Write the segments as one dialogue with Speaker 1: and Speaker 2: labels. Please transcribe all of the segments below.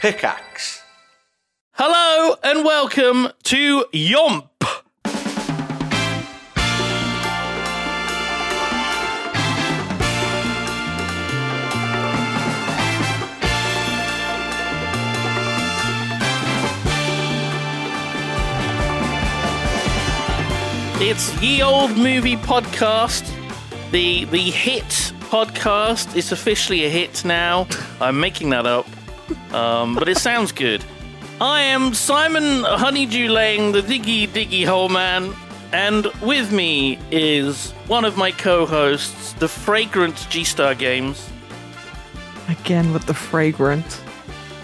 Speaker 1: Pickaxe.
Speaker 2: Hello and welcome to Yomp. It's Ye Old Movie Podcast. The the hit podcast is officially a hit now. I'm making that up, um, but it sounds good. I am Simon Honeydew Lang, the Diggy Diggy Hole Man, and with me is one of my co-hosts, the fragrant G Star Games.
Speaker 3: Again with the fragrant.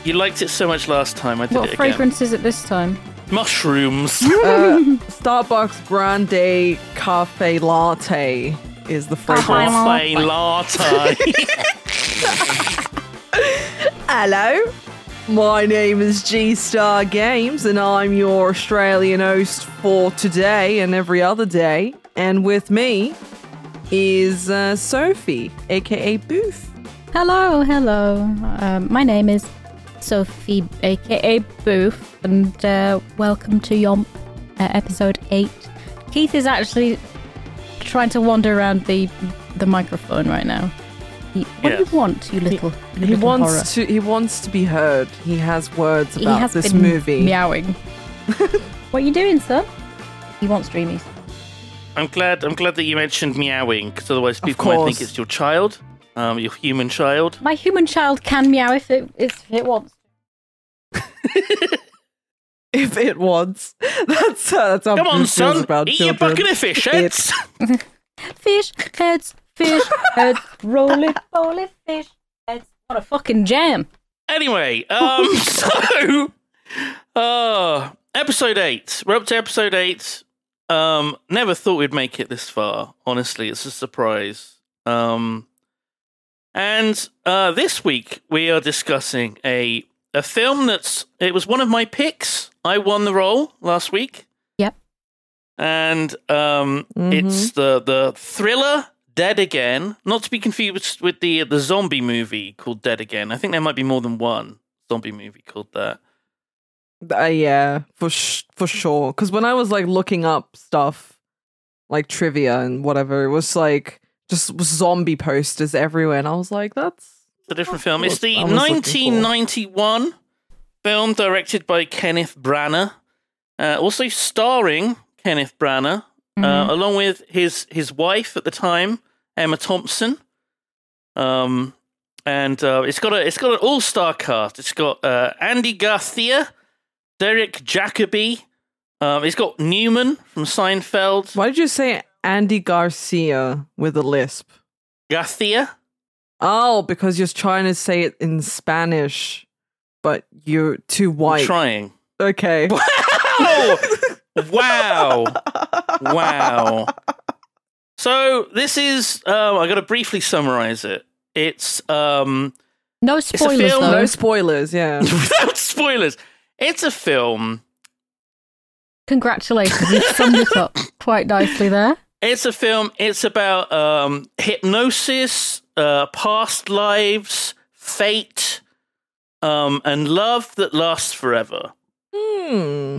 Speaker 2: You liked it so much last time. I did
Speaker 4: What
Speaker 2: it again.
Speaker 4: fragrance is it this time?
Speaker 2: Mushrooms.
Speaker 3: Starbucks Grande Cafe Latte is the fragrance.
Speaker 4: Caramel.
Speaker 2: Coffee latte.
Speaker 3: Hello. My name is G Star Games, and I'm your Australian host for today and every other day. And with me is uh, Sophie, aka Booth.
Speaker 4: Hello, hello. Um, my name is Sophie, aka Booth, and uh, welcome to Yomp, uh, episode eight. Keith is actually trying to wander around the the microphone right now. He, what do
Speaker 2: Yes.
Speaker 4: you want, you little?
Speaker 3: He
Speaker 4: you little
Speaker 3: wants
Speaker 4: horror?
Speaker 3: to. He wants to be heard. He has words
Speaker 4: He
Speaker 3: about
Speaker 4: has
Speaker 3: this
Speaker 4: been
Speaker 3: movie.
Speaker 4: meowing. what are you doing, son? He wants dreamies.
Speaker 2: I'm glad. I'm glad that you mentioned meowing, because otherwise people might
Speaker 3: course.
Speaker 2: think it's your child, um, your human child.
Speaker 4: My human child can meow if it if it wants.
Speaker 3: If it wants, that's uh, that's how
Speaker 2: Come on,
Speaker 3: Booth feels
Speaker 2: son,
Speaker 3: about
Speaker 2: eat
Speaker 3: children.
Speaker 2: your bucket of fish heads.
Speaker 4: Fish heads, fish heads, roll it, roll it, fish heads. What a fucking jam.
Speaker 2: anyway, um, so uh, episode eight. We're up to episode eight. Um, never thought we'd make it this far. Honestly, it's a surprise. Um, and uh, this week we are discussing a a film that's it was one of my picks. I won the role last week.
Speaker 4: Yep.
Speaker 2: And um, it's the the thriller Dead Again, not to be confused with the the zombie movie called Dead Again. I think there might be more than one zombie movie called that.
Speaker 3: Uh, yeah, for sh- for sure. Because when I was like looking up stuff, like trivia and whatever, it was like just zombie posters everywhere, and I was like, "That's
Speaker 2: It's a different film. It's the
Speaker 3: I was looking for-
Speaker 2: 1991 film directed by Kenneth Branagh, uh, also starring Kenneth Branagh,
Speaker 3: Mm-hmm.
Speaker 2: uh, along with his his wife at the time, Emma Thompson. Um, and uh, it's got a it's got an all star cast. It's got uh, Andy Garcia, Derek Jacobi. Um, it's got Newman from Seinfeld.
Speaker 3: why did you say Andy Garcia with a lisp?
Speaker 2: Garcia.
Speaker 3: Oh, because you're trying to say it in Spanish, but you're too white.
Speaker 2: Trying.
Speaker 3: okay,
Speaker 2: wow. Wow. So this is um, I gotta briefly summarize it. It's um
Speaker 4: No
Speaker 2: a
Speaker 4: spoilers,
Speaker 2: film,
Speaker 4: though.
Speaker 3: no spoilers. Yeah,
Speaker 2: without spoilers. It's a film.
Speaker 4: Congratulations, you summed it up quite nicely there.
Speaker 2: It's a film. It's about um hypnosis, uh past lives, fate, um, and love that lasts forever.
Speaker 3: hmm.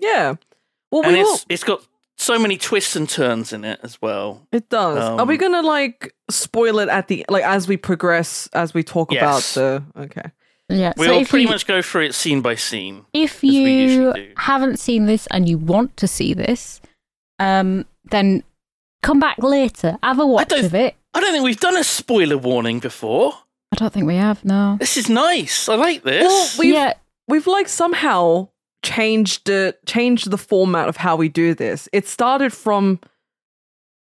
Speaker 3: yeah. Well,
Speaker 2: and
Speaker 3: we all,
Speaker 2: it's it's got so many twists and turns in it as well.
Speaker 3: It does. Are we
Speaker 2: Um,
Speaker 3: gonna like spoil it at the like as we progress as we talk
Speaker 2: Yes.
Speaker 3: about the okay?
Speaker 4: Yeah, so
Speaker 2: We'll
Speaker 4: if
Speaker 2: pretty
Speaker 4: you,
Speaker 2: much go through it scene by scene.
Speaker 4: if
Speaker 2: we
Speaker 4: you
Speaker 2: usually do.
Speaker 4: haven't seen this and you want to see this, um, then come back later. Have a watch
Speaker 2: don't-
Speaker 4: of it.
Speaker 2: I don't think we've done a spoiler warning before.
Speaker 4: I don't think we have, no.
Speaker 2: This is nice. I like this.
Speaker 3: Well, we- We've-
Speaker 4: yeah,
Speaker 3: We've like somehow changed it, changed the format of how we do this. It started from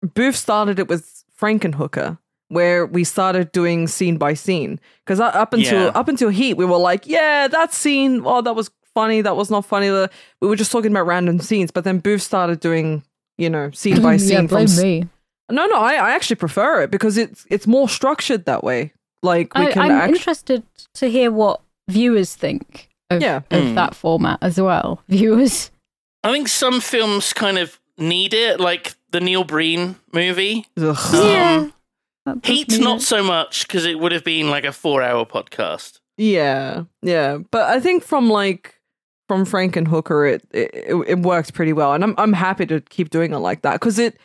Speaker 3: Booth started it with Frankenhooker, where we started doing scene by scene because up until
Speaker 2: Yeah.
Speaker 3: up until Heat, we were like, yeah, that scene, oh, that was funny, that was not funny. The- We were just talking about random scenes, but then Booth started doing. You know, scene by
Speaker 4: yeah,
Speaker 3: scene from
Speaker 4: blame
Speaker 3: s-
Speaker 4: me.
Speaker 3: No, no, I, I actually prefer it because it's it's more structured that way. Like we
Speaker 4: I,
Speaker 3: can
Speaker 4: I'm
Speaker 3: act-
Speaker 4: interested to hear what viewers think of,
Speaker 3: Yeah.
Speaker 4: of
Speaker 2: Mm.
Speaker 4: that format as well. Viewers,
Speaker 2: I think some films kind of need it, like the Neil Breen movie. Um,
Speaker 3: Ugh.
Speaker 4: Yeah.
Speaker 2: Heat, not so much, because it would have been like a four hour podcast.
Speaker 3: Yeah, yeah, but I think from like from Frank and Hooker, it it, it it works pretty well, and I'm I'm happy to keep doing it like that because it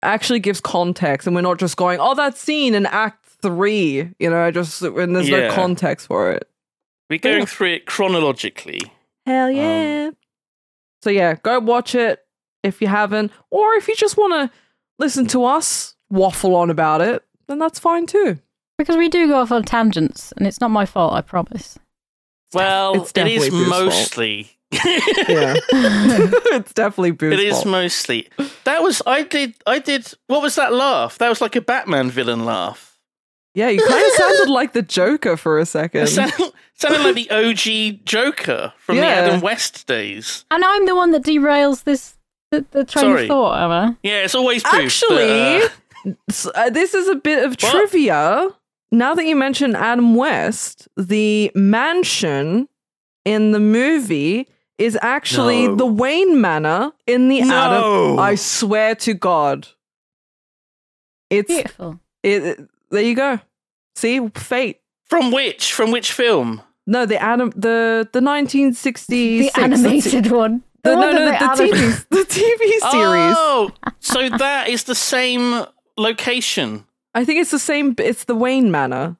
Speaker 3: actually gives context, and we're not just going, oh, that scene in Act Three, you know, just and there's
Speaker 2: Yeah.
Speaker 3: no context for it.
Speaker 2: We're going through it chronologically.
Speaker 3: Hell yeah! so yeah, go watch it if you haven't, or if you just want to listen to us waffle on about it, then that's fine too.
Speaker 4: Because we do go off on tangents, and it's not my fault, I promise.
Speaker 2: Well,
Speaker 3: it's
Speaker 2: it is
Speaker 3: definitely Boo's fault.
Speaker 2: mostly.
Speaker 3: Yeah, it's definitely Boo's
Speaker 2: It is
Speaker 3: fault.
Speaker 2: mostly. That was I did I did what was that laugh? That was like a Batman villain laugh.
Speaker 3: Yeah, you kind of sounded like the Joker for a second.
Speaker 2: It sounded, sounded like the OG Joker from
Speaker 3: Yeah.
Speaker 2: the Adam West days.
Speaker 4: And I'm the one that derails this the, the train
Speaker 2: Sorry.
Speaker 4: of thought, am I?
Speaker 2: Yeah, it's always Booth, but,
Speaker 3: Actually,
Speaker 2: uh,
Speaker 3: s- uh, this is a bit of
Speaker 2: What?
Speaker 3: trivia. Now that you mention Adam West, the mansion in the movie is actually
Speaker 2: No.
Speaker 3: the Wayne Manor in the
Speaker 2: No.
Speaker 3: Adam. I swear to God, it's it,
Speaker 4: Beautiful.
Speaker 3: it- There you go. See fate.
Speaker 2: from which from which film?
Speaker 3: No, the Adam the the nineteen sixty
Speaker 4: The animated one.
Speaker 3: The, no,
Speaker 4: one
Speaker 3: no,
Speaker 4: that
Speaker 3: the,
Speaker 4: they added.
Speaker 3: TV the TV series.
Speaker 2: Oh, so that is the same location.
Speaker 3: I think it's the same. It's the Wayne Manor,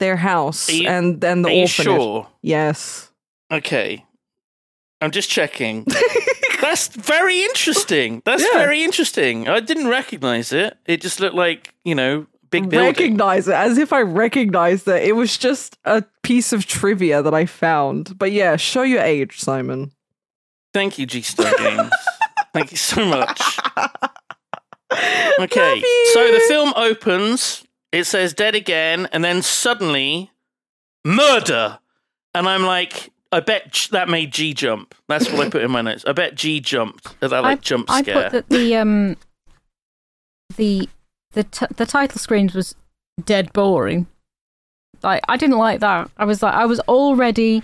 Speaker 3: their house,
Speaker 2: Are you-
Speaker 3: and then the
Speaker 2: Are you
Speaker 3: orphanage.
Speaker 2: sure?
Speaker 3: Yes.
Speaker 2: Okay. I'm just checking. That's very interesting. That's
Speaker 3: Yeah.
Speaker 2: very interesting. I didn't recognize it. It just looked like, you know, big building.
Speaker 3: recognize it as if I recognized it. It was just a piece of trivia that I found. But yeah, show your age, Simon.
Speaker 2: Thank you, G Star Games. Thank you so much. Okay.
Speaker 3: Love you.
Speaker 2: So the film opens, it says dead again, and then suddenly murder. And I'm like, I bet G- that made G jump. That's what I put in my notes. I bet G jumped at that like jump
Speaker 4: I
Speaker 2: scare.
Speaker 4: put that the um the the t- the title screens was dead boring. Like I didn't like that. I was like I was already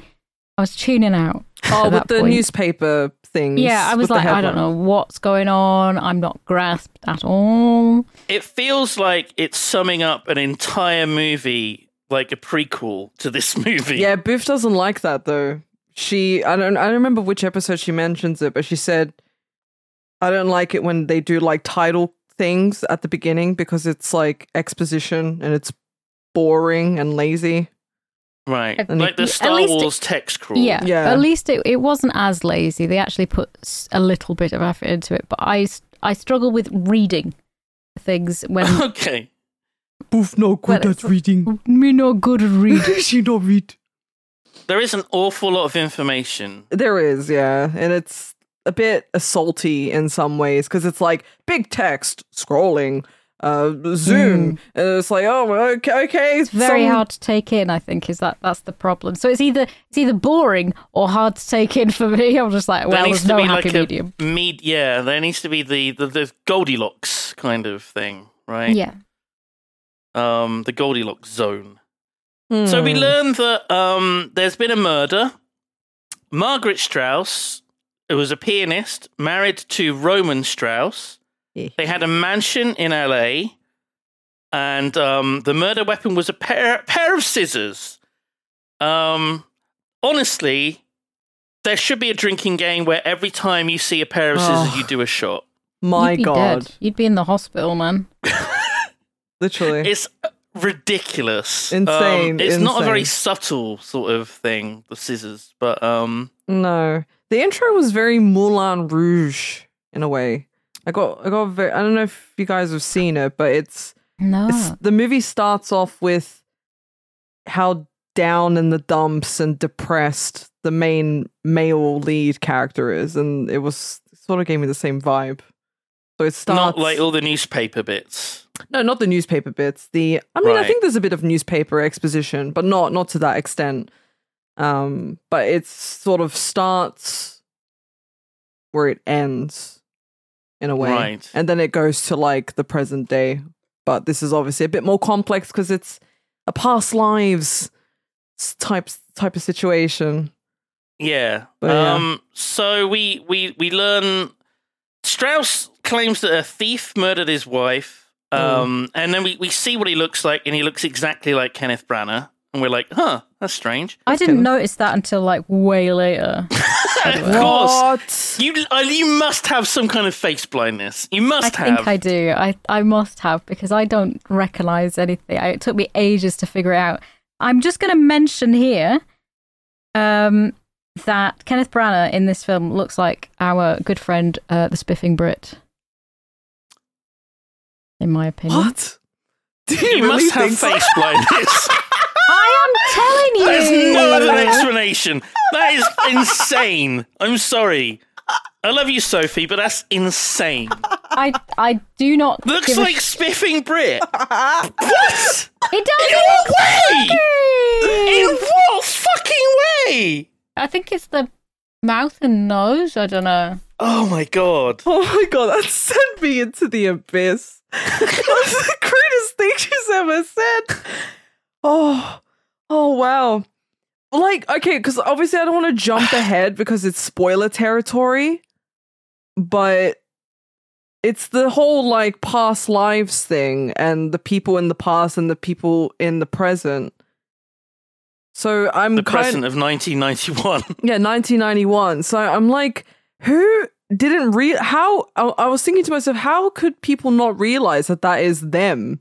Speaker 4: I was tuning out.
Speaker 3: Oh,
Speaker 4: at
Speaker 3: with
Speaker 4: that
Speaker 3: the
Speaker 4: point.
Speaker 3: newspaper things.
Speaker 4: Yeah, I was
Speaker 3: with the
Speaker 4: like I
Speaker 3: headline.
Speaker 4: don't know what's going on. I'm not grasped at all.
Speaker 2: it feels like it's summing up an entire movie like a prequel to this movie.
Speaker 3: Yeah, Boof doesn't like that though. She, I don't, I don't remember which episode she mentions it, but she said, "I don't like it when they do like title things at the beginning because it's like exposition and it's boring and lazy."
Speaker 2: Right.
Speaker 4: At
Speaker 2: Like the
Speaker 4: least-
Speaker 2: Star
Speaker 4: at least it-
Speaker 2: Wars text crawl.
Speaker 4: Yeah,
Speaker 3: Yeah.
Speaker 4: but at least it, it wasn't as lazy. They actually put s- a little bit of effort into it. But I s- I struggle with reading things when
Speaker 2: Okay.
Speaker 3: Boof no
Speaker 4: good Well, at it's-
Speaker 3: reading.
Speaker 4: me no good at reading.
Speaker 3: she not read.
Speaker 2: There is an awful lot of information.
Speaker 3: There is, yeah, and it's a bit assaulty in some ways because it's like big text scrolling, uh, zoom, and it's like, oh, well, okay, okay,
Speaker 4: It's very
Speaker 3: some-
Speaker 4: hard to take in. I think is that that's the problem. So it's either it's either boring or hard to take in for me. I'm just like,
Speaker 2: there
Speaker 4: well,
Speaker 2: needs to
Speaker 4: there's no
Speaker 2: be
Speaker 4: happy
Speaker 2: like
Speaker 4: medium.
Speaker 2: a med- yeah, there needs to be the, the, the Goldilocks kind of thing, right?
Speaker 4: Yeah,
Speaker 2: Um the Goldilocks zone. So we
Speaker 3: Hmm.
Speaker 2: learn that um there's been a murder. Margaret Strauss, who was a pianist, married to Roman Strauss. They had a mansion in LA, and um, the murder weapon was a pair pair of scissors. Um, honestly, there should be a drinking game where every time you see a pair of scissors,
Speaker 3: Oh.
Speaker 2: you do a shot.
Speaker 3: My
Speaker 4: You'd be
Speaker 3: God,
Speaker 4: dead. you'd be in the hospital, man.
Speaker 3: literally.
Speaker 2: It's uh, ridiculous, Um,
Speaker 3: Insane,
Speaker 2: it's not a very
Speaker 3: insane.
Speaker 2: subtle sort of thing, the scissors, but um,
Speaker 3: No, the intro was very Moulin Rouge in a way. I got, I got. Very, I don't know if you guys have seen it, but it's,
Speaker 4: No,
Speaker 3: it's the movie starts off with how down in the dumps and depressed the main male lead character is, and it was sort of gave me the same vibe. So it starts
Speaker 2: not like all the newspaper bits.
Speaker 3: no, not the newspaper bits. The I mean,
Speaker 2: Right.
Speaker 3: I think there's a bit of newspaper exposition, but not not to that extent. Um, but it sort of starts where it ends, in a way,
Speaker 2: Right.
Speaker 3: and then it goes to like the present day. But this is obviously a bit more complex because it's a past lives s- type type of situation.
Speaker 2: Yeah.
Speaker 3: But, yeah.
Speaker 2: Um. So we we we learn Strauss claims that a thief murdered
Speaker 3: Oh.
Speaker 2: his wife. Um. And then we we see what he looks like, and he looks exactly like Kenneth Branagh. and we're like, "Huh, that's strange."
Speaker 4: I didn't notice that until like way later.
Speaker 2: of course,
Speaker 3: What?
Speaker 2: you uh, you must have some kind of face blindness. You
Speaker 4: I
Speaker 2: must have.
Speaker 4: think I do. I, I must have because I don't recognize anything. I, it took me ages to figure it out. I'm just going to mention here um, that Kenneth Branagh in this film looks like our good friend, uh, the Spiffing Brit. In my opinion,
Speaker 3: What? Do you,
Speaker 2: you
Speaker 3: really
Speaker 2: must have
Speaker 3: think so?
Speaker 2: face blindness.
Speaker 4: I am
Speaker 2: There's
Speaker 4: telling you.
Speaker 2: no other explanation. That is insane. I'm sorry. I love you, Sophie, but that's insane.
Speaker 4: I I do not.
Speaker 2: Looks
Speaker 4: give a
Speaker 2: like
Speaker 4: sh-
Speaker 2: spiffing Brit. what?
Speaker 4: it
Speaker 2: In
Speaker 4: does.
Speaker 2: what way?
Speaker 4: It
Speaker 2: In what fucking way?
Speaker 4: I think it's the mouth and nose. I don't know.
Speaker 2: Oh my god.
Speaker 3: Oh my god, that sent me into the abyss. That's the greatest thing she's ever said. Oh, oh wow. Like, okay, because obviously I don't want to jump ahead because it's spoiler territory, but it's the whole like past lives thing and the people in the past and the people in the present. So I'm
Speaker 2: The
Speaker 3: kind
Speaker 2: present of 1991.
Speaker 3: yeah, 1991. So I'm like, who didn't re how I, I was thinking to myself, how could people not realize that that is them?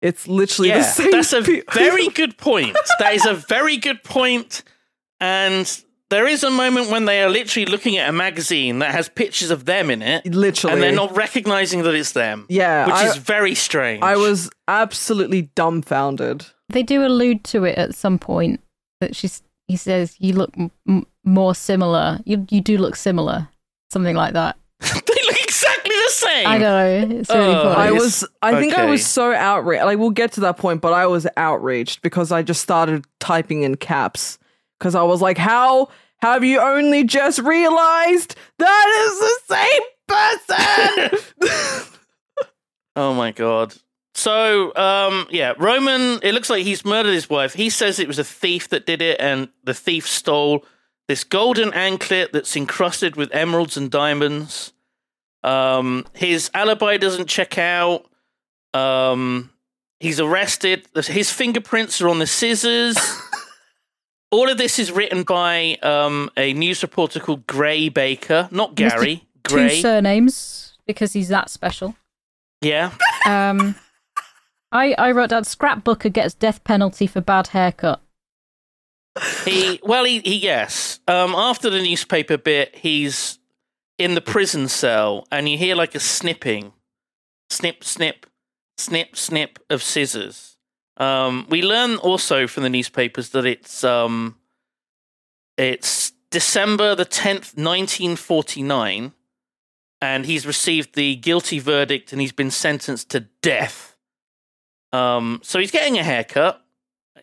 Speaker 3: It's literally the
Speaker 2: yeah,
Speaker 3: same.
Speaker 2: that's a
Speaker 3: pe-
Speaker 2: very good point. That is a very good point. And there is a moment when they are literally looking at a magazine that has pictures of them in it.
Speaker 3: literally.
Speaker 2: And they're not recognizing that it's them.
Speaker 3: Yeah,
Speaker 2: Which
Speaker 3: I-
Speaker 2: is very strange.
Speaker 3: I was absolutely dumbfounded.
Speaker 4: They do allude to it at some point that she's. He says you look m- m- more similar. You you do look similar. Something like that.
Speaker 2: they look exactly the same.
Speaker 4: I know. It's really
Speaker 2: Oh,
Speaker 4: funny.
Speaker 3: I
Speaker 2: yes.
Speaker 3: was. I think I was
Speaker 2: Okay.
Speaker 3: so outraged. Like we'll get to that point, but I was outraged because I just started typing in caps because I was like, "How have you only just realized that is the same person?"
Speaker 2: Oh my god. So, um, yeah, Roman. It looks like he's murdered his wife. He says it was a thief that did it, and the thief stole this golden anklet that's encrusted with emeralds and diamonds. Um, his alibi doesn't check out. Um, he's arrested. His fingerprints are on the scissors. All of this is written by um, a news reporter called Gray Baker, not Gary.
Speaker 4: Two
Speaker 2: Gray.
Speaker 4: surnames because he's that special.
Speaker 2: Yeah.
Speaker 4: Um, I I wrote down scrapbooker gets death penalty for bad haircut.
Speaker 2: He well, he, he yes. Um, after the newspaper bit, he's in the prison cell, and you hear like a snipping, snip, snip, snip, snip of scissors. Um, we learn also from the newspapers that it's um, it's December the tenth, nineteen forty nine, and he's received the guilty verdict, and he's been sentenced to death. Um, so he's getting a haircut.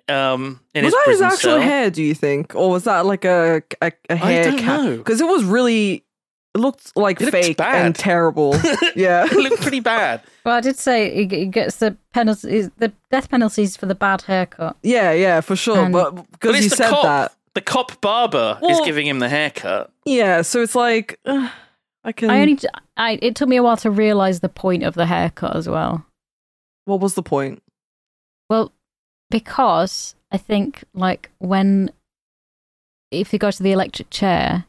Speaker 2: Um, in his
Speaker 3: was that his
Speaker 2: prison
Speaker 3: actual
Speaker 2: cell.
Speaker 3: hair? Do you think, or was that like a a, a hair
Speaker 2: don't know.
Speaker 3: Because it was really it looked like
Speaker 2: It looked
Speaker 3: fake
Speaker 2: bad.
Speaker 3: and terrible. yeah,
Speaker 2: it looked pretty bad.
Speaker 4: Well, I did say he, he gets the penalties, the death penalties for the bad haircut.
Speaker 3: yeah, yeah, for sure.
Speaker 4: And-
Speaker 3: but
Speaker 2: But
Speaker 3: because
Speaker 2: it's
Speaker 3: you
Speaker 2: the
Speaker 3: said
Speaker 2: cop.
Speaker 3: that,
Speaker 2: The cop barber is
Speaker 3: Well-
Speaker 2: giving him the haircut.
Speaker 3: yeah. So it's like ugh, I can.
Speaker 4: I only, I, it took me a while to realize the point of the haircut as well.
Speaker 3: what was the point?
Speaker 4: Well, because I think like when, if you go to the electric chair,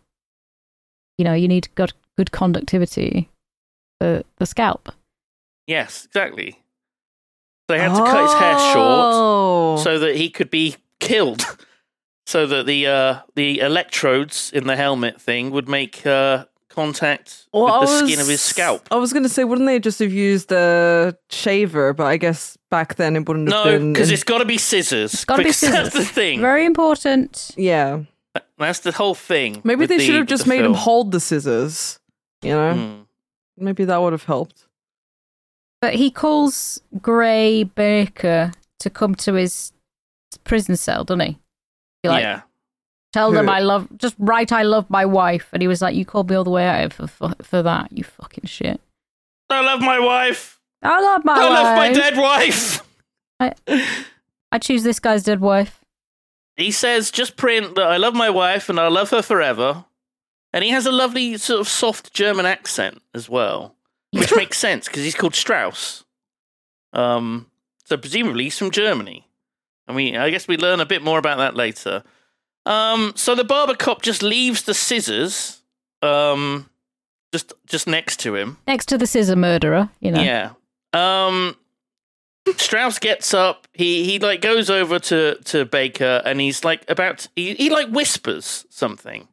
Speaker 4: you know you need good good conductivity for the scalp.
Speaker 2: Yes, exactly. They had to cut his hair short
Speaker 3: Oh.
Speaker 2: so that he could be killed. So that the uh, the electrodes in the helmet thing would make uh, contact
Speaker 3: Well,
Speaker 2: with
Speaker 3: I
Speaker 2: the skin of
Speaker 3: was-
Speaker 2: his scalp.
Speaker 3: I was going to say, wouldn't they just have used a shaver? But I guess back then it wouldn't have
Speaker 2: No,
Speaker 3: been.
Speaker 2: because it's got to be scissors.
Speaker 4: It's gotta be
Speaker 2: because
Speaker 4: scissors.
Speaker 2: That's the thing.
Speaker 4: Very important.
Speaker 3: yeah.
Speaker 2: That's the whole thing.
Speaker 3: Maybe
Speaker 2: with
Speaker 3: they
Speaker 2: the-
Speaker 3: should have
Speaker 2: with
Speaker 3: just
Speaker 2: the
Speaker 3: made him
Speaker 2: film.
Speaker 3: hold the scissors. You know,
Speaker 2: Mm.
Speaker 3: maybe that would have helped.
Speaker 4: But he calls Gray Baker to come to his prison cell, doesn't he? He, like,
Speaker 2: yeah.
Speaker 4: Tell them
Speaker 3: Who?
Speaker 4: I love, just write I love my wife. And he was like, You called me all the way out for, for, for that, you fucking shit.
Speaker 2: I love my wife.
Speaker 4: I love my
Speaker 2: I
Speaker 4: wife.
Speaker 2: love my dead wife.
Speaker 4: I choose this guy's dead wife.
Speaker 2: he says just print that I love my wife and I love her forever. And he has a lovely sort of soft German accent as well, which makes sense because he's called Strauss. Um, so presumably he's from Germany. I mean, I guess we learn a bit more about that later. Um, so the barber cop just leaves the scissors, um, just just next to him.
Speaker 4: Next to the scissor murderer, you know.
Speaker 2: Yeah. Um Strauss gets up. He he like goes over to to Baker and he's like about he, he like whispers something.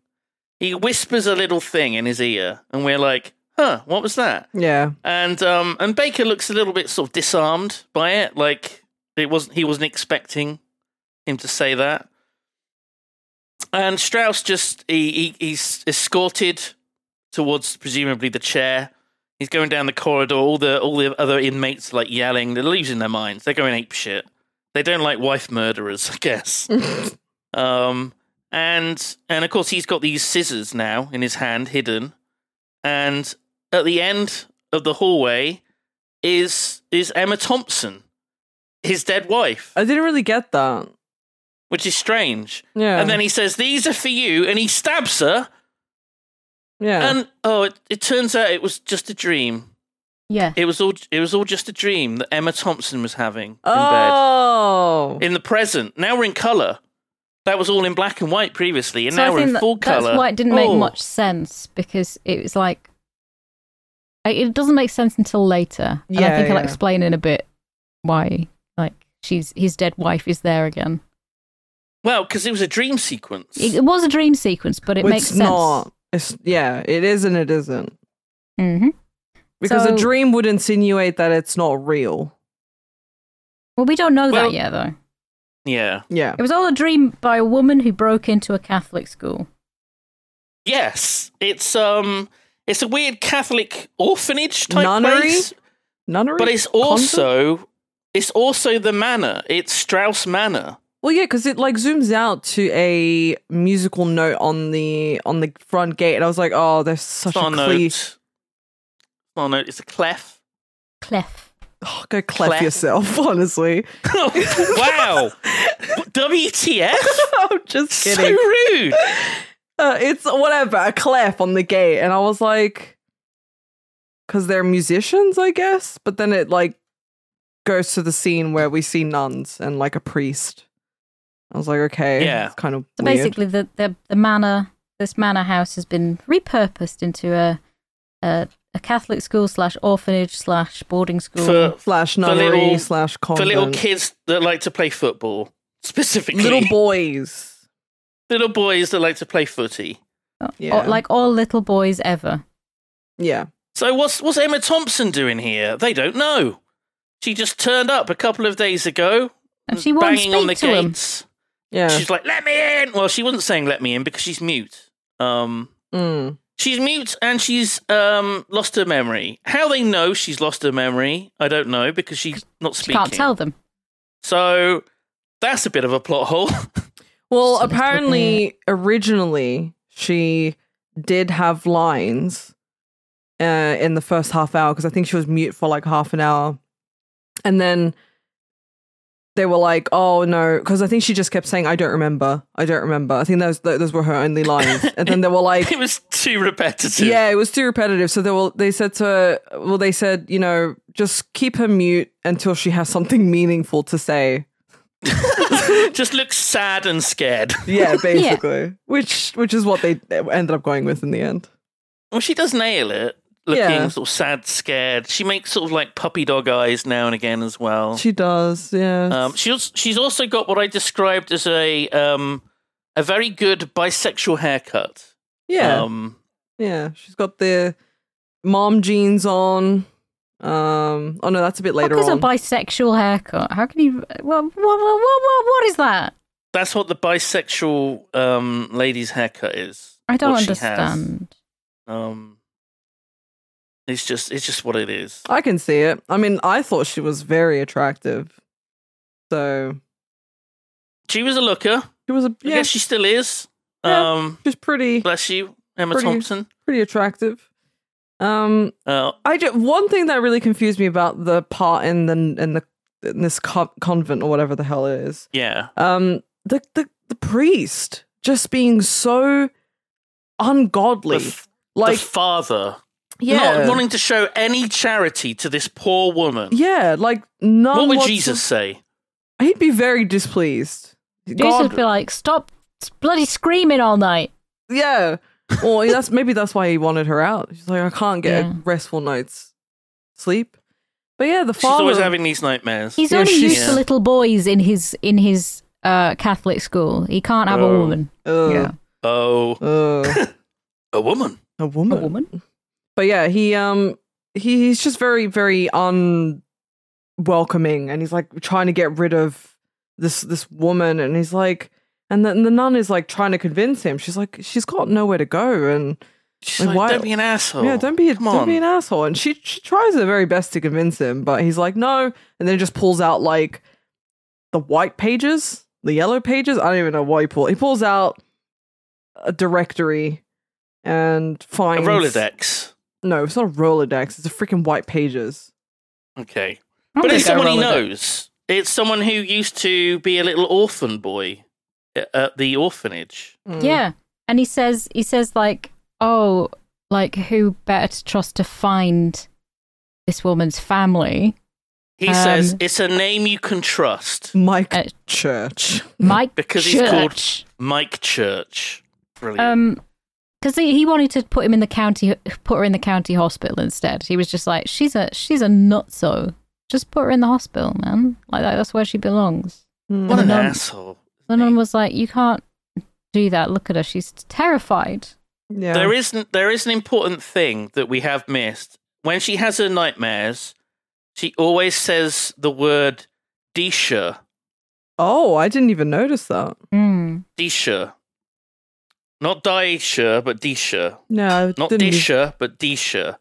Speaker 2: He whispers a little thing in his ear and we're like, "Huh, what was that?"
Speaker 3: Yeah.
Speaker 2: And um and Baker looks a little bit sort of disarmed by it, like it wasn't he wasn't expecting him to say that. And Strauss just he, he he's escorted towards presumably the chair. He's going down the corridor. All the all the other inmates are, like yelling. They're losing their minds. They're going ape shit. They don't like wife murderers, I guess. um, and and of course he's got these scissors now in his hand, hidden. And at the end of the hallway is is Emma Thompson, his dead wife,
Speaker 3: I didn't really get that.
Speaker 2: which is strange.
Speaker 3: Yeah.
Speaker 2: And then he says, "These are for you," and he stabs her.
Speaker 3: Yeah.
Speaker 2: And oh, it, it turns out it was just a dream.
Speaker 4: Yeah.
Speaker 2: It was all it was all just a dream that Emma Thompson was having in
Speaker 3: oh.
Speaker 2: bed in the present. Now we're in color. That was all in black and white previously, and
Speaker 4: so
Speaker 2: now
Speaker 4: I
Speaker 2: we're
Speaker 4: think
Speaker 2: in
Speaker 4: that,
Speaker 2: full Oh. color.
Speaker 4: That's why it didn't make much sense because it was like I- it doesn't make sense until later. and I
Speaker 3: Yeah,
Speaker 4: think I'll
Speaker 3: yeah.
Speaker 4: explain in a bit why like she's his dead wife is there again.
Speaker 2: Well, because it was a dream sequence.
Speaker 4: It, it was a dream sequence, but it
Speaker 3: It's
Speaker 4: makes sense.
Speaker 3: not. It's, yeah, it is and it isn't.
Speaker 4: hmm
Speaker 3: Because
Speaker 4: So-
Speaker 3: a dream would insinuate that it's not real.
Speaker 4: Well, we don't know
Speaker 2: Well-
Speaker 4: that yet, though.
Speaker 2: yeah.
Speaker 3: Yeah.
Speaker 4: It was all a dream by a woman who broke into a Catholic school.
Speaker 2: Yes, it's um, it's a weird Catholic orphanage type
Speaker 3: Nunnery?
Speaker 2: place,
Speaker 3: Nunnery?
Speaker 2: but it's
Speaker 3: Convent?
Speaker 2: also it's also the manor. It's Strauss Manor.
Speaker 3: Well, yeah, because it like zooms out to a musical note on the on the front gate, and I was like, "Oh, there's such
Speaker 2: It's not
Speaker 3: a
Speaker 2: a
Speaker 3: cliche.
Speaker 2: note. Not a note. It's a clef.
Speaker 4: Clef.
Speaker 3: Oh, go clef,
Speaker 2: Clef.
Speaker 3: yourself, honestly."
Speaker 2: wow. WTF?
Speaker 3: I'm just
Speaker 2: So
Speaker 3: kidding.
Speaker 2: rude.
Speaker 3: Uh, it's whatever a clef on the gate, and I was like, "Cause they're musicians, I guess." But then it like goes to the scene where we see nuns and like a priest. I was like, "Okay,
Speaker 2: Yeah.
Speaker 3: it's kind of
Speaker 4: So
Speaker 3: weird.
Speaker 4: basically, the, the the manor, this manor house, has been repurposed into a a, a Catholic school slash orphanage slash boarding school.
Speaker 2: For
Speaker 3: slash
Speaker 2: little-
Speaker 3: nunnery slash
Speaker 2: for
Speaker 3: convent
Speaker 2: little kids that like to play football, specifically
Speaker 3: little boys."
Speaker 2: little boys that like to play footy.
Speaker 4: Or-
Speaker 3: Yeah.
Speaker 4: Oh, like all little boys ever.
Speaker 3: Yeah.
Speaker 2: So what's what's Emma Thompson doing here? They don't know. She just turned up a couple of days ago,
Speaker 4: And she won't
Speaker 2: banging
Speaker 4: speak
Speaker 2: on the
Speaker 4: to him.
Speaker 2: gates.
Speaker 3: Yeah.
Speaker 2: She's like, "Let me in." Well, she wasn't saying "let me in" because she's mute. Um,
Speaker 3: Mm.
Speaker 2: she's mute and she's um lost her memory. How they know she's lost her memory, I don't know because she's not
Speaker 4: She
Speaker 2: speaking.
Speaker 4: can't tell them.
Speaker 2: So that's a bit of a plot hole.
Speaker 3: Well,
Speaker 4: Just a little
Speaker 3: apparently, originally she did have lines uh, in the first half hour because I think she was mute for like half an hour, and then they were like, "Oh no," because I think she just kept saying, "I don't remember, I don't remember." I think those those were her only lines, and then they were like,
Speaker 2: it was too repetitive.
Speaker 3: Yeah, it was too repetitive. So they will. They said to her, well, they said, you know, just keep her mute until she has something meaningful to say.
Speaker 2: just looks sad and scared.
Speaker 3: Yeah, basically, which which is what they ended up going with in the end.
Speaker 2: Well, she does nail it, looking
Speaker 3: Yeah.
Speaker 2: sort of sad, scared. She makes sort of like puppy dog eyes now and again als well.
Speaker 3: She does, yeah.
Speaker 2: um, she also, she's also got what I described as a um, a very good bisexual haircut.
Speaker 3: yeah,
Speaker 2: Um,
Speaker 3: yeah. She's got the mom jeans on. Um. Oh no, that's a bit later
Speaker 4: what is
Speaker 3: on.
Speaker 4: a bisexual haircut? How can you? What what what what, what, what is that?
Speaker 2: that's what the bisexual um, lady's haircut is.
Speaker 4: I don't
Speaker 2: what she has.
Speaker 4: understand.
Speaker 2: Um, it's just it's just what it is.
Speaker 3: I can see it. I mean, I thought she was very attractive. So
Speaker 2: She was a looker.
Speaker 3: she was a
Speaker 2: I
Speaker 3: yeah.
Speaker 2: guess she still is.
Speaker 3: Yeah.
Speaker 2: Um,
Speaker 3: She's pretty
Speaker 2: bless you, Emma
Speaker 3: Pretty-
Speaker 2: Thompson.
Speaker 3: pretty attractive. Um.
Speaker 2: Uh,
Speaker 3: I ju- one thing that really confused me about the part in the in the in this co- convent or whatever the hell it is.
Speaker 2: yeah.
Speaker 3: Um, the the the priest just being so ungodly,
Speaker 2: The f-
Speaker 3: like
Speaker 2: the father
Speaker 3: yeah,
Speaker 2: not wanting to show any charity to this poor woman.
Speaker 3: yeah, like none.
Speaker 2: what would
Speaker 3: whatso-
Speaker 2: Jesus say?
Speaker 3: He'd be very displeased.
Speaker 4: Goose
Speaker 3: God,
Speaker 4: would be like, stop bloody screaming all night.
Speaker 3: yeah. Or that's maybe that's why he wanted her out. She's like, I can't get
Speaker 4: Yeah.
Speaker 3: a restful night's sleep. But yeah, the
Speaker 2: She's
Speaker 3: father.
Speaker 2: always having these nightmares.
Speaker 4: He's
Speaker 3: Yeah,
Speaker 4: only
Speaker 3: she's-
Speaker 4: used to little boys in his in his uh, Catholic school. He can't have a
Speaker 2: Oh.
Speaker 4: woman.
Speaker 3: Ugh.
Speaker 2: oh,
Speaker 3: Ugh.
Speaker 2: a woman.
Speaker 3: a woman.
Speaker 4: A woman.
Speaker 3: But yeah, he um he, he's just very very unwelcoming, and he's like trying to get rid of this this woman, and he's like, and then the nun is like trying to convince him. She's like, she's got nowhere to go, and
Speaker 2: She's
Speaker 3: Like,
Speaker 2: like,
Speaker 3: why-
Speaker 2: don't be an asshole.
Speaker 3: yeah, don't be a,
Speaker 2: Oh, Come
Speaker 3: don't
Speaker 2: on.
Speaker 3: be an asshole. And she she tries her very best to convince him, but he's like, no, and then just pulls out like the white pages, the yellow pages. I don't even know why he pulls. He pulls out a directory and
Speaker 2: a
Speaker 3: finds
Speaker 2: Rolodex.
Speaker 3: no, it's not a Rolodex. It's a freaking white pages.
Speaker 2: Okay,
Speaker 4: I don't
Speaker 2: but it's
Speaker 4: think I
Speaker 2: someone he
Speaker 4: roll with it.
Speaker 2: knows. It's someone who used to be a little orphan boy a- at the orphanage.
Speaker 3: Mm.
Speaker 4: Yeah, and he says he says like, oh, like who better to trust to find this woman's family?
Speaker 2: He
Speaker 4: Um,
Speaker 2: says it's a name you can trust.
Speaker 3: Mike
Speaker 4: Uh,
Speaker 3: Church.
Speaker 4: Mike
Speaker 2: Because he's called-
Speaker 4: Church.
Speaker 2: Mike Church. Brilliant.
Speaker 4: Um, because he, he wanted to put him in the county, put her in the county hospital instead. He was just like, she's a she's a nutso. Just put her in the hospital, man. Like that, that's where she belongs.
Speaker 3: Mm.
Speaker 2: what an
Speaker 4: nun.
Speaker 2: asshole.
Speaker 4: The nun was like, you can't do that. Look at her. She's terrified.
Speaker 3: Yeah.
Speaker 2: There is n- there is an important thing that we have missed. When she has her nightmares, she always says the word Disha.
Speaker 3: oh, I didn't even notice that.
Speaker 4: Mm.
Speaker 2: Disha. Not Daisha, but Disha.
Speaker 3: No, I
Speaker 2: Not
Speaker 3: didn't even-
Speaker 2: Disha, but Disha.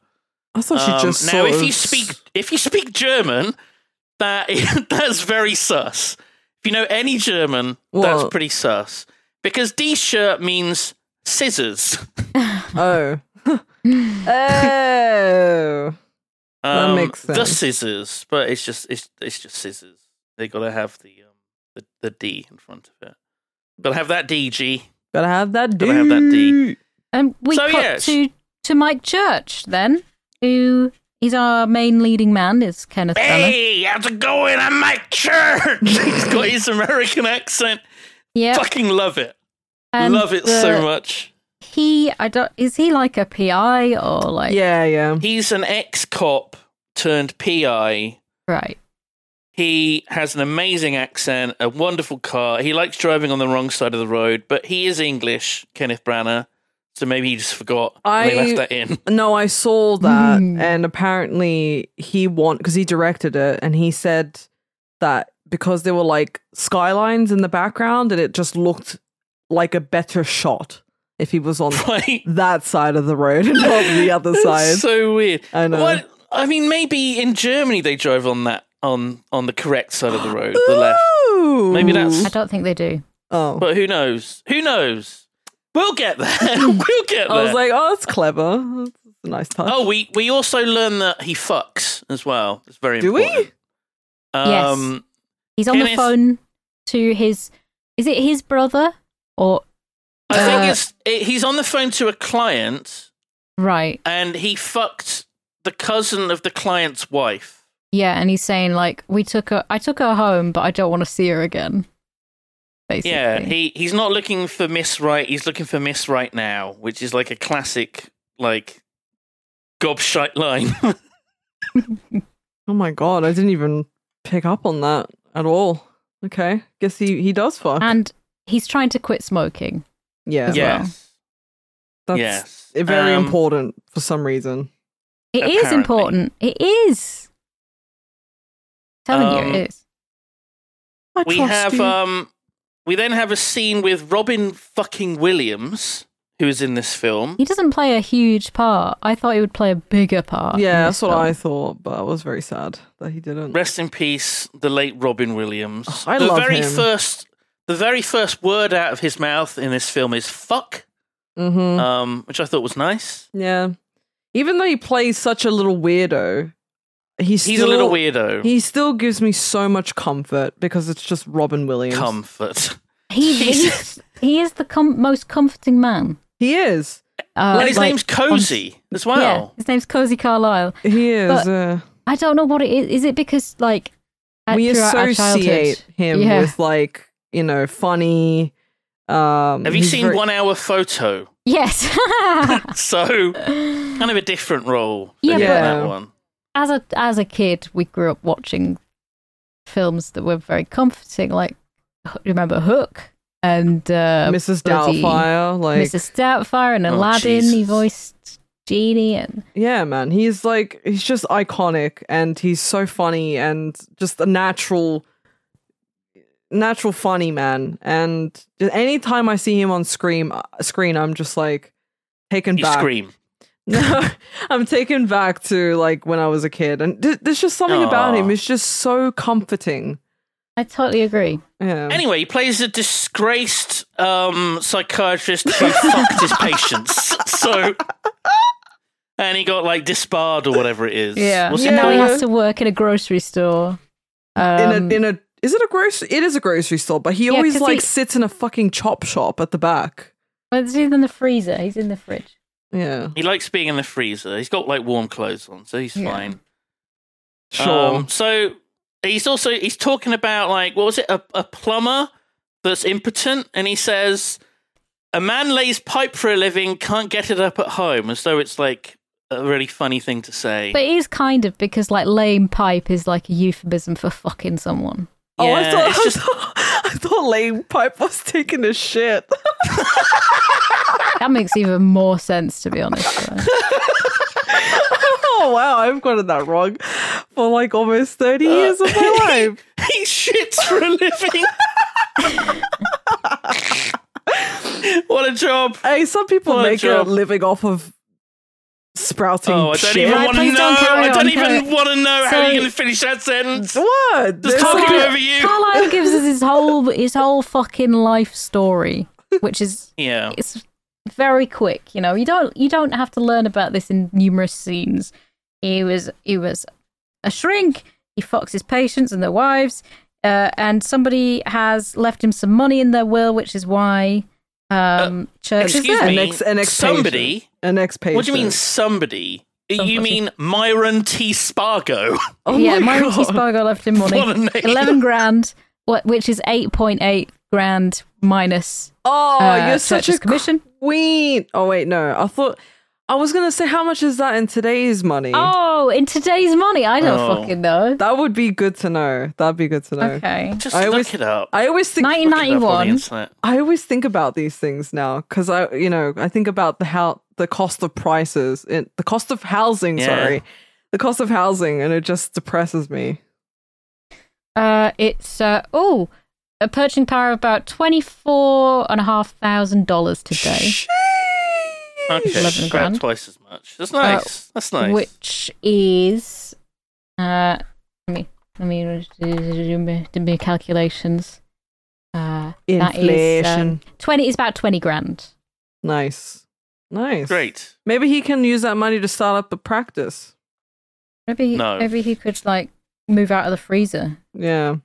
Speaker 3: I thought she
Speaker 2: Um,
Speaker 3: just
Speaker 2: now,
Speaker 3: sort
Speaker 2: if you
Speaker 3: of-
Speaker 2: speak if you speak German, that is, that's very sus. If you know any German,
Speaker 3: Well-
Speaker 2: that's pretty sus because Disha means scissors.
Speaker 3: Oh. oh. That makes
Speaker 2: The
Speaker 3: sense.
Speaker 2: Um, scissors, but it's just it's it's just scissors. They gotta have the um the, the D in front of it. Gotta have that DG.
Speaker 3: Gotta have that D.
Speaker 2: Gotta have that D.
Speaker 4: And Um, we
Speaker 2: So,
Speaker 4: cut
Speaker 2: yes.
Speaker 4: to to Mike Church then, who is our main leading man. Is Kenneth Branagh.
Speaker 2: Hey, how's it going? I'm Mike Church. He's got his American accent.
Speaker 4: Yeah,
Speaker 2: Fucking love it.
Speaker 4: and
Speaker 2: love it
Speaker 4: the-
Speaker 2: so much.
Speaker 4: He, I don't. Is he like a PI or like
Speaker 3: Yeah, yeah.
Speaker 2: He's an ex cop turned PI.
Speaker 4: right?
Speaker 2: He has an amazing accent, a wonderful car. He likes driving on the wrong side of the road, but he is English, Kenneth Branagh. So maybe he just forgot. and
Speaker 3: I-
Speaker 2: they left that in.
Speaker 3: No, I saw that,
Speaker 2: Hmm.
Speaker 4: Mm.
Speaker 3: and apparently he want because he directed it, and he said that because there were like skylines in the background, and it just looked like a better shot if he was on
Speaker 2: Right.
Speaker 3: that side of the road and not the other side.
Speaker 2: That's so weird.
Speaker 3: I know.
Speaker 2: What? I mean, maybe in Germany they drove on that on on the correct side of the road, the left.
Speaker 3: Ooh.
Speaker 2: Maybe that's-
Speaker 4: I don't think they do.
Speaker 3: Oh,
Speaker 2: But who knows? Who knows? We'll get there. we'll get there.
Speaker 3: I was like, oh, that's clever. That's a nice touch.
Speaker 2: oh, we we also learn that he fucks as well. It's very
Speaker 3: do
Speaker 2: important.
Speaker 3: we?
Speaker 4: Yes.
Speaker 2: Um,
Speaker 4: He's on the
Speaker 2: Kenneth-
Speaker 4: phone to his. Is it his brother or
Speaker 2: I think
Speaker 4: Uh,
Speaker 2: it's it, he's on the phone to a client
Speaker 4: right?
Speaker 2: and he fucked the cousin of the client's wife.
Speaker 4: Yeah, and he's saying like, "We took her. I took her home, but I don't want to see her again." Basically,
Speaker 2: Yeah, he he's not looking for Miss Right. He's looking for Miss Right now, which is like a classic like gobshite line.
Speaker 3: Oh my god, I didn't even pick up on that at all. Okay, guess he he does fuck.
Speaker 4: and he's trying to quit smoking.
Speaker 3: yeah,
Speaker 4: Yeah. well.
Speaker 2: yes, yes,
Speaker 3: that's very
Speaker 2: Um,
Speaker 3: important for some reason.
Speaker 4: It is
Speaker 2: Apparently.
Speaker 4: important. It is. Telling you,
Speaker 2: Um,
Speaker 4: it is.
Speaker 3: I
Speaker 2: We
Speaker 3: trust
Speaker 2: have
Speaker 3: you.
Speaker 2: um, we then have a scene with Robin fucking Williams, who is in this film.
Speaker 4: He doesn't play a huge part. I thought he would play a bigger part.
Speaker 3: yeah,
Speaker 4: in
Speaker 3: that's
Speaker 4: this
Speaker 3: what
Speaker 4: film.
Speaker 3: I thought, but I was very sad that he didn't.
Speaker 2: Rest in peace, the late Robin Williams.
Speaker 3: Oh, I
Speaker 2: the
Speaker 3: love
Speaker 2: very
Speaker 3: him.
Speaker 2: first the very first word out of his mouth in this film is fuck,
Speaker 3: hmm
Speaker 2: um, which I thought was nice.
Speaker 3: yeah, even though he plays such a little weirdo, he's
Speaker 2: He's a little
Speaker 3: still-
Speaker 2: weirdo.
Speaker 3: He still gives me so much comfort because it's just Robin Williams.
Speaker 2: Comfort.
Speaker 4: He, he's, he is the com- most comforting man.
Speaker 3: He is.
Speaker 4: Uh,
Speaker 2: and his
Speaker 4: like,
Speaker 2: name's
Speaker 3: um,
Speaker 2: Cozy as well.
Speaker 4: Yeah, his name's Cozy Carlisle.
Speaker 3: He is.
Speaker 4: But-
Speaker 3: uh,
Speaker 4: I don't know what it is. Is it because like uh,
Speaker 3: we
Speaker 4: throughout our
Speaker 3: associate
Speaker 4: childhood.
Speaker 3: him
Speaker 4: Yeah.
Speaker 3: with like you know funny. Um,
Speaker 2: Have you
Speaker 3: he's
Speaker 2: seen
Speaker 3: very-
Speaker 2: one hour photo?
Speaker 4: Yes.
Speaker 2: So
Speaker 4: yeah,
Speaker 2: kind of a different role.
Speaker 3: Yeah,
Speaker 2: than
Speaker 3: but-
Speaker 2: that one.
Speaker 4: as a as a kid, we grew up watching films that were very comforting. Like h- remember Hook and uh,
Speaker 3: Mrs.
Speaker 4: bloody
Speaker 3: Doubtfire? Like,
Speaker 4: Mrs. Doubtfire and
Speaker 2: Oh,
Speaker 4: Aladdin. He
Speaker 2: Jesus.
Speaker 4: voiced Genie and
Speaker 3: yeah, man, he's like he's just iconic, and he's so funny, and just a natural, natural funny man. And any time I see him on screen, screen, I'm just like taken
Speaker 2: You
Speaker 3: back.
Speaker 2: scream.
Speaker 3: No, I'm taken back to like when I was a kid, and th- there's just something about
Speaker 2: Aw.
Speaker 3: him. It's just so comforting.
Speaker 4: I totally agree.
Speaker 3: Yeah.
Speaker 2: Anyway, he plays a disgraced um, psychiatrist who fucked his patients. So, and he got like disbarred or whatever it is.
Speaker 4: Yeah.
Speaker 2: What's it
Speaker 4: and now he
Speaker 2: called?
Speaker 4: has to work in a grocery store. Um,
Speaker 2: um
Speaker 3: in a in a is it a grocery? It is a grocery store, but he
Speaker 4: Yeah,
Speaker 3: always
Speaker 4: 'cause
Speaker 3: like
Speaker 4: he-
Speaker 3: sits in a fucking chop shop at the back.
Speaker 4: well, he's in the freezer. He's in the fridge.
Speaker 3: Yeah,
Speaker 2: He likes being in the freezer. He's got like warm clothes on, so he's
Speaker 4: Yeah.
Speaker 2: fine.
Speaker 3: sure.
Speaker 2: Um, so he's also he's talking about like what was it a, a plumber that's impotent, and he says a man lays pipe for a living, can't get it up at home, as though it's like a really funny thing to say.
Speaker 4: But it is kind of because like lame pipe is like a euphemism for fucking someone.
Speaker 3: oh, I
Speaker 2: Yeah,
Speaker 3: thought,
Speaker 2: it's just-
Speaker 3: I thought I thought Lane Pipe was taking a shit.
Speaker 4: That makes even more sense to be honest. right?
Speaker 3: oh wow, I've gotten that wrong for like almost
Speaker 2: Uh,
Speaker 3: thirty years of my life.
Speaker 2: he shits for a living. what a job!
Speaker 3: Hey, some people
Speaker 2: What a
Speaker 3: make a
Speaker 2: job.
Speaker 3: living off of sprouting
Speaker 2: Oh, I don't
Speaker 3: shit.
Speaker 2: even
Speaker 4: Right,
Speaker 2: want to know.
Speaker 4: please don't carry
Speaker 2: I
Speaker 4: on,
Speaker 2: don't
Speaker 4: carry
Speaker 2: even
Speaker 4: on.
Speaker 2: want to know how
Speaker 4: So-
Speaker 2: you're going to finish that sentence.
Speaker 3: What?
Speaker 2: Just
Speaker 3: There's
Speaker 2: talking
Speaker 3: like-
Speaker 2: over you.
Speaker 4: Carlisle gives us his whole his whole fucking life story, which is
Speaker 2: Yeah.
Speaker 4: it's very quick. You know, you don't you don't have to learn about this in numerous scenes. He was he was a shrink. He fucks his patients and their wives, uh, and somebody has left him some money in their will, which is why um, church is
Speaker 2: Uh, Excuse
Speaker 4: there.
Speaker 2: me.
Speaker 3: An ex- an ex
Speaker 2: somebody.
Speaker 3: an ex patient.
Speaker 2: What do you mean somebody? You
Speaker 4: Somebody.
Speaker 2: mean Myron T. Spargo?
Speaker 3: Oh
Speaker 4: yeah,
Speaker 3: my
Speaker 4: Myron T.
Speaker 3: God.
Speaker 4: Spargo left him money.
Speaker 2: What a name.
Speaker 4: Eleven grand, what which is eight point eight grand minus
Speaker 3: Oh,
Speaker 4: uh,
Speaker 3: you're such
Speaker 4: church's
Speaker 3: a
Speaker 4: commission.
Speaker 3: queen. Oh wait, no. I thought I was gonna say how much is that in today's money?
Speaker 4: Oh, in today's money, I don't
Speaker 2: Eh? Oh.
Speaker 4: fucking know.
Speaker 3: That would be good to know. That'd be good to know.
Speaker 4: Okay,
Speaker 2: Just
Speaker 3: I
Speaker 2: look
Speaker 3: always-
Speaker 2: it up.
Speaker 3: I always think
Speaker 4: nineteen
Speaker 2: Look it up on
Speaker 4: ninety
Speaker 2: the
Speaker 4: one.
Speaker 2: internet.
Speaker 3: I always think about these things now because I, you know, I think about the how the cost of prices, it, the cost of housing.
Speaker 2: Yeah.
Speaker 3: Sorry, the cost of housing, and it just depresses me.
Speaker 4: Uh, it's uh, oh, a purchasing power of about twenty four and a half thousand dollars today,
Speaker 2: Okay,
Speaker 4: 11
Speaker 2: about
Speaker 4: grand.
Speaker 2: twice as much. That's nice. That's nice.
Speaker 4: which is uh, let me let me do my, do my calculations. Uh, That is, um,
Speaker 3: Inflation.
Speaker 4: twenty is about twenty grand.
Speaker 3: nice, nice,
Speaker 2: Great.
Speaker 3: Maybe he can use that money to start up a practice.
Speaker 4: Maybe
Speaker 2: No.
Speaker 4: maybe he could like move out of the freezer.
Speaker 3: Yeah,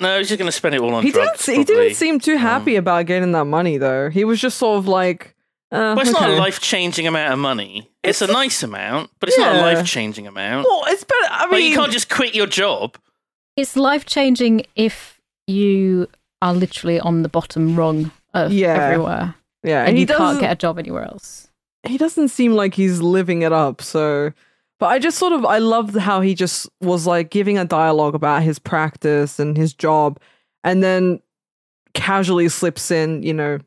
Speaker 2: No, he's just going to spend it all on
Speaker 3: he didn't.
Speaker 2: drugs.
Speaker 3: se- He
Speaker 2: probably. Mm.
Speaker 3: didn't seem too happy about getting that money though. He was just sort of like, uh,
Speaker 2: Well, it's not a
Speaker 3: okay.
Speaker 2: life changing amount of money. It's, a nice amount, but it's not a
Speaker 3: Yeah.
Speaker 2: life changing amount.
Speaker 3: Well, it's better. I mean,
Speaker 2: Like, you can't just quit your job.
Speaker 4: It's life changing if you are literally on the bottom rung of
Speaker 3: Yeah.
Speaker 4: everywhere,
Speaker 3: yeah,
Speaker 4: and,
Speaker 3: he
Speaker 4: you can't
Speaker 3: doesn't-
Speaker 4: get a job anywhere else.
Speaker 3: he doesn't seem like he's living it up so but i just sort of i loved how he just was like giving a dialogue about his practice and his job and then casually slips in you know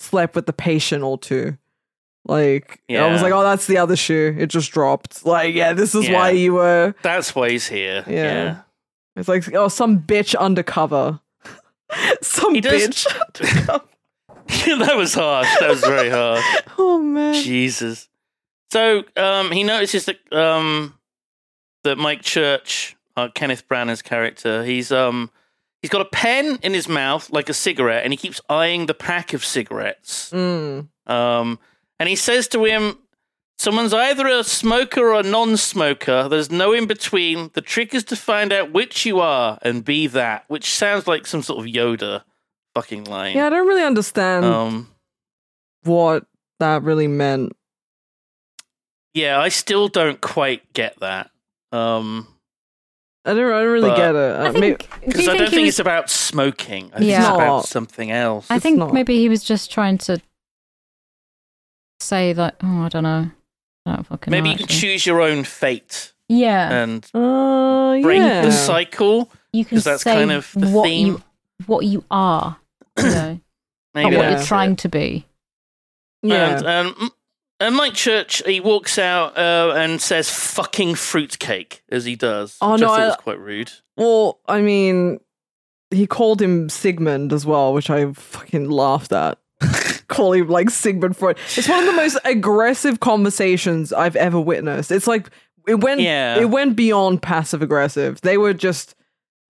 Speaker 3: slept with the patient or two like i
Speaker 2: Yeah.
Speaker 3: was like oh that's the other shoe it just dropped like yeah this is why
Speaker 2: Yeah.
Speaker 3: you were
Speaker 2: That's why he's here.
Speaker 3: Yeah. it's like oh some bitch undercover some
Speaker 2: He does-
Speaker 3: bitch undercover.
Speaker 2: Yeah. that was harsh. That was very harsh.
Speaker 3: oh man
Speaker 2: Jesus. So um, he notices that um, that Mike Church, uh, Kenneth Branagh's character, he's um, he's got a pen in his mouth like a cigarette, and he keeps eyeing the pack of cigarettes.
Speaker 3: Mm.
Speaker 2: Um, and he says to him, "Someone's either a smoker or a non-smoker. There's no in between. The trick is to find out which you are and be that." Which sounds like some sort of Yoda fucking line.
Speaker 3: yeah i don't really understand
Speaker 2: Um,
Speaker 3: what that really meant
Speaker 2: Yeah, I still don't quite get that. Um,
Speaker 3: I don't, I don't really
Speaker 2: But-
Speaker 3: get it. Uh,
Speaker 4: I
Speaker 3: may-
Speaker 4: think. do
Speaker 2: Because
Speaker 4: you
Speaker 2: I don't
Speaker 4: he
Speaker 2: think
Speaker 4: was,
Speaker 2: it's about smoking. I think
Speaker 4: Yeah.
Speaker 2: it's
Speaker 3: No.
Speaker 2: about something else.
Speaker 4: I
Speaker 3: it's
Speaker 4: think
Speaker 3: not.
Speaker 4: maybe he was just trying to say like, oh, I don't know. I don't fucking
Speaker 2: Maybe
Speaker 4: know,
Speaker 2: you can
Speaker 4: actually.
Speaker 2: choose your own fate
Speaker 4: Yeah,
Speaker 2: and
Speaker 3: uh,
Speaker 2: break
Speaker 3: yeah.
Speaker 2: the cycle.
Speaker 4: you can
Speaker 2: 'cause that's
Speaker 4: say
Speaker 2: kind of the
Speaker 4: what
Speaker 2: theme.
Speaker 4: you what you are, you know, not
Speaker 2: Maybe
Speaker 4: what
Speaker 2: that's
Speaker 4: you're
Speaker 2: it.
Speaker 4: trying to be.
Speaker 3: Yeah.
Speaker 2: And, um, m- and Mike Church, he walks out uh, and says "fucking fruitcake" as he does.
Speaker 3: Oh,
Speaker 2: which
Speaker 3: no,
Speaker 2: I thought
Speaker 3: I-
Speaker 2: was quite rude.
Speaker 3: well, I mean, he called him Sigmund as well, which I fucking laughed at. Call him like Sigmund Freud. It's one of the most aggressive conversations I've ever witnessed. It's like it went
Speaker 2: Yeah.
Speaker 3: it went beyond passive aggressive. They were just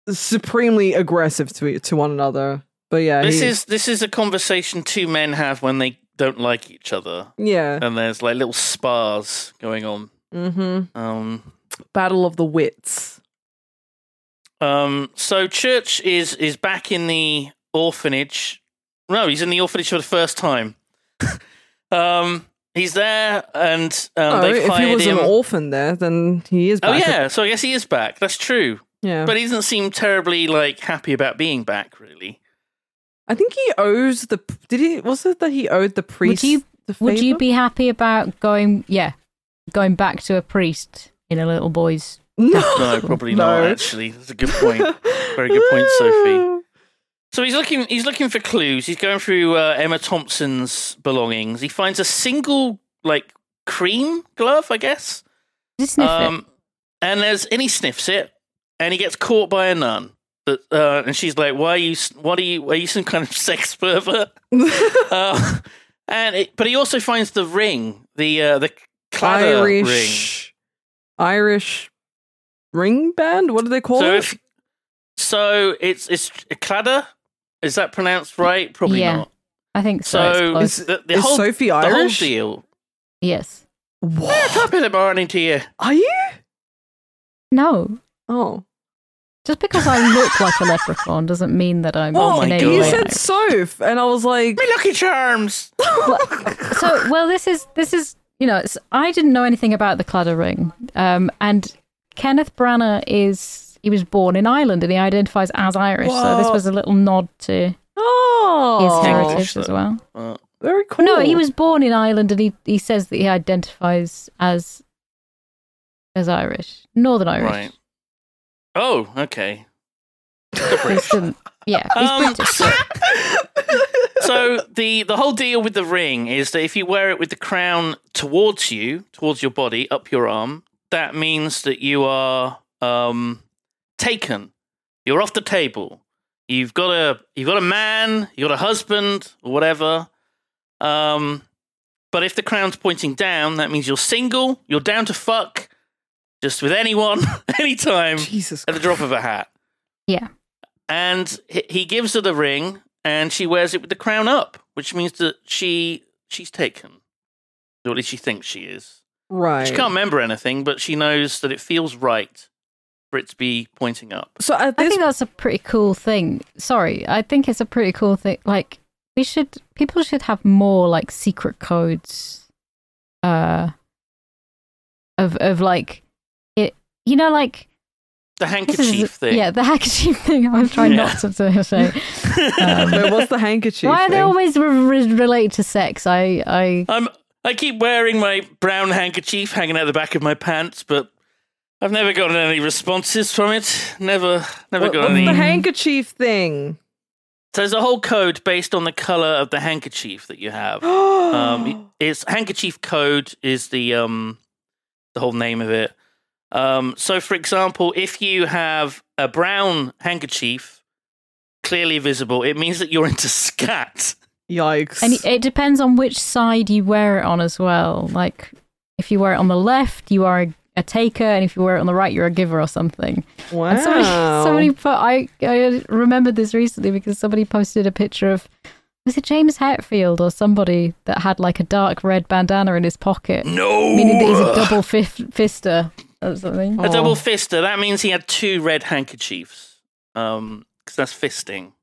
Speaker 3: supremely aggressive to to one another. But yeah,
Speaker 2: This
Speaker 3: he-
Speaker 2: is this is a conversation two men have when they don't like each other,
Speaker 3: yeah.
Speaker 2: and there's like little spars going on.
Speaker 3: hmm
Speaker 2: Um,
Speaker 3: Battle of the wits.
Speaker 2: Um, so Church is is back in the orphanage. No, he's in the orphanage for the first time. um, he's there, and um,
Speaker 3: Oh,
Speaker 2: they've
Speaker 3: if
Speaker 2: hired
Speaker 3: he was
Speaker 2: him.
Speaker 3: an orphan there, then he is.
Speaker 2: oh
Speaker 3: Back
Speaker 2: yeah, so I guess he is back. That's true,
Speaker 3: yeah.
Speaker 2: but he doesn't seem terribly like happy about being back. Really,
Speaker 3: I think he owes the. Did he? Was it that he owed the priest?
Speaker 4: you-
Speaker 3: the
Speaker 4: Would you
Speaker 3: favour?
Speaker 4: be happy about going? Yeah, going back to a priest in a little boy's.
Speaker 3: No.
Speaker 2: no, probably
Speaker 3: No.
Speaker 2: not. Actually, that's a good point. Very good point, Sophie. So he's looking. He's looking for clues. He's going through uh, Emma Thompson's belongings. He finds a single like cream glove, I guess.
Speaker 4: Did he sniff
Speaker 2: Um,
Speaker 4: it?
Speaker 2: And there's and he sniffs it, and he gets caught by a nun. That uh, and she's like, "Why are you? s- What are you? Are you some kind of sex pervert?" uh, and it, but he also finds the ring, the uh, the cladder ring.
Speaker 3: Irish, Irish ring band. What do they call
Speaker 2: So
Speaker 3: it?
Speaker 2: if so, it's it's a cladder. Is that pronounced right? Probably
Speaker 4: Yeah.
Speaker 2: not.
Speaker 4: I think so. it's
Speaker 2: So
Speaker 4: close.
Speaker 3: Is-
Speaker 2: the, the
Speaker 3: is
Speaker 2: whole
Speaker 3: Sophie
Speaker 2: the whole
Speaker 3: Irish?
Speaker 2: deal.
Speaker 4: yes.
Speaker 3: What
Speaker 2: Top of the morning to you.
Speaker 3: are you?
Speaker 4: No.
Speaker 3: Oh,
Speaker 4: Just because I look like a leprechaun doesn't mean that I'm.
Speaker 2: Oh
Speaker 4: in
Speaker 2: my
Speaker 4: any
Speaker 2: God.
Speaker 3: he
Speaker 4: way
Speaker 3: said Soph, and I was like,
Speaker 2: My lucky charms.
Speaker 4: Well, so well this is this is you know it's, i didn't know anything about the cladder ring um and kenneth branagh is he was born in ireland and he identifies as irish so this
Speaker 3: What?
Speaker 4: was a little nod to his
Speaker 3: oh,
Speaker 2: Heritage.
Speaker 4: heritage as well
Speaker 2: Uh,
Speaker 3: very
Speaker 4: But
Speaker 3: cool.
Speaker 4: no he was born in ireland and he, he says that he identifies as as irish northern irish
Speaker 2: right. Oh, okay.
Speaker 4: He's from- yeah he's
Speaker 2: Um,
Speaker 4: british
Speaker 2: so- so the the whole deal with the ring is that if you wear it with the crown towards you, towards your body, up your arm, that means that you are um, taken. You're off the table. You've got a you've got a man, you've got a husband, or whatever. Um, but if the crown's pointing down, that means you're single. You're down to fuck, just with anyone, anytime,
Speaker 3: Jesus.
Speaker 2: Um, at the drop of a hat
Speaker 4: yeah
Speaker 2: and he- he gives her the ring and she wears it with the crown up which means that she she's taken or at least she thinks she is
Speaker 3: Right.
Speaker 2: she can't remember anything but she knows that it feels right for it to be pointing up
Speaker 3: So at
Speaker 4: I
Speaker 3: this
Speaker 4: think that's a pretty cool thing. Sorry, I think it's a pretty cool thing. Like we should, people should have more like secret codes, uh, of of like it. You know, like
Speaker 2: the
Speaker 4: this is-
Speaker 2: handkerchief thing
Speaker 4: Yeah, the handkerchief thing. I'm trying
Speaker 2: Yeah.
Speaker 4: not to, to say. Um,
Speaker 3: Wait, what's the handkerchief?
Speaker 4: why are they
Speaker 3: thing?
Speaker 4: always re- re- related to sex? I I
Speaker 2: i'm i keep wearing my brown handkerchief hanging out the back of my pants but i've never gotten any responses from it never never
Speaker 3: What-
Speaker 2: got
Speaker 3: what's
Speaker 2: any
Speaker 3: the handkerchief thing?
Speaker 2: so there's a whole code based on the color of the handkerchief that you have um,
Speaker 4: Oh.
Speaker 2: it's handkerchief code is the um the whole name of it. Um, so for example, if you have a brown handkerchief clearly visible, it means that you're into scat.
Speaker 3: Yikes!
Speaker 4: and it depends on which side you wear it on as well. Like if you wear it on the left, you are a, a taker, and if you wear it on the right, you're a giver or something.
Speaker 3: wow.
Speaker 4: And somebody, somebody put, I, I remembered this recently because somebody posted a picture of, was it James Hetfield or somebody that had like a dark red bandana in his pocket,
Speaker 2: No.
Speaker 4: meaning that he's a double fif- fister or something.
Speaker 2: A double fister. That means he had two red handkerchiefs. Um, because that's fisting.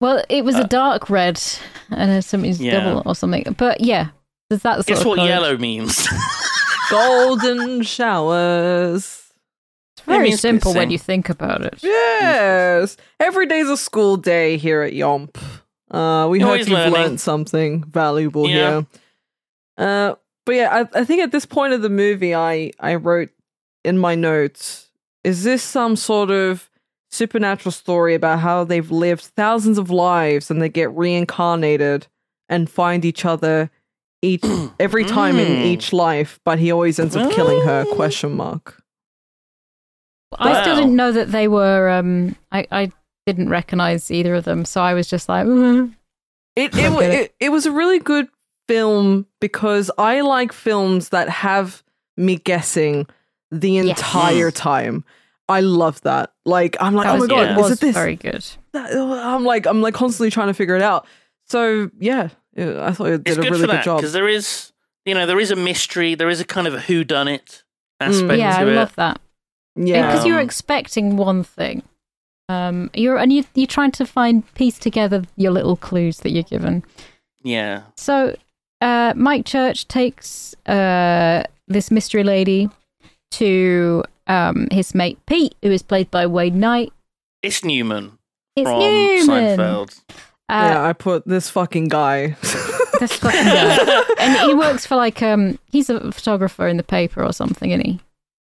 Speaker 4: Well, it was
Speaker 2: Uh,
Speaker 4: a dark red and it's something's
Speaker 2: Yeah.
Speaker 4: double or something. But yeah, there's that sort
Speaker 2: Guess
Speaker 4: of
Speaker 2: what
Speaker 4: colour.
Speaker 2: yellow means?
Speaker 3: golden showers.
Speaker 4: It's very
Speaker 2: means
Speaker 4: simple when
Speaker 2: pissing.
Speaker 4: you think about it.
Speaker 3: Yes. Every day's a school day here at Yomp. Uh, we
Speaker 2: You're
Speaker 3: hope
Speaker 2: always
Speaker 3: you've
Speaker 2: learning.
Speaker 3: learned something valuable
Speaker 2: Yeah.
Speaker 3: here. Uh, but yeah, I, I think at this point of the movie, I, I wrote in my notes is this some sort of supernatural story about how they've lived thousands of lives and they get reincarnated and find each other each every time in
Speaker 2: Mm.
Speaker 3: each life but he always ends up killing her
Speaker 2: Hmm.
Speaker 3: question mark
Speaker 4: I still
Speaker 2: Wow.
Speaker 4: didn't know that they were. Um, I, I didn't recognize either of them, so I was just like, "Mm."
Speaker 3: It it, wa-
Speaker 4: Okay.
Speaker 3: it it was a really good film because I like films that have me guessing the
Speaker 4: Yes.
Speaker 3: entire time. I love that. Like I'm like,
Speaker 4: That
Speaker 3: oh my
Speaker 4: was-
Speaker 3: god,
Speaker 4: it
Speaker 3: is
Speaker 4: was
Speaker 3: it this?
Speaker 4: very good.
Speaker 3: That- oh, I'm like, I'm like constantly trying to figure it out. So yeah, yeah, I thought it
Speaker 2: it's
Speaker 3: did a
Speaker 2: good
Speaker 3: really
Speaker 2: for
Speaker 3: good
Speaker 2: that
Speaker 3: job.
Speaker 2: because there is, you know, there is a mystery. There is a kind of a who done it aspect
Speaker 4: Mm. yeah,
Speaker 2: to
Speaker 4: I
Speaker 2: it.
Speaker 4: love that
Speaker 3: yeah,
Speaker 4: because you're
Speaker 2: Um,
Speaker 4: expecting one thing. Um, you're and you, you're trying to find piece together your little clues that you're given.
Speaker 2: Yeah,
Speaker 4: So, uh, Mike Church takes uh, this mystery lady to um, his mate Pete, who is played by Wade Knight.
Speaker 2: it's Newman
Speaker 4: It's
Speaker 2: from
Speaker 4: Newman.
Speaker 2: Seinfeld.
Speaker 4: Uh,
Speaker 3: yeah. I put this fucking guy.
Speaker 4: This fucking guy. and he works for like um, he's a photographer in the paper or something, and he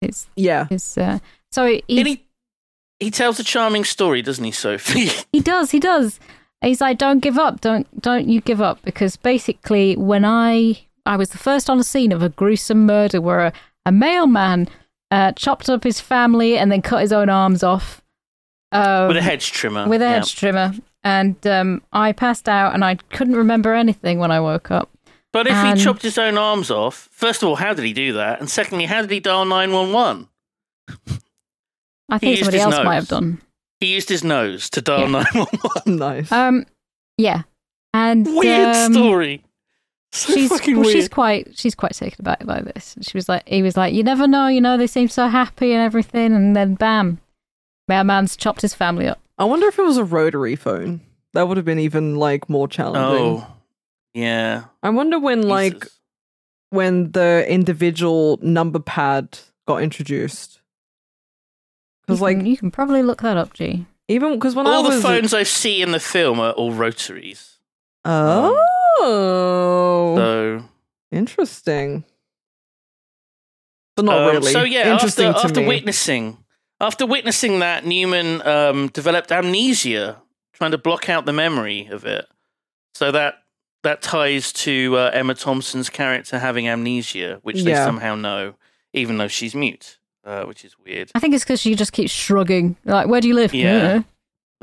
Speaker 4: is
Speaker 3: yeah,
Speaker 4: is uh, so he,
Speaker 2: And
Speaker 4: he
Speaker 2: he he tells a charming story, doesn't he, Sophie?
Speaker 4: does he does. He's like, don't give up, don't don't you give up, because basically when I I was the first on the scene of a gruesome murder where a, a mailman uh, chopped up his family and then cut his own arms off. Um,
Speaker 2: with a hedge trimmer.
Speaker 4: with a
Speaker 2: yeah.
Speaker 4: hedge trimmer. And um, I passed out and I couldn't remember anything when I woke up.
Speaker 2: But if
Speaker 4: and-
Speaker 2: he chopped his own arms off, first of all, how did he do that? And secondly, how did he dial nine one one?
Speaker 4: I
Speaker 2: He
Speaker 4: think
Speaker 2: used
Speaker 4: somebody
Speaker 2: his
Speaker 4: else
Speaker 2: nose.
Speaker 4: might have done.
Speaker 2: He used his nose to dial
Speaker 4: Yeah.
Speaker 2: nine one one.
Speaker 3: nice.
Speaker 4: Um, yeah. And
Speaker 2: Weird
Speaker 4: um,
Speaker 2: story. So
Speaker 4: She's
Speaker 2: fucking
Speaker 4: well,
Speaker 2: weird.
Speaker 4: she's quite she's quite taken aback by this. And She was like, he was like, you never know, you know, they seem so happy and everything, and then bam, mailman's chopped his family up.
Speaker 3: I wonder if it was a rotary phone. That would have been even like more challenging.
Speaker 2: oh, yeah.
Speaker 3: I wonder when like
Speaker 2: Jesus.
Speaker 3: when the individual number pad got introduced.
Speaker 4: You
Speaker 3: Because like
Speaker 4: can, you can probably look that up, G.
Speaker 3: even because when
Speaker 2: all
Speaker 3: I
Speaker 2: the
Speaker 3: was
Speaker 2: phones I see in the film are all rotaries.
Speaker 3: oh
Speaker 2: So,
Speaker 3: interesting, but not
Speaker 2: um,
Speaker 3: really.
Speaker 2: so yeah,
Speaker 3: interesting
Speaker 2: after,
Speaker 3: to
Speaker 2: after
Speaker 3: me.
Speaker 2: witnessing, after witnessing that, Newman um, developed amnesia, trying to block out the memory of it. So that that ties to uh, Emma Thompson's character having amnesia, which they
Speaker 3: Yeah.
Speaker 2: somehow know, even though she's mute, uh, which is weird.
Speaker 4: I think it's because she just keeps shrugging. Like, where do you live?
Speaker 2: Yeah.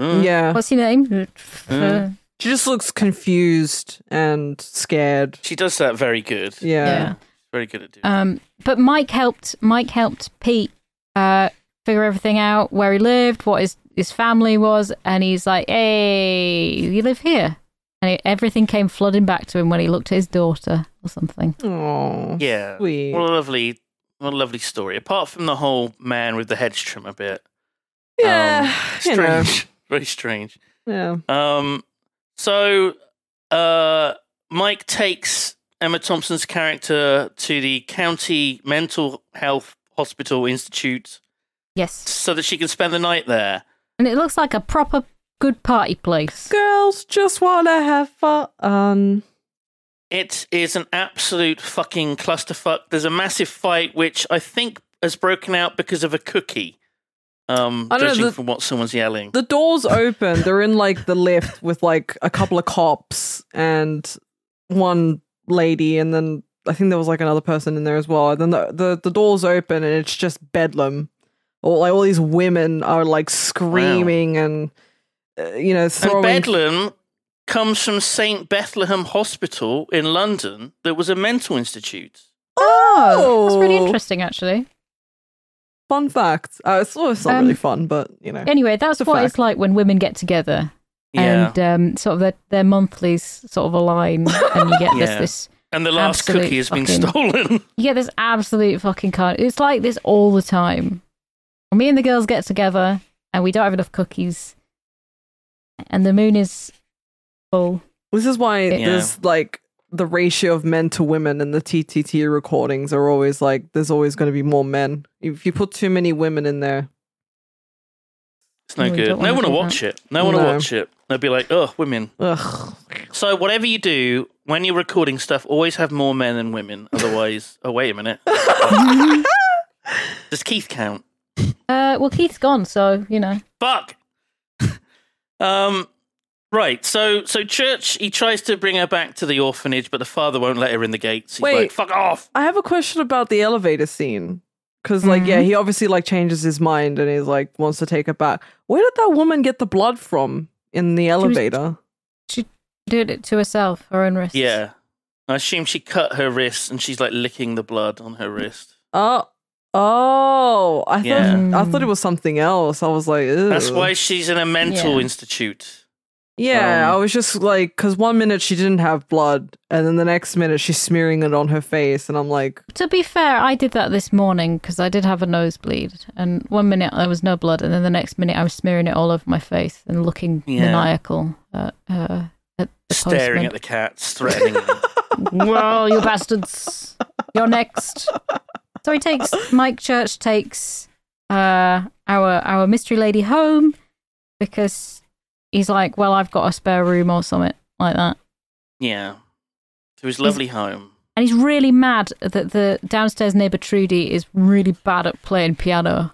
Speaker 2: Mm.
Speaker 3: yeah,
Speaker 4: What's your name? uh,
Speaker 2: Mm.
Speaker 3: she just looks confused and scared.
Speaker 2: she does that very good.
Speaker 3: Yeah,
Speaker 2: Very good at doing.
Speaker 4: Um, but Mike helped Mike helped Pete uh, figure everything out, where he lived, what his his family was, and he's like, "Hey, you live here." And it, everything came flooding back to him when he looked at his daughter or something.
Speaker 3: oh
Speaker 2: yeah.
Speaker 3: sweet.
Speaker 2: What a lovely, what a lovely story. Apart from the whole man with the hedge trimmer bit. Um,
Speaker 3: yeah, you know,
Speaker 2: strange. Very strange.
Speaker 3: yeah.
Speaker 2: Um, so uh, Mike takes Emma Thompson's character to the county mental health hospital institute
Speaker 4: Yes,
Speaker 2: so that she can spend the night there.
Speaker 4: and it looks like a proper good party place.
Speaker 3: Girls just wanna have fun.
Speaker 2: It is an absolute fucking clusterfuck. There's a massive fight which I think has broken out because of a cookie. Um,
Speaker 3: I don't know,
Speaker 2: judging
Speaker 3: the-
Speaker 2: from what someone's yelling.
Speaker 3: the doors open they're in like the lift with like a couple of cops and one lady and then i think there was like another person in there as well and then the, the, the doors open and it's just bedlam all, like all these women are like screaming and uh, you know
Speaker 2: and
Speaker 3: throwing
Speaker 2: Bedlam comes from St. Bethlehem Hospital in London that was a mental institute.
Speaker 3: oh
Speaker 4: That's really interesting, actually.
Speaker 3: fun fact uh, it's, well, it's not
Speaker 4: Um,
Speaker 3: really fun but you know
Speaker 4: Anyway, that's
Speaker 3: It's a
Speaker 4: what
Speaker 3: fact.
Speaker 4: it's like when women get together
Speaker 2: Yeah.
Speaker 4: and um, sort of their, their monthlies sort of align, and you get
Speaker 2: Yeah.
Speaker 4: this this
Speaker 2: And the last
Speaker 4: Absolute
Speaker 2: cookie has been
Speaker 4: fucking-
Speaker 2: stolen.
Speaker 4: You get this absolute fucking cunt. It's like this all the time. When me and the girls get together and we don't have enough cookies and the moon is full.
Speaker 3: This is why
Speaker 4: Yeah.
Speaker 3: there's like the ratio of men to women in the TTT recordings are always like there's always going to be more men. If you put too many women in there,
Speaker 2: It's no
Speaker 4: No, we
Speaker 2: good.
Speaker 4: don't
Speaker 2: No
Speaker 4: wanna
Speaker 2: one will
Speaker 4: do
Speaker 2: watch it. No one will
Speaker 3: No.
Speaker 2: watch it. They'll be like, oh, women.
Speaker 3: ugh,
Speaker 2: So whatever you do, when you're recording stuff, always have more men than women. Otherwise, oh wait a minute. Does Keith count?
Speaker 4: Uh, well, Keith's gone, so you know.
Speaker 2: Fuck. um, right. So so church. He tries to bring her back to the orphanage, but the father won't let her in the gates. He's like,
Speaker 3: Wait.
Speaker 2: fuck off.
Speaker 3: I have a question about the elevator scene because, like, yeah, he obviously like changes his mind and he's like wants to take it back. Where did that woman get the blood from in the elevator?
Speaker 4: She did it to herself, her own wrist.
Speaker 2: Yeah. I assume she cut her wrist, and she's like licking the blood on her wrist.
Speaker 3: Oh, oh, I thought
Speaker 2: Yeah.
Speaker 3: I thought it was something else. I was like, Ew.
Speaker 2: That's why she's in a mental
Speaker 4: Yeah.
Speaker 2: institute.
Speaker 3: Yeah,
Speaker 2: Um,
Speaker 3: I was just like, because one minute she didn't have blood, and then the next minute she's smearing it on her face, and I'm like,
Speaker 4: To be fair, I did that this morning because I did have a nosebleed, and one minute there was no blood, and then the next minute I was smearing it all over my face and looking
Speaker 2: Yeah.
Speaker 4: maniacal at, uh, at the
Speaker 2: Staring
Speaker 4: postman.
Speaker 2: at the cats, threatening them.
Speaker 4: Well, you bastards. You're next. So he takes Mike Church takes uh our our mystery lady home because he's like, Well, I've got a spare room or something like that.
Speaker 2: Yeah. To his lovely home.
Speaker 4: And he's really mad that the downstairs neighbour Trudy is really bad at playing piano.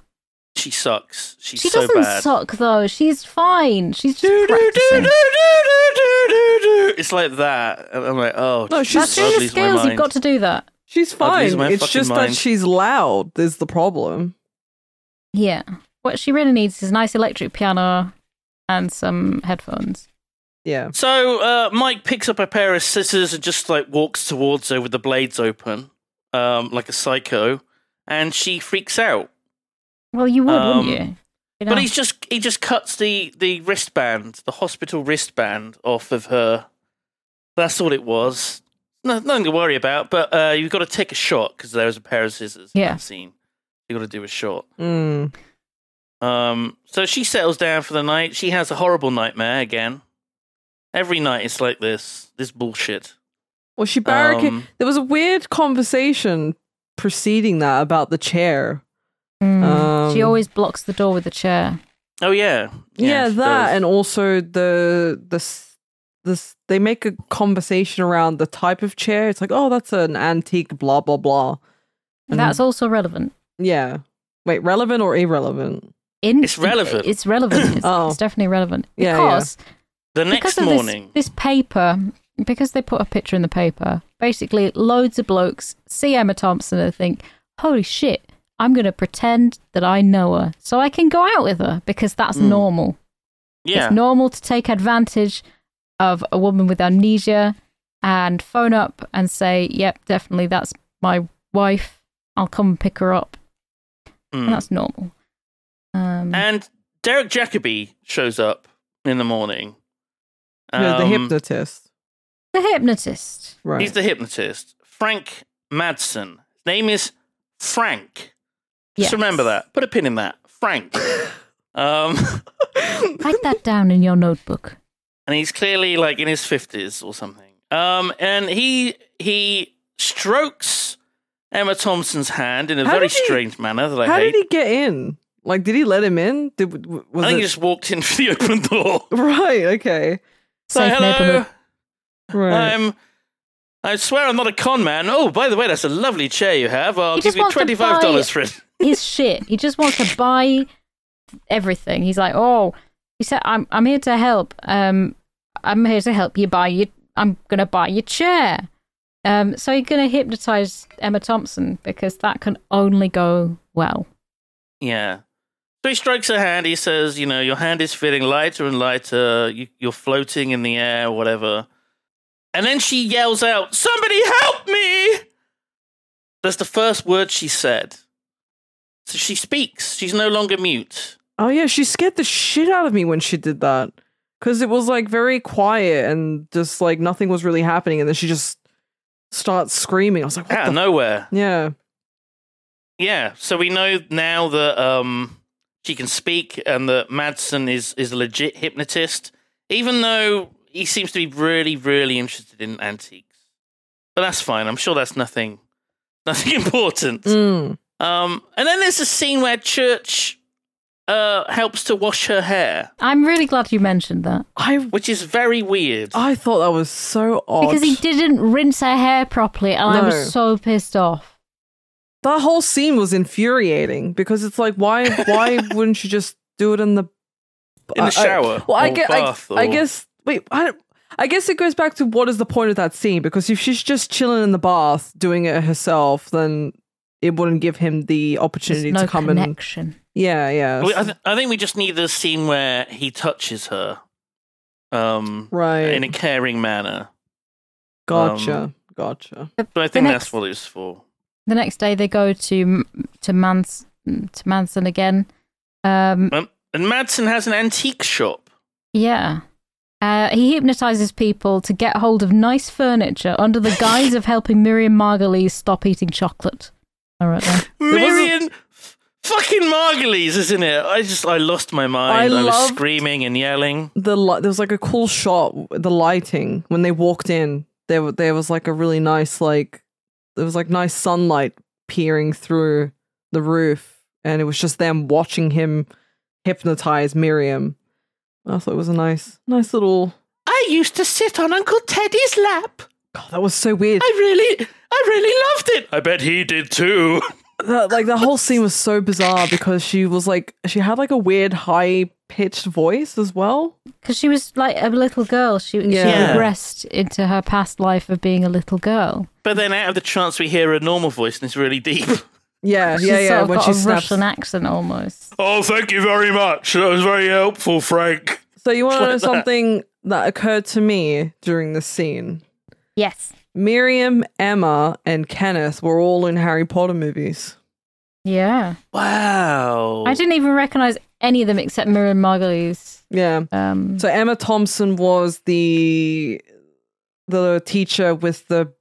Speaker 2: She sucks. She's
Speaker 4: she
Speaker 2: so
Speaker 4: doesn't
Speaker 2: bad.
Speaker 4: suck though. She's fine. She's
Speaker 2: Do, do, do, do,
Speaker 4: just practicing.
Speaker 2: do, do, do, do. It's like that. And I'm like, oh,
Speaker 3: No,
Speaker 2: Jesus,
Speaker 3: she's- Just
Speaker 4: That's through
Speaker 2: I'd lose
Speaker 4: the
Speaker 2: my
Speaker 4: skills. You've
Speaker 2: mind.
Speaker 4: got to do that.
Speaker 3: she's
Speaker 2: I'd lose
Speaker 3: fine.
Speaker 2: my
Speaker 3: It's
Speaker 2: fucking
Speaker 3: just
Speaker 2: mind.
Speaker 3: that she's loud is the problem.
Speaker 4: Yeah. What she really needs is a nice electric piano and some headphones.
Speaker 3: Yeah.
Speaker 2: So uh, Mike picks up a pair of scissors and just like walks towards her with the blades open, um, like a psycho, and she freaks out.
Speaker 4: Well, you would,
Speaker 2: Um,
Speaker 4: wouldn't you? You know?
Speaker 2: But he's just he just cuts the the wristband, the hospital wristband off of her. That's all it was. No, nothing to worry about. But uh, you've got to take a shot because there was a pair of scissors. in
Speaker 4: Yeah.
Speaker 2: that scene. You got to do a shot.
Speaker 3: Mm.
Speaker 2: Um, so she settles down for the night. She has a horrible nightmare again. Every night it's like this. This bullshit.
Speaker 3: Well, she barricaded.
Speaker 2: Um,
Speaker 3: there was a weird conversation preceding that about the chair.
Speaker 4: Mm. she
Speaker 3: Um,
Speaker 4: always blocks the door with a chair.
Speaker 2: Oh yeah,
Speaker 3: Yeah,
Speaker 2: she
Speaker 3: that,
Speaker 2: does.
Speaker 3: and also the the s- this they make a conversation around the type of chair. It's like, oh, that's an antique, blah blah blah. And-
Speaker 4: That's also relevant.
Speaker 3: Yeah. Wait, relevant or irrelevant?
Speaker 4: In,
Speaker 2: It's relevant.
Speaker 4: It's relevant. It's,
Speaker 3: Oh.
Speaker 4: it's definitely relevant.
Speaker 3: Yeah, yeah.
Speaker 4: Because,
Speaker 2: the
Speaker 4: because
Speaker 2: next
Speaker 4: of
Speaker 2: morning.
Speaker 4: This, this paper, because they put a picture in the paper, basically loads of blokes see Emma Thompson and think, holy shit, I'm going to pretend that I know her so I can go out with her because that's normal.
Speaker 2: Hmm. yeah,
Speaker 4: It's normal to take advantage of a woman with amnesia and phone up and say, yep, definitely that's my wife. I'll come and pick her up.
Speaker 2: mm.
Speaker 4: And that's normal. Um,
Speaker 2: and Derek Jacobi shows up in the morning.
Speaker 3: No, the
Speaker 2: Um,
Speaker 3: hypnotist.
Speaker 4: the hypnotist.
Speaker 3: Right.
Speaker 2: He's the hypnotist, Frank Madsen. His name is Frank. Just
Speaker 4: Yes.
Speaker 2: remember that. Put a pin in that, Frank. um,
Speaker 4: Write that down in your notebook.
Speaker 2: and he's clearly like in his fifties or something. Um, and he he strokes Emma Thompson's hand in a
Speaker 3: How
Speaker 2: very
Speaker 3: did he-
Speaker 2: strange manner that I
Speaker 3: How
Speaker 2: hate.
Speaker 3: did he get in? Like, did he let him in? Did w- was
Speaker 2: I think he
Speaker 3: it
Speaker 2: just walked in through the open door.
Speaker 3: right? Okay,
Speaker 2: So
Speaker 4: Safe
Speaker 2: hello,
Speaker 4: neighborhood.
Speaker 3: right.
Speaker 2: I'm. I swear I'm not a con man. Oh, by the way, that's a lovely chair you have. I'll
Speaker 4: He
Speaker 2: give
Speaker 4: just
Speaker 2: you
Speaker 4: wants to
Speaker 2: twenty five
Speaker 4: buy-
Speaker 2: dollars for it.
Speaker 4: He's shit. He just wants to buy everything. He's like, oh, he said, I'm, I'm here to help. Um, I'm here to help you buy your. I'm gonna buy your chair. Um, so you're gonna hypnotize Emma Thompson because that can only go well.
Speaker 2: Yeah. So he strokes her hand. He says, "You know, your hand is feeling lighter and lighter. You, you're floating in the air, or whatever." And then she yells out, "Somebody help me!" That's the first word she said. So she speaks. She's no longer mute.
Speaker 3: oh yeah, she scared the shit out of me when she did that because it was like very quiet and just like nothing was really happening, and then she just starts screaming. I was like, what
Speaker 2: Out
Speaker 3: the
Speaker 2: of nowhere.
Speaker 3: f- yeah,
Speaker 2: Yeah, so we know now that um, she can speak and that Madsen is is a legit hypnotist, even though he seems to be really, really interested in antiques. But that's fine. I'm sure that's nothing, nothing important.
Speaker 3: Mm.
Speaker 2: Um, and then there's a scene where Church uh, helps to wash her hair,
Speaker 4: I'm really glad you mentioned that
Speaker 3: I
Speaker 2: which is very weird.
Speaker 3: I thought that was so odd.
Speaker 4: because he didn't rinse her hair properly, and I
Speaker 3: No.
Speaker 4: was so pissed off.
Speaker 3: that whole scene was infuriating because it's like why why wouldn't you just do it in the
Speaker 2: In the
Speaker 3: I- I-
Speaker 2: shower
Speaker 3: well, I,
Speaker 2: or
Speaker 3: gue-
Speaker 2: bath
Speaker 3: I, I
Speaker 2: or-
Speaker 3: guess wait, I don't. I guess it goes back to what is the point of that scene because if she's just chilling in the bath doing it herself, then it wouldn't give him the
Speaker 4: There's
Speaker 3: opportunity
Speaker 4: no
Speaker 3: to come and
Speaker 4: connection.
Speaker 3: yeah yeah
Speaker 2: We- I, th- I think we just need the scene where he touches her, um,
Speaker 3: right
Speaker 2: in a caring manner.
Speaker 3: gotcha
Speaker 2: um,
Speaker 3: gotcha
Speaker 2: But I think
Speaker 4: next-
Speaker 2: that's what it's for.
Speaker 4: The next day they go to to Mans to Manson again. Um,
Speaker 2: Um, and Madsen has an antique shop.
Speaker 4: yeah. Uh, he hypnotizes people to get hold of nice furniture under the guise of helping Miriam Margolyes stop eating chocolate. All right then.
Speaker 2: Miriam f- fucking Margulies, isn't it? I just I lost my mind.
Speaker 3: I
Speaker 2: I, was
Speaker 3: loved-
Speaker 2: screaming and yelling.
Speaker 3: the li- there was like a cool shot w- the lighting when they walked in there w- there was like a really nice like there was like nice sunlight peering through the roof and it was just them watching him hypnotize Miriam I thought it was a nice nice little
Speaker 2: I used to sit on Uncle Teddy's lap.
Speaker 3: God, oh, that was so weird
Speaker 2: I really, I really loved it. I bet he did too.
Speaker 3: That- like the whole scene was so bizarre because she was like she had like a weird high pitched voice as well
Speaker 4: Because she was like a little girl. She,
Speaker 3: Yeah.
Speaker 4: she regressed into her past life of being a little girl.
Speaker 2: But then out of the trance, we hear a normal voice and it's really deep.
Speaker 3: yeah
Speaker 4: She's
Speaker 3: yeah
Speaker 4: sort
Speaker 3: yeah
Speaker 4: of
Speaker 3: when
Speaker 4: got
Speaker 3: she
Speaker 4: a
Speaker 3: snaps
Speaker 4: Russian accent almost.
Speaker 2: oh, thank you very much. That was very helpful, Frank.
Speaker 3: so you want to
Speaker 2: like
Speaker 3: know
Speaker 2: that.
Speaker 3: something that occurred to me during this scene
Speaker 4: Yes.
Speaker 3: Miriam, Emma, and Kenneth were all in Harry Potter movies.
Speaker 4: Yeah.
Speaker 2: Wow.
Speaker 3: Oh.
Speaker 4: I didn't even recognize any of them except Miriam Margolyes.
Speaker 3: Yeah.
Speaker 4: Um,
Speaker 3: So Emma Thompson was the the teacher with the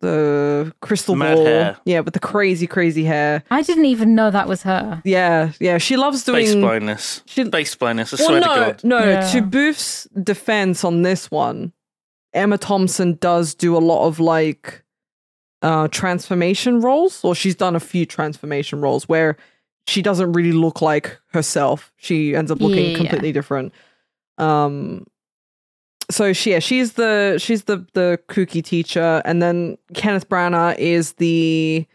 Speaker 3: the crystal
Speaker 2: Mad
Speaker 3: ball.
Speaker 2: hair.
Speaker 3: Yeah, with the crazy crazy hair.
Speaker 4: I didn't even know that was her.
Speaker 3: Yeah, yeah. She loves doing.
Speaker 2: Base blindness.
Speaker 3: She-
Speaker 2: Base blindness. I
Speaker 3: well,
Speaker 2: swear to
Speaker 3: no,
Speaker 2: God.
Speaker 3: no.
Speaker 4: Yeah.
Speaker 3: To Booth's defense on this one, Emma Thompson does do a lot of like uh transformation roles, or she's done a few transformation roles where she doesn't really look like herself. She ends up looking
Speaker 4: Yeah.
Speaker 3: completely different. Um. So she, yeah, she's the she's the the kooky teacher, and then Kenneth Branagh is the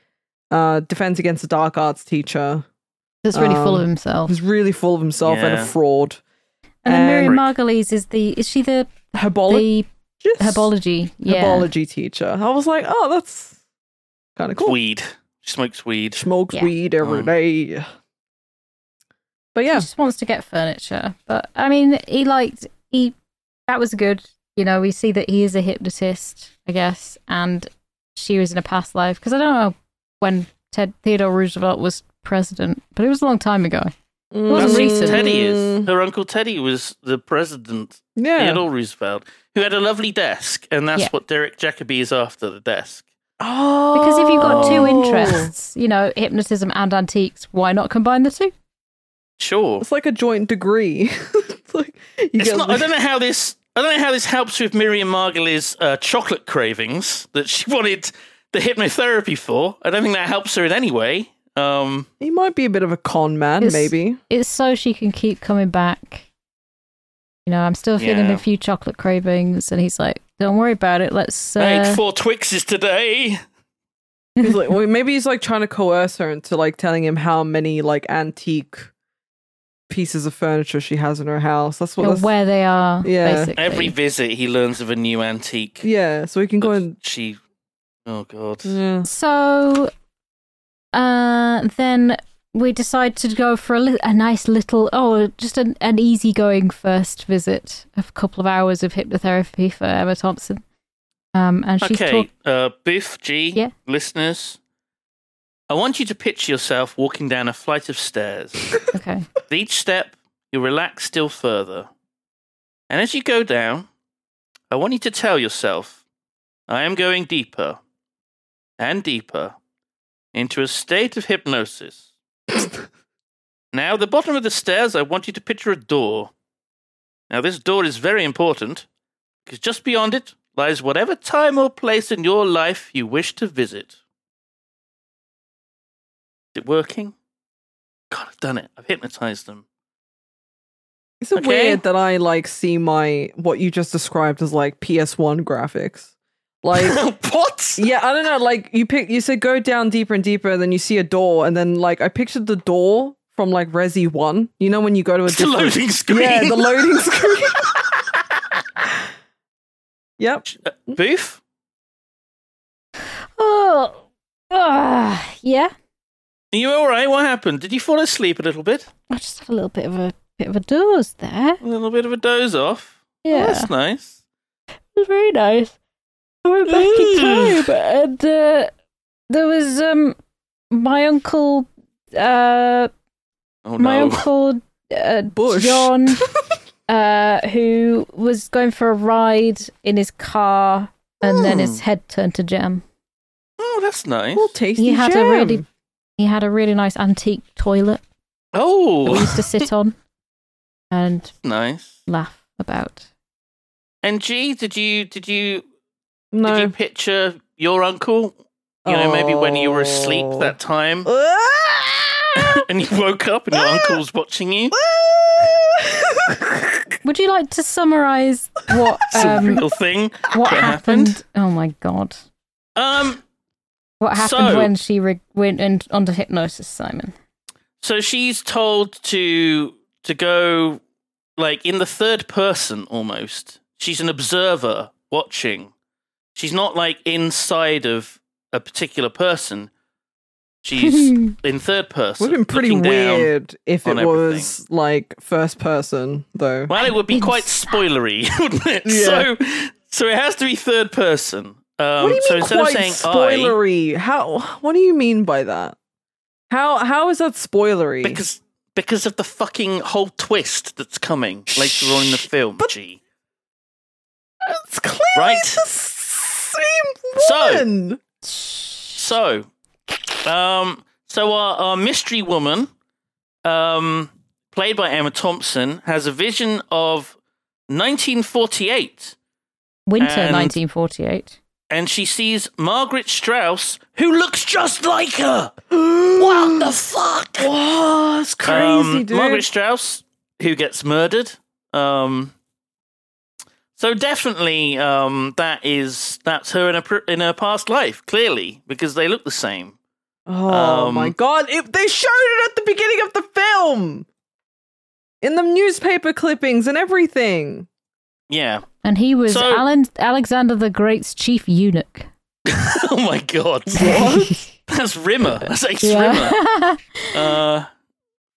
Speaker 3: uh defense against the dark arts teacher
Speaker 4: That's really full of
Speaker 3: Um,
Speaker 4: himself.
Speaker 3: who's really full of himself and a
Speaker 2: Yeah.
Speaker 3: fraud.
Speaker 4: And then Miriam
Speaker 2: Right.
Speaker 4: Margolyes is the is she the
Speaker 3: Herbology.
Speaker 4: the herbology? Yeah.
Speaker 3: herbology teacher. I was like, oh, that's kind of cool.
Speaker 2: Weed. She smokes weed.
Speaker 3: Smokes
Speaker 4: Yeah.
Speaker 3: weed every
Speaker 2: Mm.
Speaker 3: day. But
Speaker 4: He
Speaker 3: yeah,
Speaker 4: just wants to get furniture, but I mean, he liked he that was good. You know, we see that he is a hypnotist, I guess, and she was in a past life because I don't know when Ted Theodore Roosevelt was president, but it was a long time ago.
Speaker 2: That's
Speaker 4: Wasn't
Speaker 2: who
Speaker 4: recent.
Speaker 2: Teddy is.
Speaker 3: Mm,
Speaker 2: Her uncle Teddy was the president,
Speaker 3: Yeah.
Speaker 2: Theodore Roosevelt, who had a lovely desk, and that's
Speaker 4: Yeah.
Speaker 2: what Derek Jacobi is after the desk.
Speaker 3: Oh.
Speaker 4: Because if you've got two
Speaker 2: Oh.
Speaker 4: interests, you know, hypnotism and antiques, why not combine the two?
Speaker 2: Sure.
Speaker 3: it's like a joint degree. it's like you
Speaker 2: It's
Speaker 3: get
Speaker 2: not, I don't know how this. I don't know how this helps with Miriam Margolyes' uh, chocolate cravings that she wanted the hypnotherapy for. I don't think that helps her in any way. Um,
Speaker 3: he might be a bit of a con man,
Speaker 4: It's-
Speaker 3: maybe.
Speaker 4: It's so she can keep coming back. You know, I'm still feeling
Speaker 2: Yeah.
Speaker 4: a few chocolate cravings, and he's like, "Don't worry about it. Let's."
Speaker 2: make
Speaker 4: Uh,
Speaker 2: four Twixes today.
Speaker 3: He's like, well, maybe he's like trying to coerce her into like telling him how many like antique pieces of furniture she has in her house. That's
Speaker 4: you
Speaker 3: what.
Speaker 4: know,
Speaker 3: that's-
Speaker 4: where they are,
Speaker 3: Yeah.
Speaker 4: basically.
Speaker 2: Every visit, he learns of a new antique.
Speaker 3: yeah, so we can go
Speaker 2: that
Speaker 3: and.
Speaker 2: She. Oh God.
Speaker 3: Yeah.
Speaker 4: So, uh, then we decide to go for a, li- a nice little, oh, just an, an easygoing first visit of a couple of hours of hypnotherapy for Emma Thompson. Um, and she's
Speaker 2: okay,
Speaker 4: talk-
Speaker 2: uh, Biff, G,
Speaker 4: Yeah.
Speaker 2: listeners, I want you to picture yourself walking down a flight of stairs.
Speaker 4: okay.
Speaker 2: With each step, you relax still further. And as you go down, I want you to tell yourself, I am going deeper and deeper into a state of hypnosis. now, at the bottom of the stairs, I want you to picture a door. Now, this door is very important because just beyond it lies whatever time or place in your life you wish to visit. Is it working? God, I've done it. I've hypnotized them.
Speaker 3: Is it
Speaker 2: Okay.
Speaker 3: weird that I like see my what you just described as like PS1 graphics? Like
Speaker 2: what?
Speaker 3: yeah, I don't know, like you pick you said go down deeper and deeper, then you see a door, and then like I pictured the door from like Resi One. You know when you go to a
Speaker 2: It's a
Speaker 3: different
Speaker 2: loading screen.
Speaker 3: Yeah, the loading screen. yep.
Speaker 2: Booth?
Speaker 4: Oh, ah, yeah.
Speaker 2: Are you all right? What happened? Did you fall asleep a little bit?
Speaker 4: I just had a little bit of a bit of a doze there.
Speaker 2: A little bit of a doze off? Oh,
Speaker 4: Yeah,
Speaker 2: that's
Speaker 4: it
Speaker 2: nice.
Speaker 4: was very nice. I went back in time, and uh, there was um my uncle, uh,
Speaker 2: Oh,
Speaker 4: my
Speaker 2: no.
Speaker 4: uncle uh,
Speaker 3: Bush.
Speaker 4: John, uh, who was going for a ride in his car, and then
Speaker 2: Hmm.
Speaker 4: his head turned to jam.
Speaker 2: Oh, that's nice.
Speaker 3: Well, tasty
Speaker 4: He had
Speaker 3: jam.
Speaker 4: a really, he had a really nice antique toilet that we
Speaker 2: Oh,
Speaker 4: used to sit on, and
Speaker 2: nice.
Speaker 4: laugh about.
Speaker 2: And G, did you did you
Speaker 3: no.
Speaker 2: did you picture your uncle? You know, maybe when you were asleep
Speaker 3: Oh.
Speaker 2: that time,
Speaker 3: Ah!
Speaker 2: and you woke up and your uncle's watching you.
Speaker 4: Would you like to summarize what
Speaker 2: It's a
Speaker 4: um,
Speaker 2: real thing.
Speaker 4: what
Speaker 2: that
Speaker 4: happened?
Speaker 2: happened.
Speaker 4: Oh my god!
Speaker 2: Um,
Speaker 4: What happened
Speaker 2: So-
Speaker 4: when she re- went in, under hypnosis, Simon?
Speaker 2: so she's told to to go like in the third person almost. She's an observer watching. She's not like inside of a particular person. She's in third person.
Speaker 3: Would have been pretty
Speaker 2: looking down.
Speaker 3: weird if it
Speaker 2: on
Speaker 3: was like first person though.
Speaker 2: Well, it would be quite
Speaker 4: Inside.
Speaker 2: spoilery, wouldn't it?
Speaker 3: Yeah.
Speaker 2: So, so it has to be third person. Um,
Speaker 3: what do you
Speaker 2: so
Speaker 3: mean
Speaker 2: instead
Speaker 3: quite
Speaker 2: of saying I,
Speaker 3: spoilery? How? What do you mean by that? How? How is that spoilery?
Speaker 2: because because of the fucking whole twist that's coming later on in the film, G.
Speaker 3: it's clearly
Speaker 2: Right.
Speaker 3: the same
Speaker 2: So-
Speaker 3: one.
Speaker 2: So, um, so our, our mystery woman, um, played by Emma Thompson, has a vision of 1948,
Speaker 4: Winter
Speaker 2: And-
Speaker 4: 1948.
Speaker 2: and she sees Margaret Strauss, who looks just like her. what the fuck?
Speaker 3: Wow, it's crazy,
Speaker 2: Um,
Speaker 3: dude.
Speaker 2: Margaret Strauss, who gets murdered. Um, so definitely, um, that is that's her in a pr- in her past life, clearly, because they look the same.
Speaker 3: oh
Speaker 2: um,
Speaker 3: my god! It, they showed it at the beginning of the film, in the newspaper clippings and everything.
Speaker 2: Yeah.
Speaker 4: And he was
Speaker 2: So-
Speaker 4: Alan, Alexander the Great's chief eunuch.
Speaker 2: oh my god, that's Rimmer. That's Ace Rimmer
Speaker 4: yeah.
Speaker 2: uh,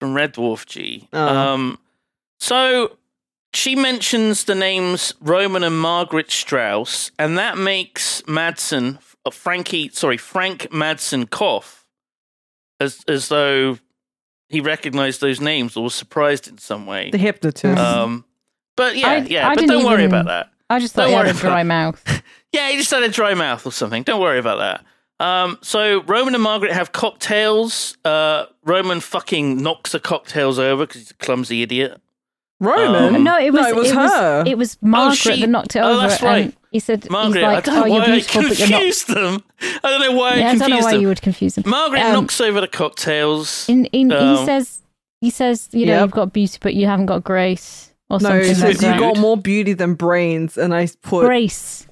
Speaker 2: from Red Dwarf G.
Speaker 3: Oh.
Speaker 4: Uh-huh.
Speaker 2: Um, so she mentions the names Roman and Margaret Strauss, and that makes Madsen, uh, Frankie, sorry, Frank Madsen cough, as as though he recognized those names or was surprised in some way.
Speaker 3: The hypnotist.
Speaker 2: Um, but yeah,
Speaker 4: I-
Speaker 2: yeah,
Speaker 4: I
Speaker 2: but
Speaker 4: didn't
Speaker 2: don't worry
Speaker 4: even-
Speaker 2: about that.
Speaker 4: I just thought
Speaker 2: Don't
Speaker 4: he had
Speaker 2: worry
Speaker 4: a dry mouth.
Speaker 2: Yeah, he just had a dry mouth or something. Don't worry about that. Um, so Roman and Margaret have cocktails. Uh, Roman fucking knocks the cocktails over because he's a clumsy idiot.
Speaker 3: Roman.
Speaker 2: Um,
Speaker 4: No, it was,
Speaker 3: it was her.
Speaker 4: it was Margaret
Speaker 2: she-
Speaker 4: that knocked it
Speaker 2: oh,
Speaker 4: over.
Speaker 2: that's
Speaker 4: and
Speaker 2: right.
Speaker 4: He said,
Speaker 2: Margaret,
Speaker 4: he's like,
Speaker 2: I don't
Speaker 4: oh,
Speaker 2: know
Speaker 4: you're
Speaker 2: why I
Speaker 4: beautiful, but you're not.
Speaker 2: confused them. I don't know why
Speaker 4: Yeah,
Speaker 2: I
Speaker 4: I don't know
Speaker 2: confused
Speaker 4: why
Speaker 2: them.
Speaker 4: you would confuse him.
Speaker 2: Margaret
Speaker 4: Um,
Speaker 2: knocks over the cocktails.
Speaker 4: In, in, he
Speaker 2: Um,
Speaker 4: says, he says, you know,
Speaker 3: Yep.
Speaker 4: you've got beauty, but you haven't got grace, or
Speaker 3: no,
Speaker 4: something
Speaker 3: you
Speaker 4: like
Speaker 2: rude.
Speaker 4: that.
Speaker 3: got more beauty than brains, and I put
Speaker 4: Grace.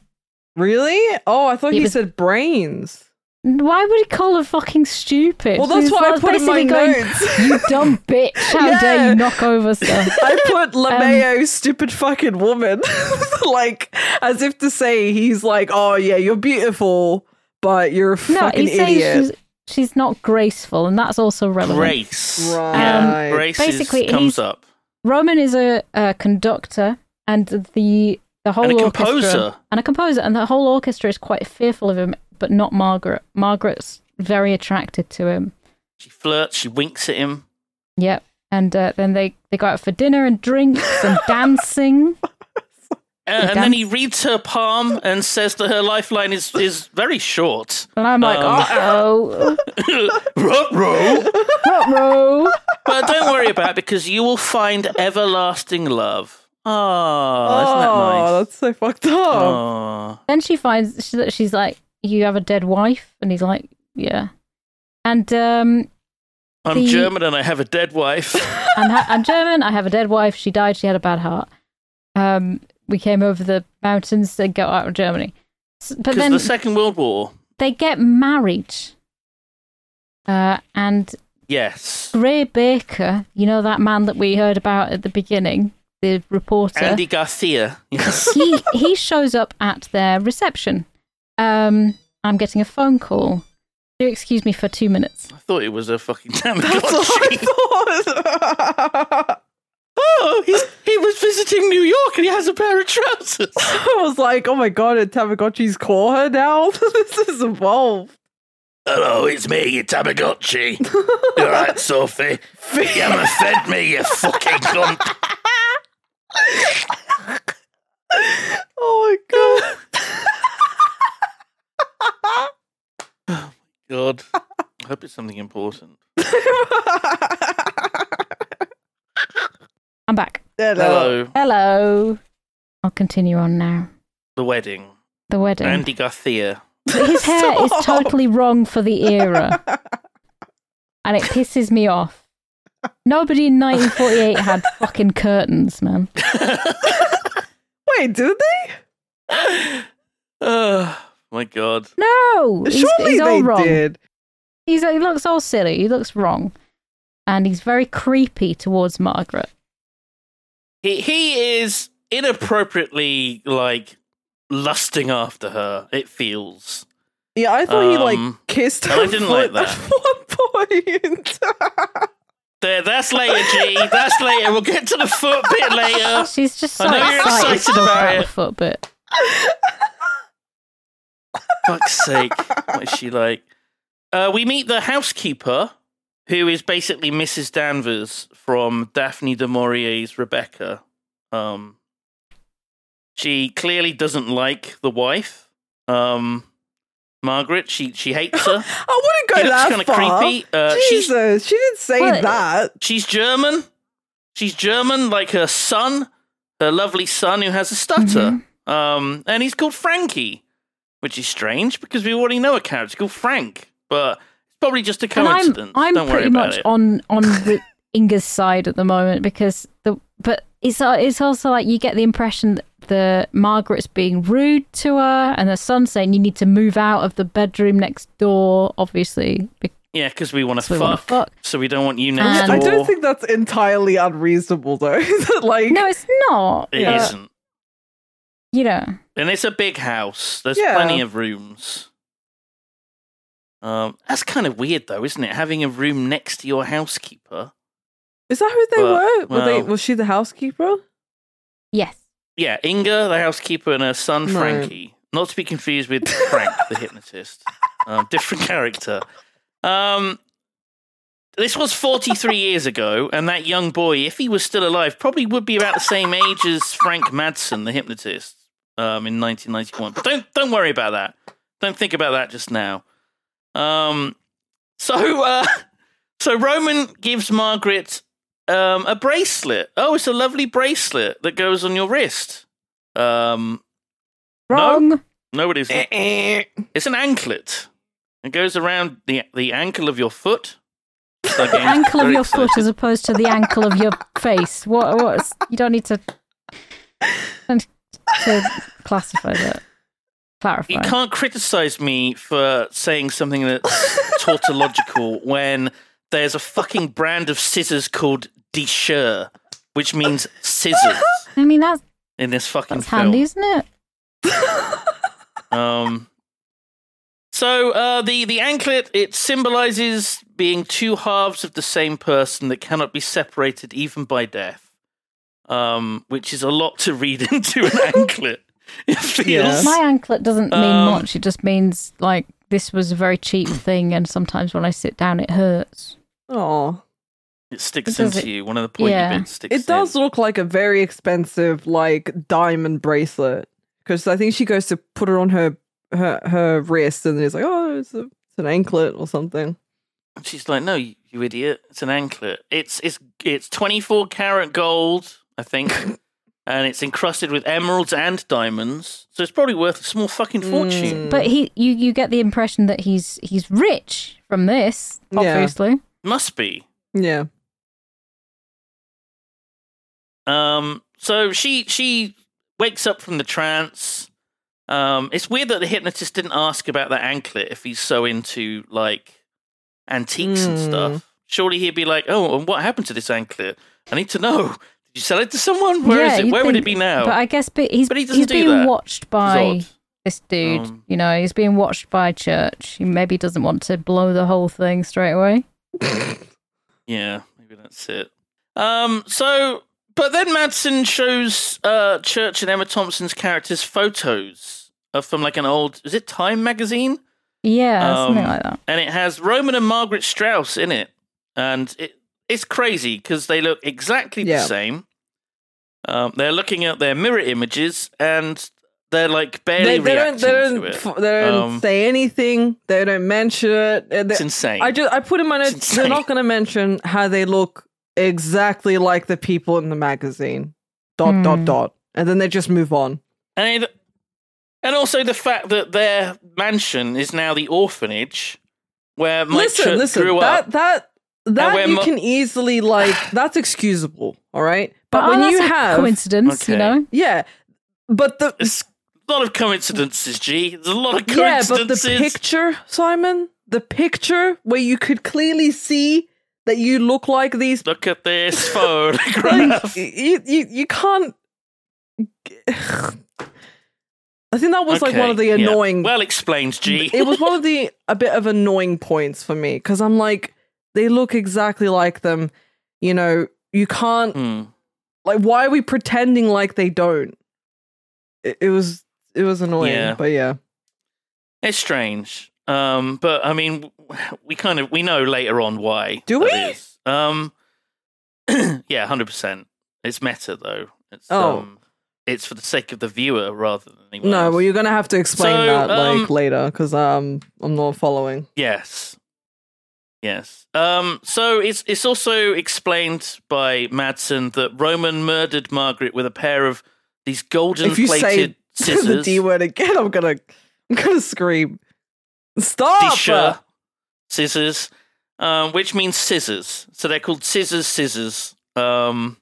Speaker 3: really. Oh, I thought
Speaker 4: It
Speaker 3: you
Speaker 4: was-
Speaker 3: said brains.
Speaker 4: Why would he call her fucking stupid?
Speaker 3: Well, that's
Speaker 4: He's
Speaker 3: what I
Speaker 4: like
Speaker 3: put in
Speaker 4: basically
Speaker 3: my
Speaker 4: going,
Speaker 3: notes.
Speaker 4: You dumb bitch! How dare
Speaker 3: Yeah.
Speaker 4: you knock over stuff?
Speaker 3: I put Lameo, stupid fucking woman, like as if to say he's like, oh yeah, you're beautiful, but you're a
Speaker 4: No,
Speaker 3: fucking
Speaker 4: he's saying
Speaker 3: idiot.
Speaker 4: she's she's not graceful, and that's also relevant.
Speaker 2: Grace.
Speaker 3: Right.
Speaker 2: Yeah,
Speaker 3: Um,
Speaker 2: Grace
Speaker 4: basically,
Speaker 2: is, comes
Speaker 4: he's-
Speaker 2: up.
Speaker 4: Roman is a, a conductor, and the the whole
Speaker 2: And a
Speaker 4: orchestra-
Speaker 2: composer.
Speaker 4: and a composer, and the whole orchestra is quite fearful of him, but not Margaret. Margaret's very attracted to him.
Speaker 2: She flirts, she winks at him.
Speaker 4: Yep. And uh, then they, they go out for dinner and drinks and dancing.
Speaker 2: And, and
Speaker 4: dance-
Speaker 2: then he reads her palm and says that her lifeline is, is very short.
Speaker 4: And I'm like,
Speaker 2: Um.
Speaker 4: uh oh,
Speaker 2: Ruh-roh.
Speaker 4: row.
Speaker 2: But don't worry about it because you will find everlasting love. Ah,
Speaker 3: oh,
Speaker 2: isn't that nice? Oh, Ah,
Speaker 3: that's so fucked up.
Speaker 2: Aw.
Speaker 4: Then she finds she- that she's like, "You have a dead wife," and he's like, "Yeah." And um,
Speaker 2: I'm
Speaker 4: The-
Speaker 2: German and I have a dead wife.
Speaker 4: I'm, ha- I'm German. I have a dead wife. She died. She had a bad heart. Um, we came over the mountains and got out of Germany. S- But
Speaker 2: Because
Speaker 4: then
Speaker 2: the Second World War.
Speaker 4: they get married. Uh, and
Speaker 2: Yes.
Speaker 4: Gray Baker, you know that man that we heard about at the beginning, the reporter.
Speaker 2: Andy Garcia. Yes.
Speaker 4: he he shows up at their reception. Um, I'm getting a phone call. Do you excuse me for two minutes?
Speaker 2: I thought it was a fucking
Speaker 3: That's what
Speaker 2: Tamagotchi.
Speaker 3: I thought.
Speaker 2: Oh, he's, he was visiting New York and he has a pair of trousers.
Speaker 3: I was like, oh my god, a Tamagotchi's caught her now. this is evolved.
Speaker 2: Hello, it's me, you Tamagotchi. All right, Sophie. You haven't fed me, you fucking cunt.
Speaker 3: Oh my god.
Speaker 2: God. I hope it's something important.
Speaker 4: I'm back.
Speaker 3: Hello.
Speaker 2: Hello.
Speaker 4: Hello. I'll continue on now.
Speaker 2: The wedding.
Speaker 4: The wedding.
Speaker 2: Andy Garcia.
Speaker 4: But his hair is
Speaker 3: Stop.
Speaker 4: totally wrong for the era. and it pisses me off. Nobody in 1948 had fucking curtains, man.
Speaker 3: Wait, did they?
Speaker 2: Oh, my God.
Speaker 4: No! He's,
Speaker 3: Surely
Speaker 4: he's all
Speaker 3: they
Speaker 4: wrong.
Speaker 3: did.
Speaker 4: He's, he looks all silly. He looks wrong. And he's very creepy towards Margaret.
Speaker 2: He, he is inappropriately, like, lusting after her, it feels.
Speaker 3: Yeah, I thought he
Speaker 2: Um,
Speaker 3: like kissed her.
Speaker 2: and I didn't like
Speaker 3: foot At one point.
Speaker 2: There, that's later, G. That's later. We'll get to the foot bit later.
Speaker 4: She's just so
Speaker 2: Uh, I know you're
Speaker 4: excited
Speaker 2: excited
Speaker 4: still
Speaker 2: about
Speaker 4: about
Speaker 2: it.
Speaker 4: the foot bit.
Speaker 2: fuck's sake. What is she like? Uh, we meet the housekeeper, who is basically Mrs. Danvers from Daphne du Maurier's Rebecca. Um, she clearly doesn't like the wife, um, Margaret. She she hates her.
Speaker 3: I wouldn't go
Speaker 2: She looks
Speaker 3: that
Speaker 2: kinda
Speaker 3: far.
Speaker 2: creepy. Uh, she's-
Speaker 3: Jesus, she didn't say
Speaker 4: Well,
Speaker 3: that.
Speaker 2: She's German. She's German, like her son, her lovely son who has a stutter.
Speaker 4: Mm-hmm.
Speaker 2: Um, and he's called Frankie, which is strange because we already know a character called Frank, but it's probably just a
Speaker 4: And
Speaker 2: coincidence.
Speaker 4: I'm, I'm
Speaker 2: Don't worry
Speaker 4: pretty
Speaker 2: about
Speaker 4: much
Speaker 2: it.
Speaker 4: on, on the Inga's side at the moment because the. But it's, uh, it's also like you get the impression that the Margaret's being rude to her and her son saying you need to move out of the bedroom next door, obviously. Because
Speaker 2: yeah, because we want to
Speaker 4: we wanna
Speaker 2: fuck,
Speaker 4: fuck. Uh,
Speaker 2: so we don't want you next
Speaker 4: And-
Speaker 2: door.
Speaker 3: I don't think that's entirely unreasonable, though. That, like,
Speaker 4: No, it's not.
Speaker 2: It
Speaker 3: Yeah.
Speaker 2: not
Speaker 4: You know.
Speaker 2: and it's a big house. There's
Speaker 3: Yeah.
Speaker 2: plenty of rooms. Um, that's kind of weird, though, isn't it? Having a room next to your housekeeper.
Speaker 3: is that who they
Speaker 2: Well,
Speaker 3: were? Were they?
Speaker 2: well.
Speaker 3: Was she the housekeeper?
Speaker 4: Yes.
Speaker 2: Yeah, Inga, the housekeeper, and her son
Speaker 3: No.
Speaker 2: Frankie. Not to be confused with Frank, the hypnotist. Um, different character. Um, this was 43 years ago, and that young boy, if he was still alive, probably would be about the same age as Frank Madsen, the hypnotist, um, in 1991. But don't don't worry about that. Don't think about that just now. Um, so uh, so Roman gives Margaret um, a bracelet. Oh, it's a lovely bracelet that goes on your wrist. Um, No.
Speaker 4: Wrong.
Speaker 2: no, it isn't. It's an anklet. It goes around the the ankle of your foot. the
Speaker 4: ankle of your foot as opposed to the ankle of your face. What? What's? You don't need to, don't to classify that. Clarify.
Speaker 2: You can't criticize me for saying something that's tautological when there's a fucking brand of scissors called Deshur, which means scissors
Speaker 4: I mean, that's
Speaker 2: in this fucking
Speaker 4: that's
Speaker 2: film.
Speaker 4: handy, isn't it?
Speaker 2: Um, so uh, the the anklet it symbolizes being two halves of the same person that cannot be separated even by death, um, which is a lot to read into an anklet. It feels
Speaker 3: Yeah. Yes.
Speaker 4: My anklet doesn't mean
Speaker 2: Um,
Speaker 4: much. It just means like this was a very cheap thing, and sometimes when I sit down, it hurts.
Speaker 3: Oh,
Speaker 2: it sticks
Speaker 4: Because
Speaker 2: into
Speaker 4: it-
Speaker 2: you. One of the pointy
Speaker 4: yeah.
Speaker 2: bits sticks.
Speaker 3: it does
Speaker 2: In.
Speaker 3: look like a very expensive, like diamond bracelet. Because I think she goes to put it on her her her wrist, and it's like, oh, it's, a, it's an anklet or something.
Speaker 2: And she's like, "No, you, you idiot! It's an anklet. It's it's it's twenty four karat gold, I think, and it's encrusted with emeralds and diamonds. So it's probably worth a small fucking fortune.
Speaker 3: Mm.
Speaker 4: But he, you, you get the impression that he's he's rich from this,
Speaker 3: Yeah.
Speaker 4: obviously.
Speaker 2: Must be.
Speaker 3: Yeah.
Speaker 2: Um, so she she wakes up from the trance. Um, it's weird that the hypnotist didn't ask about that anklet if he's so into like antiques
Speaker 4: Hmm.
Speaker 2: and stuff. Surely he'd be like, "Oh, and what happened to this anklet? I need to know. Did you sell it to someone? Where is
Speaker 4: Yeah,
Speaker 2: it?
Speaker 4: you'd
Speaker 2: Where would
Speaker 4: think-
Speaker 2: it be now?"
Speaker 4: But I guess be, he's
Speaker 2: But he doesn't
Speaker 4: he's
Speaker 2: do
Speaker 4: being
Speaker 2: that.
Speaker 4: watched by this dude.
Speaker 2: Um,
Speaker 4: you know, he's being watched by church. He maybe doesn't want to blow the whole thing straight away.
Speaker 2: Yeah, maybe that's it. Um, so, but then Madsen shows uh, Church and Emma Thompson's characters photos of, from like an old, is it Time magazine?
Speaker 4: Yeah, something
Speaker 2: Um,
Speaker 4: like that.
Speaker 2: And it has Roman and Margaret Strauss in it, and it, it's crazy because they look exactly
Speaker 3: Yeah.
Speaker 2: the same. Um, they're looking at their mirror images, and they're like barely
Speaker 3: They, they don't.
Speaker 2: reacting
Speaker 3: They don't.
Speaker 2: to it.
Speaker 3: f- They don't
Speaker 2: Um,
Speaker 3: say anything. They don't mention it. Uh, they-
Speaker 2: it's insane.
Speaker 3: I just. I put in my
Speaker 2: It's
Speaker 3: notes. They're
Speaker 2: insane.
Speaker 3: not going to mention how they look exactly like the people in the magazine. Dot dot
Speaker 4: Hmm.
Speaker 3: dot. And then they just move on.
Speaker 2: And it- and also the fact that their mansion is now the orphanage where my
Speaker 3: listen,
Speaker 2: church
Speaker 3: listen.
Speaker 2: grew
Speaker 3: that
Speaker 2: up.
Speaker 3: that that
Speaker 2: we're
Speaker 3: you
Speaker 2: mo-
Speaker 3: can easily like. That's excusable. All right. But,
Speaker 4: oh,
Speaker 3: when
Speaker 4: that's
Speaker 3: you
Speaker 4: a
Speaker 3: have
Speaker 4: coincidence, you
Speaker 2: Okay.
Speaker 4: know,
Speaker 3: yeah. But the
Speaker 2: There's a lot of coincidences, G. There's a lot of
Speaker 3: Yeah, but the
Speaker 2: coincidences.
Speaker 3: picture, Simon, the picture where you could clearly see that you look like these.
Speaker 2: Look at this photograph.
Speaker 3: You, you, you can't. I think that was like one of the
Speaker 2: Okay, yeah.
Speaker 3: annoying.
Speaker 2: Well explained, G.
Speaker 3: it was one of the a bit of annoying points for me because I'm like, they look exactly like them. You know, you can't
Speaker 2: Hmm.
Speaker 3: like. Why are we pretending like they don't? It, it was it was annoying,
Speaker 2: Yeah.
Speaker 3: but yeah,
Speaker 2: It's strange. Um, but I mean, we kind of we know later on why.
Speaker 3: Do
Speaker 2: that
Speaker 3: we?
Speaker 2: is. Um, yeah, hundred percent. It's meta though. It's,
Speaker 3: Oh.
Speaker 2: um, it's for the sake of the viewer rather than anyone.
Speaker 3: no.
Speaker 2: else.
Speaker 3: Well, you're gonna have to explain
Speaker 2: So,
Speaker 3: that
Speaker 2: um,
Speaker 3: like later because um I'm not following.
Speaker 2: Yes. Yes. Um, so it's it's also explained by Madsen that Roman murdered Margaret with a pair of these golden
Speaker 3: if you
Speaker 2: plated
Speaker 3: say the
Speaker 2: scissors.
Speaker 3: D word again, I'm gonna I'm gonna scream. Stop!
Speaker 2: Disher scissors, um, which means scissors. So they're called scissors, scissors. Um,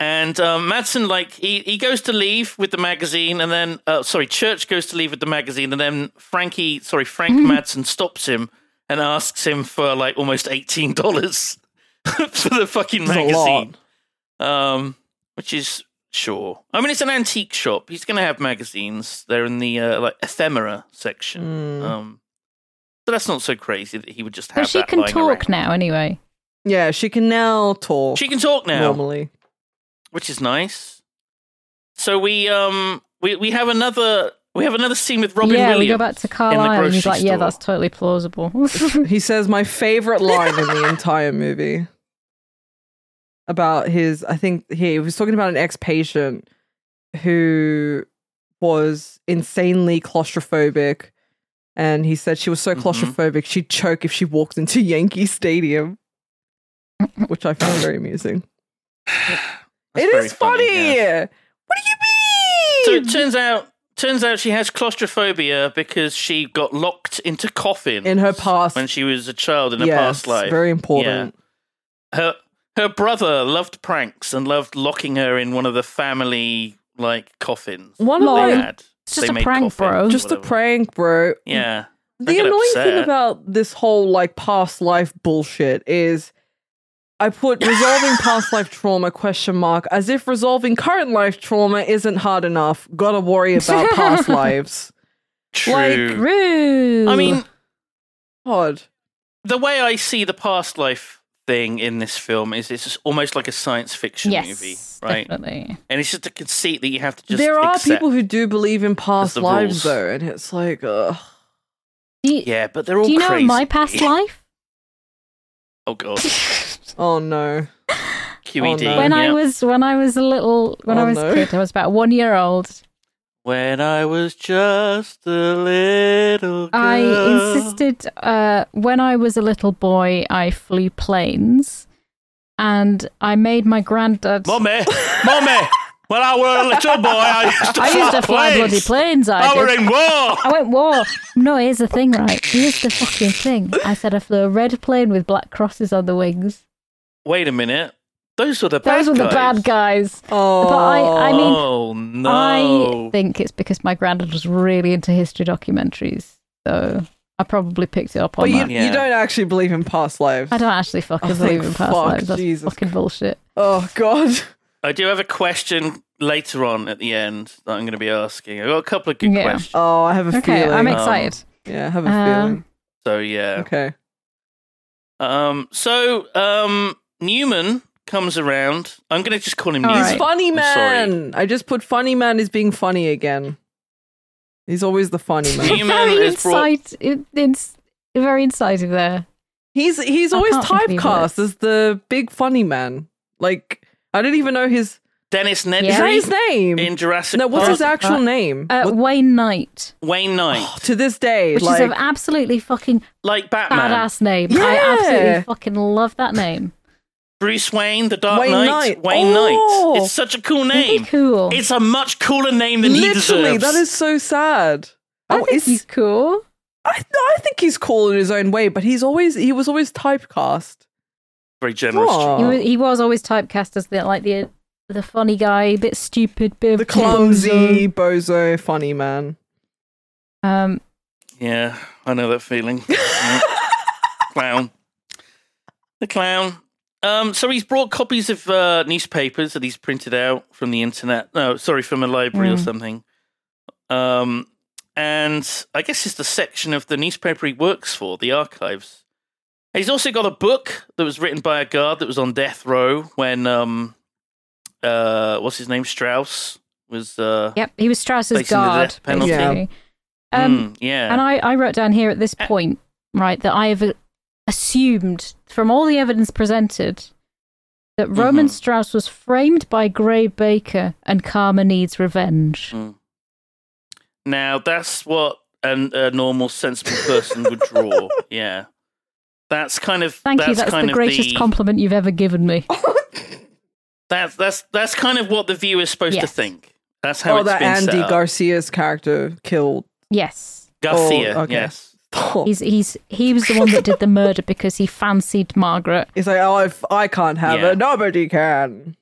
Speaker 2: and um, Madsen, like, he, he goes to leave with the magazine, and then, uh, sorry, Church goes to leave with the magazine, and then Frankie, sorry, Frank
Speaker 3: Mm-hmm.
Speaker 2: Madsen stops him and asks him for like almost $18 for the fucking
Speaker 3: That's a lot.
Speaker 2: magazine. Um, which is sure. I mean, it's an antique shop. He's going to have magazines. They're in the uh, like ephemera section.
Speaker 3: Mm.
Speaker 2: Um, so that's not so crazy that he would just have.
Speaker 4: but Mm-hmm. she
Speaker 2: that
Speaker 4: can
Speaker 2: lying around.
Speaker 4: talk now anyway.
Speaker 3: Yeah, she can now talk
Speaker 2: She can talk now,
Speaker 3: normally.
Speaker 2: which is nice. So we um we, we have another we have another scene with Robin
Speaker 4: yeah,
Speaker 2: Williams.
Speaker 4: we go back to Carlisle and he's
Speaker 2: grocery
Speaker 4: like, yeah,
Speaker 2: store.
Speaker 4: that's totally plausible.
Speaker 3: He says my favorite line in the entire movie about his. I think he was talking about an ex-patient who was insanely claustrophobic, and he said she was so
Speaker 2: Mhm.
Speaker 3: claustrophobic she'd choke if she walked into Yankee Stadium, which I found very amusing.
Speaker 2: That's
Speaker 3: it
Speaker 2: very
Speaker 3: is funny.
Speaker 2: yeah.
Speaker 3: What do
Speaker 2: So
Speaker 3: you mean?
Speaker 2: it turns out turns out she has claustrophobia because she got locked into coffins
Speaker 3: in her past,
Speaker 2: when she was a child in
Speaker 3: yes,
Speaker 2: her past life.
Speaker 3: very important.
Speaker 2: her her brother loved pranks and loved locking her in one of the family like coffins.
Speaker 3: One
Speaker 2: that
Speaker 3: of
Speaker 2: they
Speaker 4: Lol.
Speaker 3: my,
Speaker 2: had.
Speaker 4: It's just
Speaker 2: They
Speaker 4: a
Speaker 2: made
Speaker 4: prank,
Speaker 2: coffins
Speaker 4: bro.
Speaker 2: or
Speaker 3: just a
Speaker 2: whatever.
Speaker 3: prank, bro.
Speaker 2: Yeah. Don't
Speaker 3: The
Speaker 2: get
Speaker 3: annoying thing
Speaker 2: upset.
Speaker 3: about this whole like past life bullshit is, I put resolving past life trauma question mark as if resolving current life trauma isn't hard enough. Gotta worry about past lives.
Speaker 2: True.
Speaker 4: Rude.
Speaker 2: I mean,
Speaker 3: God,
Speaker 2: the way I see the past life thing in this film is it's just almost like a science fiction
Speaker 4: yes,
Speaker 2: movie, right?
Speaker 4: definitely.
Speaker 2: And it's just a conceit that you have to just.
Speaker 3: there are
Speaker 2: accept.
Speaker 3: people who do believe in past
Speaker 2: the
Speaker 3: lives
Speaker 2: rules.
Speaker 3: though, and it's like, ugh.
Speaker 4: Do you,
Speaker 2: Yeah, but they're all
Speaker 4: do you know
Speaker 2: crazy.
Speaker 4: my past life?
Speaker 2: Oh god, E
Speaker 3: oh no,
Speaker 2: QED.
Speaker 3: no.
Speaker 4: when I
Speaker 2: Oh, yeah.
Speaker 4: was when I was a little when I
Speaker 3: Oh,
Speaker 4: was
Speaker 3: no.
Speaker 4: a kid, I was about one year old.
Speaker 2: When I was just a little girl.
Speaker 4: I insisted uh, when I was a little boy, I flew planes, and I made my granddad.
Speaker 2: Mommy, mommy, When I were a little boy, I used to
Speaker 4: I
Speaker 2: fly
Speaker 4: used to fly
Speaker 2: planes.
Speaker 4: bloody planes. I,
Speaker 2: I
Speaker 4: did.
Speaker 2: were in war.
Speaker 4: I went war. No, here's the thing, right? Here's the fucking thing. I said I flew a red plane with black crosses on the wings.
Speaker 2: Wait a minute. Those were the bad
Speaker 4: Those were the bad guys.
Speaker 3: Oh,
Speaker 4: But I, I mean,
Speaker 2: oh no!
Speaker 4: I think it's because my granddad was really into history documentaries, so I probably picked it up on
Speaker 3: but you,
Speaker 4: that.
Speaker 2: Yeah.
Speaker 3: you don't actually believe in past lives.
Speaker 4: I don't actually fucking
Speaker 3: I
Speaker 4: believe
Speaker 3: think,
Speaker 4: in past
Speaker 3: fuck,
Speaker 4: lives. That's
Speaker 3: Jesus.
Speaker 4: fucking bullshit.
Speaker 3: Oh God.
Speaker 2: I do have a question later on at the end that I'm going to be asking. I've got a couple of good
Speaker 4: Yeah.
Speaker 2: questions.
Speaker 3: Oh, I have a
Speaker 4: Okay,
Speaker 3: feeling.
Speaker 4: I'm
Speaker 2: ex-
Speaker 4: excited.
Speaker 3: yeah, I have a
Speaker 4: Um,
Speaker 3: feeling.
Speaker 2: So yeah.
Speaker 3: Okay.
Speaker 2: Um. So um. Newman comes around. I'm going to just call him
Speaker 4: All
Speaker 2: Newman.
Speaker 4: right.
Speaker 3: He's funny
Speaker 2: I'm sorry.
Speaker 3: man. I just put funny man is being funny again. He's always the funny man.
Speaker 2: Newman
Speaker 4: very
Speaker 2: is brought-
Speaker 4: insight. It, it's very insightful there.
Speaker 3: he's he's
Speaker 4: I
Speaker 3: always
Speaker 4: can't think of any
Speaker 3: typecast as the big funny man. Like I don't even know his
Speaker 2: Dennis Nedry
Speaker 3: is
Speaker 4: Yeah.
Speaker 3: that his name?
Speaker 2: in Jurassic
Speaker 3: no, what's
Speaker 2: Park.
Speaker 3: his Oh, actual name?
Speaker 4: Uh,
Speaker 3: What-
Speaker 4: Wayne Knight,
Speaker 2: Wayne Knight,
Speaker 3: to this day,
Speaker 4: which
Speaker 3: like
Speaker 4: is an absolutely fucking
Speaker 2: like Batman.
Speaker 4: badass name.
Speaker 3: Yeah.
Speaker 4: I absolutely fucking love that name.
Speaker 2: Bruce Wayne, the Dark
Speaker 3: Wayne
Speaker 2: Knight.
Speaker 3: Knight.
Speaker 2: Wayne
Speaker 3: Oh!
Speaker 2: Knight. It's such a cool
Speaker 4: Isn't he
Speaker 2: name.
Speaker 4: cool.
Speaker 2: It's a much cooler name than he
Speaker 3: literally
Speaker 2: deserves.
Speaker 3: that is so sad.
Speaker 4: I
Speaker 3: Oh,
Speaker 4: think
Speaker 3: is-
Speaker 4: he's cool.
Speaker 3: I, no, I think he's cool in his own way, but he's always he was always typecast.
Speaker 2: very generous.
Speaker 3: Aw.
Speaker 4: He was, he was always typecast as the like the the funny guy, a bit stupid, bit of
Speaker 3: The
Speaker 4: a bozo.
Speaker 3: clumsy bozo funny man.
Speaker 4: Um,
Speaker 2: Yeah, I know that feeling. Yeah. clown. The clown. Um, so he's brought copies of uh, newspapers that he's printed out from the internet. No, sorry, from a library or
Speaker 4: Mm.
Speaker 2: something. Um, and I guess it's the section of the newspaper he works for, the archives. He's also got a book that was written by a guard that was on death row when, um, uh, what's his name, Strauss was. Uh,
Speaker 4: yep, he was Strauss's
Speaker 2: Facing the
Speaker 4: guard.
Speaker 2: death penalty.
Speaker 4: basically. Um,
Speaker 2: mm, yeah.
Speaker 4: And I, I wrote down here at this
Speaker 2: Uh,
Speaker 4: point, right, that I have uh, assumed from all the evidence presented that Roman
Speaker 2: Mhm.
Speaker 4: Strauss was framed by Gray Baker and Karma needs revenge.
Speaker 2: Mm. Now that's what an, a normal, sensible person would draw. Yeah, that's kind of
Speaker 4: Thank
Speaker 2: that's
Speaker 4: you. That's
Speaker 2: kind
Speaker 4: the
Speaker 2: of
Speaker 4: greatest
Speaker 2: the,
Speaker 4: compliment you've ever given me.
Speaker 2: that's that's that's kind of what the viewer is supposed to
Speaker 4: Yes.
Speaker 2: think. That's how
Speaker 3: Oh,
Speaker 2: it's
Speaker 3: that
Speaker 2: been set
Speaker 3: Andy
Speaker 2: up.
Speaker 3: Garcia's character killed.
Speaker 4: Yes.
Speaker 2: Garcia,
Speaker 3: Oh, okay.
Speaker 2: yes.
Speaker 4: He's he's he was the one that did the murder because he fancied Margaret.
Speaker 3: He's like, oh, if I can't have
Speaker 2: Yeah.
Speaker 3: it, nobody can.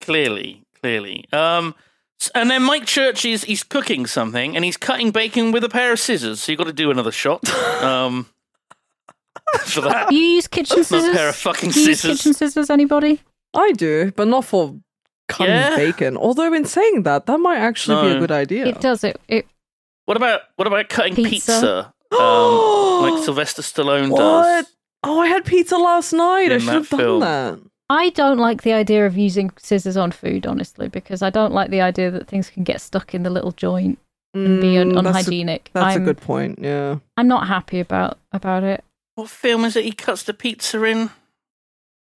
Speaker 2: clearly, clearly. Um, s- and then Mike Church is he's cooking something and he's cutting bacon with a pair of scissors. So you got to do another shot um, for that.
Speaker 4: Do you use kitchen
Speaker 2: Not
Speaker 4: scissors?
Speaker 2: a pair of fucking
Speaker 4: Do you use
Speaker 2: scissors.
Speaker 4: kitchen scissors? Anybody?
Speaker 3: I do, but not for cutting
Speaker 2: Yeah.
Speaker 3: bacon. Although, in saying that, that might actually be
Speaker 2: No.
Speaker 3: a good idea.
Speaker 4: It does it. It
Speaker 2: What about what about cutting pizza?
Speaker 4: Pizza.
Speaker 2: Um, like Sylvester Stallone
Speaker 3: What?
Speaker 2: does.
Speaker 3: Oh, I had pizza last night. I
Speaker 2: In
Speaker 3: should
Speaker 2: that
Speaker 3: have done
Speaker 2: film.
Speaker 3: that.
Speaker 4: I don't like the idea of using scissors on food, honestly, because I don't like the idea that things can get stuck in the little joint and be un-
Speaker 3: Mm, that's a,
Speaker 4: unhygienic.
Speaker 3: that's
Speaker 4: I'm,
Speaker 3: a good point. Yeah.
Speaker 4: I'm not happy about about it.
Speaker 2: What film is it he cuts the pizza in?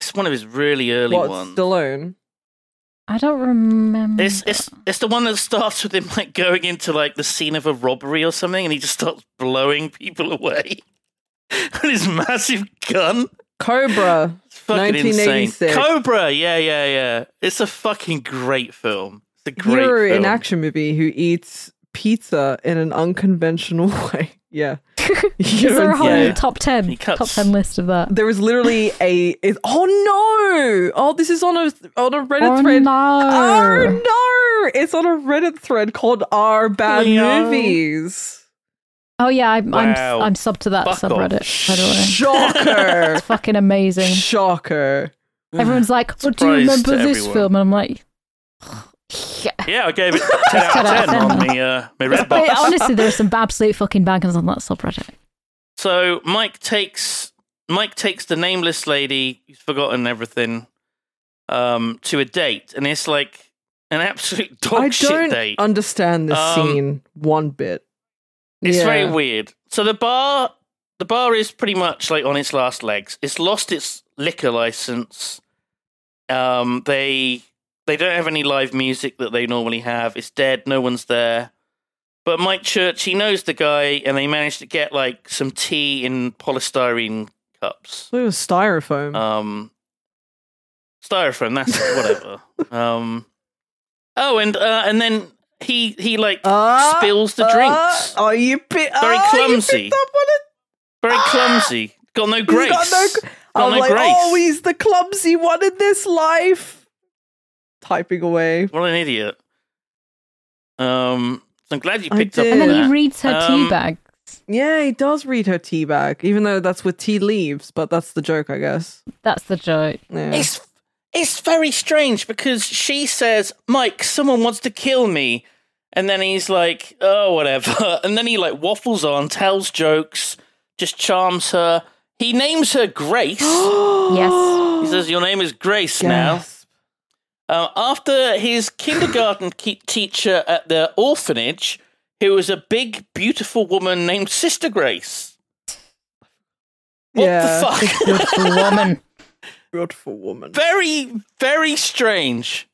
Speaker 2: It's one of his really early
Speaker 3: What?
Speaker 2: ones.
Speaker 3: Stallone?
Speaker 4: I don't remember.
Speaker 2: it's, it's it's the one that starts with him like going into like the scene of a robbery or something, and he just starts blowing people away with his massive gun.
Speaker 3: Cobra.
Speaker 2: It's fucking insane.
Speaker 3: 1986.
Speaker 2: Cobra, yeah, yeah, yeah. It's a fucking great film. It's a great
Speaker 3: Hero
Speaker 2: film.
Speaker 3: in action movie who eats pizza in an unconventional way. Yeah.
Speaker 4: Is there a whole
Speaker 2: Yeah.
Speaker 4: top ten
Speaker 2: He cuts-
Speaker 4: top ten list of that?
Speaker 3: There is literally a. It, oh no! Oh, this is on a on a Reddit
Speaker 4: Oh,
Speaker 3: thread.
Speaker 4: no.
Speaker 3: Oh no! It's on a Reddit thread called "Our Bad
Speaker 2: Yeah.
Speaker 3: Movies."
Speaker 4: Oh yeah, I'm
Speaker 2: Wow.
Speaker 4: I'm, I'm sub to that
Speaker 2: Fuck off.
Speaker 4: subreddit. By the way,
Speaker 3: Shocker!
Speaker 4: it's fucking amazing.
Speaker 3: Shocker!
Speaker 4: Everyone's like, oh, "Do you
Speaker 2: Mm. Surprise
Speaker 4: remember
Speaker 2: to
Speaker 4: this
Speaker 2: everyone.
Speaker 4: film?" And I'm like, "Yeah."
Speaker 2: Yeah, I gave it ten out of
Speaker 4: 10
Speaker 2: ten
Speaker 4: out of
Speaker 2: on the uh, my red
Speaker 4: But
Speaker 2: box.
Speaker 4: honestly, there's some absolute fucking bangers on that subreddit.
Speaker 2: So Mike takes Mike takes the nameless lady who's forgotten everything um, to a date, and it's like an absolute dog
Speaker 3: I
Speaker 2: shit
Speaker 3: don't
Speaker 2: date.
Speaker 3: understand this
Speaker 2: Um,
Speaker 3: scene one bit.
Speaker 2: it's
Speaker 3: yeah.
Speaker 2: very weird. So the bar the bar is pretty much like on its last legs. It's lost its liquor license. Um, they they don't have any live music that they normally have. It's dead. No one's there. But Mike Church, he knows the guy, and they managed to get like some tea in polystyrene cups.
Speaker 3: It
Speaker 2: Mm-hmm. Uh,
Speaker 3: was styrofoam.
Speaker 2: Um, styrofoam. That's whatever. um, Oh, and uh, and then he he like
Speaker 3: Ah,
Speaker 2: spills the
Speaker 3: ah,
Speaker 2: drinks.
Speaker 3: Oh, you pi-
Speaker 2: Very
Speaker 3: ah, you
Speaker 2: clumsy.
Speaker 3: picked up on it.
Speaker 2: Very clumsy. Got no grace.
Speaker 3: He's got no, gr-
Speaker 2: Got
Speaker 3: I'm
Speaker 2: no
Speaker 3: like,
Speaker 2: grace.
Speaker 3: oh, he's the clumsy one in this life. Typing away.
Speaker 2: What an idiot. Um, so I'm glad you
Speaker 3: I
Speaker 2: picked up
Speaker 3: did.
Speaker 2: on
Speaker 4: And then
Speaker 2: that.
Speaker 4: he reads her
Speaker 2: Um,
Speaker 4: tea bag.
Speaker 3: Yeah, he does read her tea bag, even though that's with tea leaves, but that's the joke, I guess.
Speaker 4: That's the joke.
Speaker 3: Yeah.
Speaker 2: It's it's very strange because she says, "Mike, someone wants to kill me," and then he's like, "Oh, whatever," and then he like waffles on, tells jokes, just charms her. He names her Grace. he
Speaker 3: yes.
Speaker 2: says, "Your name is Grace now." Uh, after his kindergarten ke- teacher at the orphanage, who was a big, beautiful woman named Sister Grace. What
Speaker 3: yeah.
Speaker 2: the fuck?
Speaker 4: Beautiful woman.
Speaker 3: Beautiful woman.
Speaker 2: very, very strange.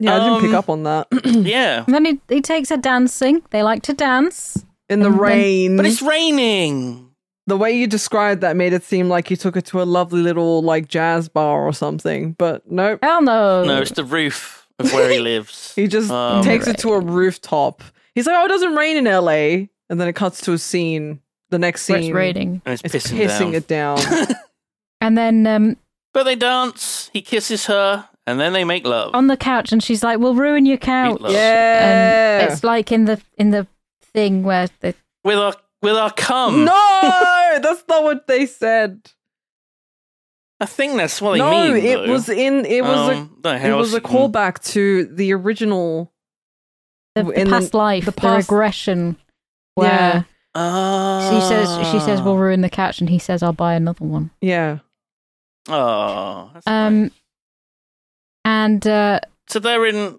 Speaker 3: Yeah, I didn't pick
Speaker 2: Um,
Speaker 3: up on that.
Speaker 2: Yeah.
Speaker 3: Mm-hmm.
Speaker 4: And then he, he takes her dancing. They like to dance.
Speaker 3: In the
Speaker 4: and then-
Speaker 3: rain.
Speaker 2: But it's raining.
Speaker 3: the way you described that made it seem like you took it to a lovely little like jazz bar or something, but nope.
Speaker 4: Hell no.
Speaker 2: No, it's the roof of where he lives.
Speaker 3: Oh. He just
Speaker 2: Um,
Speaker 3: takes it to a rooftop. He's like, "Oh, it doesn't rain in LA," and then it cuts to a scene. The next
Speaker 4: where
Speaker 3: scene,
Speaker 4: it's raining.
Speaker 2: and it's,
Speaker 3: It's
Speaker 2: pissing, down.
Speaker 3: it down.
Speaker 4: And then um,
Speaker 2: But they dance. He kisses her, and then they make love.
Speaker 3: Um,
Speaker 4: on the couch, and she's like, "We'll ruin your couch."
Speaker 2: love.
Speaker 3: yeah,
Speaker 4: And it's like in the in the thing where the
Speaker 2: with our with our cum.
Speaker 3: no, that's not what they said.
Speaker 2: I think that's what they
Speaker 3: no,
Speaker 2: mean.
Speaker 3: it
Speaker 2: though.
Speaker 3: was in. It was
Speaker 2: Um, the
Speaker 3: a. It was
Speaker 2: house
Speaker 3: a
Speaker 2: and-
Speaker 3: callback to the original.
Speaker 4: the,
Speaker 3: W-
Speaker 4: the
Speaker 3: and then
Speaker 4: past life,
Speaker 3: the
Speaker 4: the,
Speaker 3: past-
Speaker 4: regression, where she
Speaker 2: Ah.
Speaker 4: says she says we'll ruin the couch, and he says I'll buy another one.
Speaker 3: Yeah,
Speaker 2: Oh. that's nice.
Speaker 4: Um, and uh,
Speaker 2: So they're in.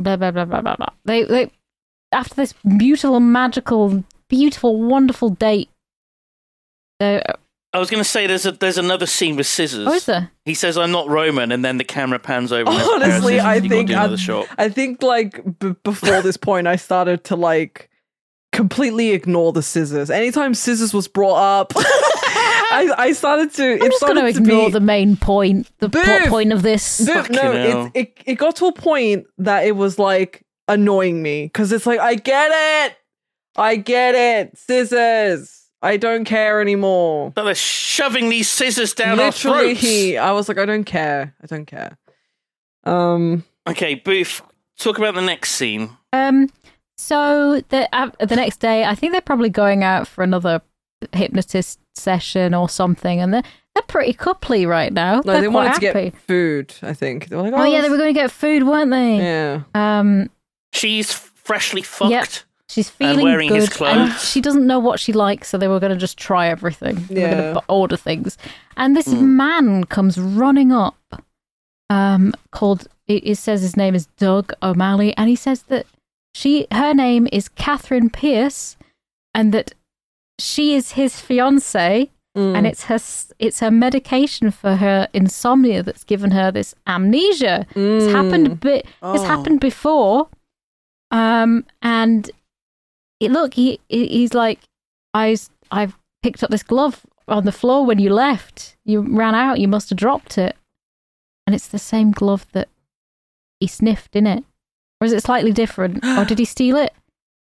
Speaker 4: blah blah blah blah blah blah. They they after this beautiful, magical, beautiful, wonderful date. They,
Speaker 2: I was going to say there's a there's another scene with scissors.
Speaker 4: oh, is there?
Speaker 2: He says I'm not Roman, and then the camera pans over. and there's a pair of
Speaker 3: Honestly,
Speaker 2: scissors
Speaker 3: I
Speaker 2: and you've got to
Speaker 3: think
Speaker 2: do
Speaker 3: I'm-
Speaker 2: another shot.
Speaker 3: I think like b- before this point, I started to like completely ignore the scissors. Anytime scissors was brought up, I, I started to.
Speaker 4: I'm
Speaker 3: it
Speaker 4: just going to
Speaker 3: started to
Speaker 4: ignore
Speaker 3: be-
Speaker 4: the main point, the plot
Speaker 3: Boof!
Speaker 4: point of this.
Speaker 3: Dude,
Speaker 2: Fucking
Speaker 3: no,
Speaker 2: hell.
Speaker 3: it, it it got to a point that it was like annoying me because it's like I get it, I get it, scissors. I don't care anymore.
Speaker 2: But they're shoving these scissors down our
Speaker 3: Literally,
Speaker 2: throats.
Speaker 3: he. I was like, I don't care. I don't care. Um,
Speaker 2: Okay, Booth, talk about the next scene.
Speaker 4: Um, so the uh, the next day, I think they're probably going out for another hypnotist session or something, and they're they're pretty coupley right now.
Speaker 3: no,
Speaker 4: they're
Speaker 3: they
Speaker 4: quite
Speaker 3: wanted to
Speaker 4: happy.
Speaker 3: get food. I think they were like,
Speaker 4: oh, yeah, they
Speaker 3: let's-
Speaker 4: were going to get food, weren't they?
Speaker 3: Yeah.
Speaker 4: Um,
Speaker 2: She's freshly fucked.
Speaker 4: Yep. she's feeling
Speaker 2: wearing
Speaker 4: good,
Speaker 2: his
Speaker 4: and
Speaker 2: clothes.
Speaker 4: she doesn't know what she likes, so they were going to just try everything. They were
Speaker 3: Yeah.
Speaker 4: going to order things, and this
Speaker 2: Hmm.
Speaker 4: man comes running up. Um, called it, it says his name is Doug O'Malley, and he says that she her name is Catherine Pierce, and that she is his fiance,
Speaker 3: Mm.
Speaker 4: and it's her s- it's her medication for her insomnia that's given her this amnesia.
Speaker 3: Mm.
Speaker 4: It's happened a bit. It's
Speaker 2: Oh.
Speaker 4: happened before. Um, and it, look, he he- he's like, I s- I've picked up this glove on the floor when you left. You ran out. You must have dropped it. And it's the same glove that he sniffed in it, or is it slightly different? or did he steal it?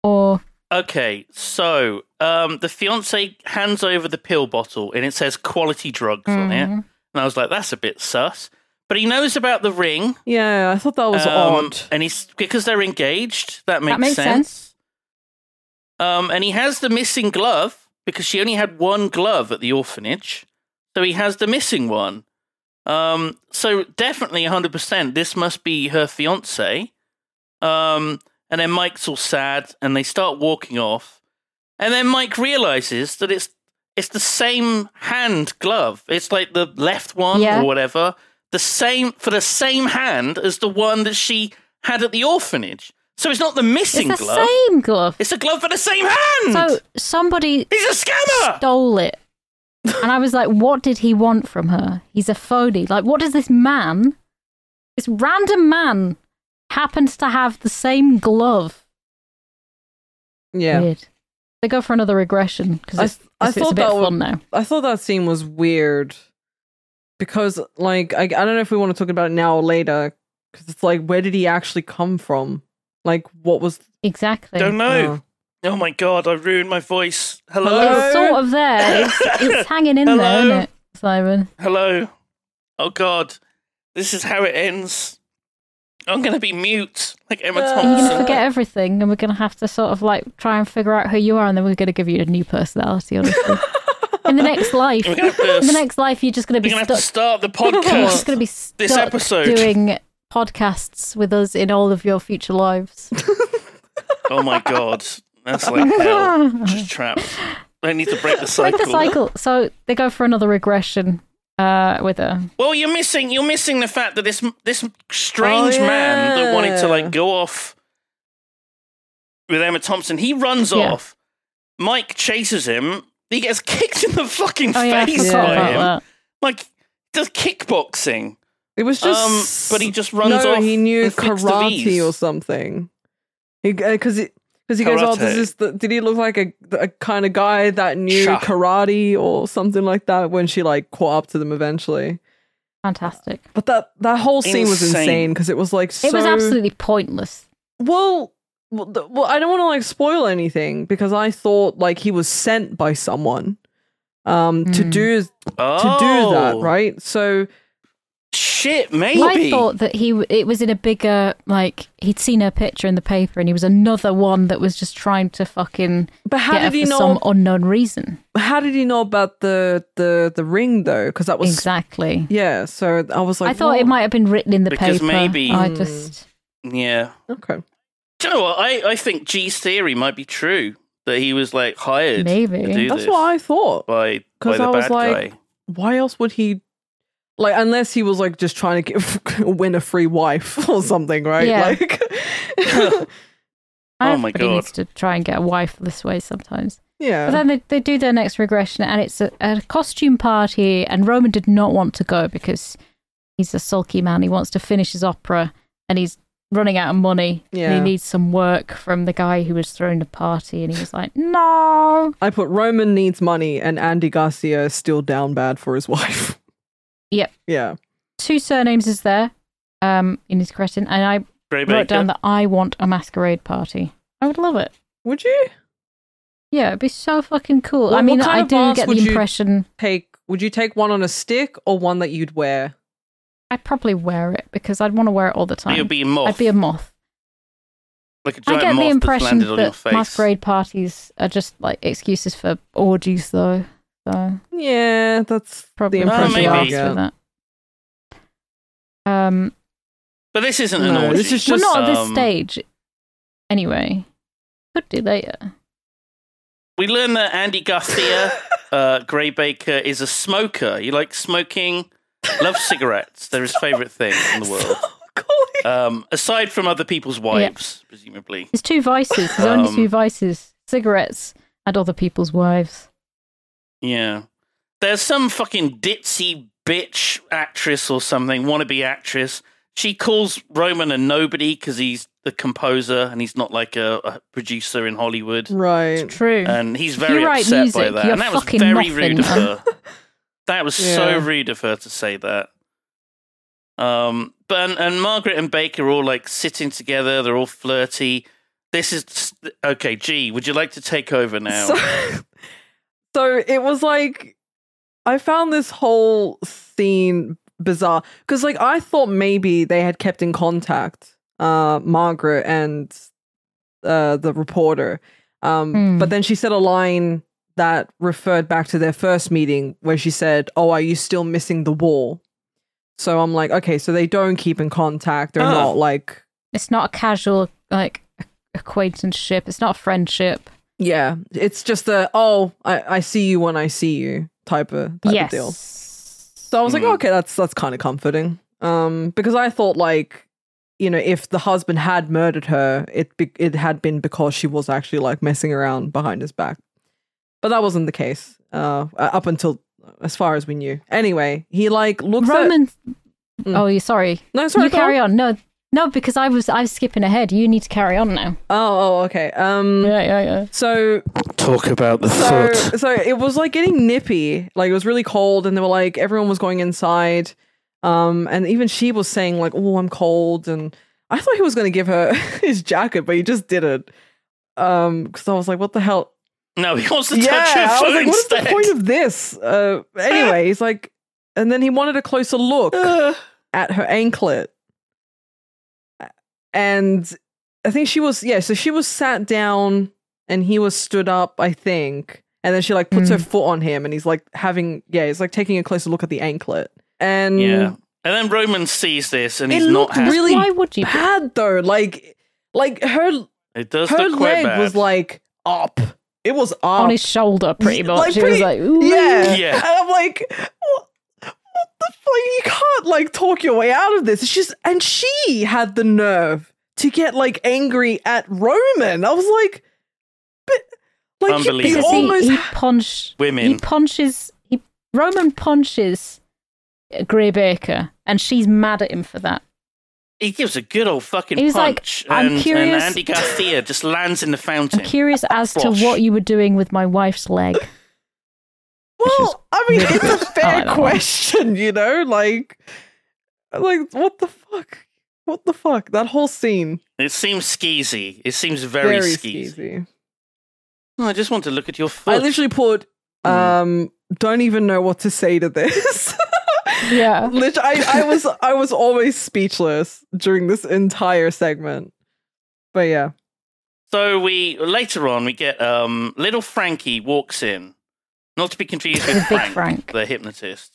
Speaker 4: Or
Speaker 2: Okay, so um, the fiance hands over the pill bottle and it says quality drugs on it.
Speaker 4: Mm-hmm.
Speaker 2: And I was like, that's a bit sus. But he knows about the ring.
Speaker 3: Yeah, I thought that was
Speaker 2: um,
Speaker 3: odd.
Speaker 2: And he's because they're engaged, that makes,
Speaker 4: makes
Speaker 2: sense.
Speaker 4: sense.
Speaker 2: Um, and he has the missing glove because she only had one glove at the orphanage. So he has the missing one. Um, so definitely 100%, this must be her fiance. Um, and then Mike's all sad and they start walking off. And then Mike realizes that it's it's the same hand glove. It's like the left one
Speaker 4: Yeah.
Speaker 2: or whatever, the same for the same hand as the one that she had at the orphanage. So it's not the missing
Speaker 4: it's the
Speaker 2: glove.
Speaker 4: same glove.
Speaker 2: It's a glove for the same hand.
Speaker 4: So somebody
Speaker 2: He's a scammer.
Speaker 4: stole it. And I was like, what did he want from her? He's a phony. Like, what does this man, this random man, happens to have the same glove?
Speaker 3: yeah,
Speaker 4: Weird. They go for another regression because
Speaker 3: I
Speaker 4: it's,
Speaker 3: th- I
Speaker 4: 'cause it's
Speaker 3: thought
Speaker 4: a bit
Speaker 3: that
Speaker 4: fun
Speaker 3: would-
Speaker 4: now.
Speaker 3: I thought that scene was weird because, like, I, I don't know if we want to talk about it now or later because it's like, where did he actually come from? Like, what was?
Speaker 4: Exactly.
Speaker 2: Don't know. Oh my god, I ruined my voice. Hello?
Speaker 4: It's sort of there. It's, it's hanging in there,
Speaker 2: Hello?
Speaker 4: isn't it, Simon?
Speaker 2: Hello. Oh god. This is how it ends. I'm going to be mute like Emma
Speaker 3: Uh,
Speaker 4: You're
Speaker 2: Thompson.
Speaker 4: gonna forget everything, and we're gonna have to sort of like try and figure out who you are, and then we're gonna give you a new personality. Honestly, in the next life,
Speaker 2: We're gonna have to-
Speaker 4: in the next life, you're just gonna be
Speaker 2: We're going to have
Speaker 4: stuck.
Speaker 2: to start the
Speaker 4: You're
Speaker 2: podcast.
Speaker 4: just gonna be
Speaker 2: This
Speaker 4: stuck
Speaker 2: episode.
Speaker 4: doing podcasts with us in all of your future lives.
Speaker 2: Oh my god. That's like hell. Just trapped. I need to break the cycle.
Speaker 4: Break the cycle. So they go for another regression uh, with her.
Speaker 2: Well, you're missing you're missing the fact that this this strange
Speaker 3: Oh, yeah.
Speaker 2: man that wanted to like go off with Emma Thompson, he runs
Speaker 4: Yeah.
Speaker 2: off. Mike chases him. He gets kicked in the fucking
Speaker 4: Oh yeah, I
Speaker 2: face
Speaker 4: forgot
Speaker 2: by
Speaker 4: about
Speaker 2: him.
Speaker 4: that.
Speaker 2: Like does kickboxing.
Speaker 3: It was just.
Speaker 2: Um, but he just runs
Speaker 3: no,
Speaker 2: off
Speaker 3: he knew
Speaker 2: and flicks the Vs.
Speaker 3: karate or something. Because he because he goes, oh,
Speaker 2: Karate.
Speaker 3: does this the, did he look like a, a kind of guy that knew
Speaker 2: Sha.
Speaker 3: karate or something like that? When she like caught up to them eventually,
Speaker 4: Fantastic.
Speaker 3: but that that whole scene was
Speaker 2: Insane.
Speaker 3: insane because it was like so.
Speaker 4: It was absolutely pointless.
Speaker 3: Well, well, th- well, I don't want to like spoil anything because I thought like he was sent by someone um to
Speaker 4: Hmm.
Speaker 3: do to
Speaker 2: Oh,
Speaker 3: do that, right? So
Speaker 2: Shit,
Speaker 4: I
Speaker 2: maybe.
Speaker 4: thought that he w- it was in a bigger like he'd seen her picture in the paper and he was another one that was just trying to fucking
Speaker 3: but how
Speaker 4: get her
Speaker 3: did he
Speaker 4: for
Speaker 3: know
Speaker 4: some unknown reason.
Speaker 3: how did he know about the the the ring though? Cuz that was
Speaker 4: exactly.
Speaker 3: yeah, so I was like
Speaker 4: I thought
Speaker 3: well,
Speaker 4: it might have been written in the
Speaker 2: Because
Speaker 4: paper.
Speaker 2: maybe-
Speaker 4: I just
Speaker 2: yeah.
Speaker 3: Okay.
Speaker 2: Do you know what? I, I think G's theory might be true that he was like hired to
Speaker 4: Maybe.
Speaker 2: do
Speaker 3: That's
Speaker 2: this
Speaker 3: what I thought.
Speaker 2: by, by
Speaker 3: 'Cause
Speaker 2: the
Speaker 3: I was
Speaker 2: bad
Speaker 3: like-
Speaker 2: guy.
Speaker 3: Why else would he like unless he was like just trying to get, win a free wife or something, right?
Speaker 4: Yeah.
Speaker 3: Like
Speaker 2: Oh my
Speaker 4: everybody
Speaker 2: God.
Speaker 4: needs to try and get a wife this way sometimes. But
Speaker 3: Yeah.
Speaker 4: then they, they do their next regression and it's a, a costume party and Roman did not want to go because he's a sulky man. He wants to finish his opera and he's running out of money. and
Speaker 3: Yeah.
Speaker 4: he needs some work from the guy who was throwing the party and he was like, No.
Speaker 3: I put Roman needs money and Andy Garcia is still down bad for his wife.
Speaker 4: Yep.
Speaker 3: Yeah.
Speaker 4: Two surnames is there um, in his question and I
Speaker 2: Gray
Speaker 4: wrote
Speaker 2: Baker.
Speaker 4: down that I want a masquerade party. I would love it.
Speaker 3: Would you
Speaker 4: Yeah, it'd be so fucking cool.
Speaker 3: What-
Speaker 4: I mean,
Speaker 3: what kind
Speaker 4: I
Speaker 3: of
Speaker 4: do
Speaker 3: mask
Speaker 4: get
Speaker 3: would
Speaker 4: the
Speaker 3: you-
Speaker 4: impression
Speaker 3: take would you take one on a stick or one that you'd wear?
Speaker 4: I'd probably wear it because I'd want to wear it all the
Speaker 2: But
Speaker 4: time.
Speaker 2: You'll be a moth.
Speaker 4: I'd be a moth.
Speaker 2: like a
Speaker 4: I
Speaker 2: giant
Speaker 4: get
Speaker 2: moth
Speaker 4: the
Speaker 2: that's
Speaker 4: impression
Speaker 2: landed on your
Speaker 4: that
Speaker 2: face.
Speaker 4: masquerade parties are just like excuses for orgies, though. So
Speaker 3: Yeah, that's
Speaker 4: probably
Speaker 3: the
Speaker 2: Oh,
Speaker 3: impression
Speaker 2: maybe.
Speaker 3: I
Speaker 4: asked
Speaker 3: get.
Speaker 4: for that. Um,
Speaker 2: But this isn't an
Speaker 3: No,
Speaker 2: orgy.
Speaker 3: this is
Speaker 4: well,
Speaker 3: Just,
Speaker 4: not at this
Speaker 2: um,
Speaker 4: stage. Anyway, could do later.
Speaker 2: We learn that Andy Garcia, uh, Gray Baker, is a smoker. He likes smoking, loves cigarettes. They're his favorite thing in the world. Um, aside from other people's wives, presumably.
Speaker 4: His two vices, his only
Speaker 2: Um,
Speaker 4: two vices: cigarettes and other people's wives.
Speaker 2: Yeah. There's some fucking ditzy bitch actress or something, wannabe actress. She calls Roman a nobody because he's the composer and he's not like a, a producer in Hollywood.
Speaker 3: Right.
Speaker 4: True.
Speaker 2: And he's very
Speaker 4: write
Speaker 2: upset by
Speaker 4: music,
Speaker 2: that.
Speaker 4: you're
Speaker 2: and that was
Speaker 4: fucking
Speaker 2: very
Speaker 4: nothing,
Speaker 2: rude of
Speaker 4: man.
Speaker 2: her. that was
Speaker 3: Yeah.
Speaker 2: so rude of her to say that. Um, but and, and Margaret and Baker are all like sitting together. They're all flirty. This is okay. Gee, would you like to take over now?
Speaker 3: So, so it was like I found this whole scene bizarre because like I thought maybe they had kept in contact uh Margaret and uh the reporter um
Speaker 4: Hmm.
Speaker 3: but then she said a line that referred back to their first meeting where she said oh are you still missing the wall so I'm like okay so they don't keep in contact they're
Speaker 2: Oh.
Speaker 3: not like
Speaker 4: it's not a casual like acquaintanceship. It's not a friendship.
Speaker 3: yeah it's just a oh I, I see you when I see you type of type
Speaker 4: yes.
Speaker 3: of deal So I was
Speaker 2: Mm.
Speaker 3: like, okay, that's that's kind of comforting. Um, because I thought like, you know, if the husband had murdered her, it be- it had been because she was actually like messing around behind his back, but that wasn't the case. Uh, uh, up until as far as we knew. Anyway, he like looks At-
Speaker 4: Roman.
Speaker 3: Mm.
Speaker 4: Oh, you're sorry.
Speaker 3: no, sorry,
Speaker 4: you
Speaker 3: go on.
Speaker 4: carry on. No, no, because I was I was skipping ahead. You need to carry on now.
Speaker 3: Oh, oh, okay. Um,
Speaker 4: Yeah, yeah, yeah.
Speaker 3: so
Speaker 2: Talk about the
Speaker 3: so so it was like getting nippy like it was really cold and they were like everyone was going inside Um, and even she was saying like, "Oh, I'm cold," and I thought he was going to give her his jacket, but he just didn't. Um, because I was like, "What the hell?"
Speaker 2: No, he wants to
Speaker 3: yeah,
Speaker 2: touch
Speaker 3: I
Speaker 2: her
Speaker 3: was
Speaker 2: phone
Speaker 3: like, "What's the
Speaker 2: instead.
Speaker 3: point of this?" Uh, anyway, he's like, and then he wanted a closer look
Speaker 2: Uh,
Speaker 3: at her anklet. And I think she was, yeah, so she was sat down and he was stood up, I think. And then she like puts
Speaker 2: Hmm.
Speaker 3: her foot on him and he's like having, yeah, he's like taking a closer look at the anklet. And
Speaker 2: yeah. And then Roman sees this and
Speaker 3: Mm. it
Speaker 2: he's not
Speaker 3: looked
Speaker 2: happy.
Speaker 3: really
Speaker 4: Why would you?
Speaker 3: bad though. Like, like her,
Speaker 2: it does
Speaker 3: her
Speaker 2: look quite
Speaker 3: leg
Speaker 2: bad.
Speaker 3: was like up. It was up.
Speaker 4: On his shoulder, pretty
Speaker 3: Yeah,
Speaker 4: much.
Speaker 3: like,
Speaker 4: She was
Speaker 3: pretty-
Speaker 4: like, Ooh.
Speaker 3: Yeah.
Speaker 2: Yeah.
Speaker 3: And I'm like, what, what the fuck? You can't like talk your way out of this. It's just, and she had the nerve to get like angry at Roman. I was like, but like you'd be
Speaker 2: Unbelievable.
Speaker 4: Because he,
Speaker 3: almost.
Speaker 4: he punch, he
Speaker 2: Women.
Speaker 4: punches, he Roman punches Greer Baker, and she's mad at him for that.
Speaker 2: He gives a good old fucking
Speaker 4: He was like,
Speaker 2: punch.
Speaker 4: "I'm
Speaker 2: and, and
Speaker 4: curious."
Speaker 2: Andy Garcia just lands in the
Speaker 4: I'm
Speaker 2: fountain.
Speaker 4: curious as to
Speaker 2: Bosh.
Speaker 4: what you were doing with my wife's leg. is
Speaker 3: Well, I mean, it's a
Speaker 4: ridiculous. I
Speaker 3: fair
Speaker 4: don't know.
Speaker 3: question, you know, like, like what the fuck, what the fuck? That whole scene,
Speaker 2: It seems skeezy. It seems very,
Speaker 3: very,
Speaker 2: skeezy.
Speaker 3: skeezy.
Speaker 2: Oh, I just want to look at your
Speaker 3: I
Speaker 2: foot.
Speaker 3: literally put,
Speaker 2: Mm.
Speaker 3: um, don't even know what to say to this.
Speaker 4: Yeah.
Speaker 3: Lit- I, I was I was always speechless during this entire segment. But yeah.
Speaker 2: So we later on we get um, little Frankie walks in, not to be confused with
Speaker 4: With Big
Speaker 2: Frank,
Speaker 4: Frank.
Speaker 2: the hypnotist.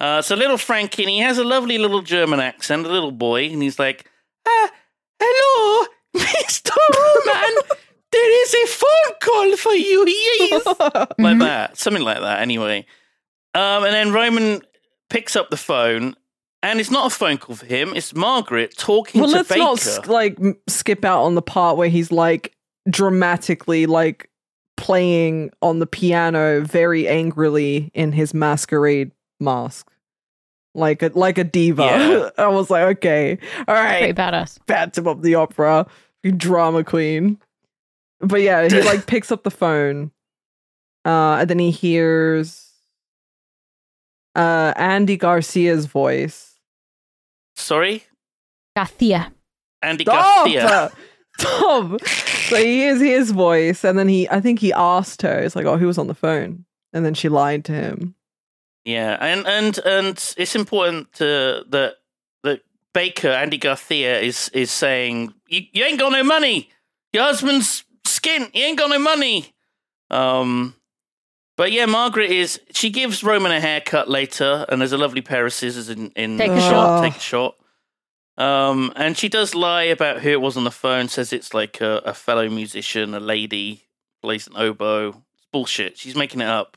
Speaker 2: Uh, so little Frankie, and he has a lovely little German accent, a little boy, and he's like, ah, "Hello, Mister Roman, there is a phone call for you." Yes, like
Speaker 3: Mm-hmm.
Speaker 4: Mhm.
Speaker 2: that, something like that. Anyway, um, and then Roman picks up the phone, and it's not a phone call for him; it's Margaret talking
Speaker 3: well,
Speaker 2: to
Speaker 3: let's
Speaker 2: Baker.
Speaker 3: not s- like m- skip out on the part where he's like dramatically like playing on the piano very angrily in his masquerade mask. Like a like a diva.
Speaker 2: Yeah.
Speaker 3: I was like, okay. All right.
Speaker 4: Pretty badass.
Speaker 3: Phantom of the Opera, you drama queen. But yeah, he like picks up the phone, uh, and then he hears uh, Andy Garcia's voice.
Speaker 2: Sorry,
Speaker 4: Gathia.
Speaker 2: Andy
Speaker 3: Stop!
Speaker 2: Garcia.
Speaker 3: Stop! So he hears his voice, and then he, I think he asked her, it's like, oh, who was on the phone? And then she lied to him.
Speaker 2: Yeah, and and and it's important to that that Baker Andy Garcia is is saying you, you ain't got no money. Your husband's skint. You ain't got no money. Um, but yeah, Margaret is she gives Roman a haircut later, and there's a lovely pair of scissors in in
Speaker 4: Take a
Speaker 2: the
Speaker 3: shot.
Speaker 2: Take a shot. Um, and she does lie about who it was on the phone. Says it's like a, a fellow musician, a lady plays an oboe. It's bullshit. She's making it up.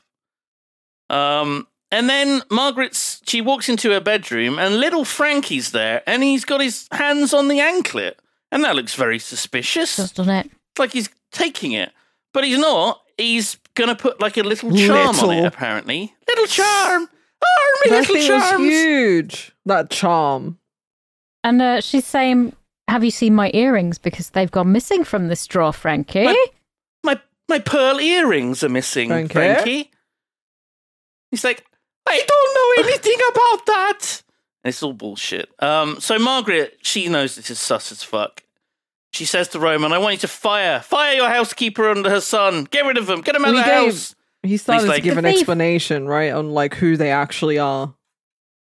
Speaker 2: Um, and then Margaret's she walks into her bedroom and little Frankie's there and he's got his hands on the anklet. And that looks very suspicious.
Speaker 4: Just
Speaker 2: It's
Speaker 4: done it.
Speaker 2: like he's taking it. But he's not. He's gonna put like a little charm on it,
Speaker 3: Little.
Speaker 2: apparently. Little charm. Oh, my
Speaker 3: That
Speaker 2: little
Speaker 3: thing was
Speaker 2: charms.
Speaker 3: huge. That charm.
Speaker 4: And uh, she's saying, Have you seen my earrings? Because they've gone missing from this drawer, Frankie.
Speaker 2: But- My my pearl earrings are missing,
Speaker 3: Frankie?
Speaker 2: Frankie. He's like, I don't know anything about that. It's all bullshit. Um, so Margaret, she knows this is sus as fuck. She says to Roman, I want you to fire, fire your housekeeper and her son. Get rid of them. Get them out
Speaker 3: Well,
Speaker 2: of the
Speaker 3: he gave-
Speaker 2: house.
Speaker 3: He started
Speaker 2: like-
Speaker 3: to give
Speaker 4: The
Speaker 3: an
Speaker 4: thief.
Speaker 3: explanation, right, on like who they actually are.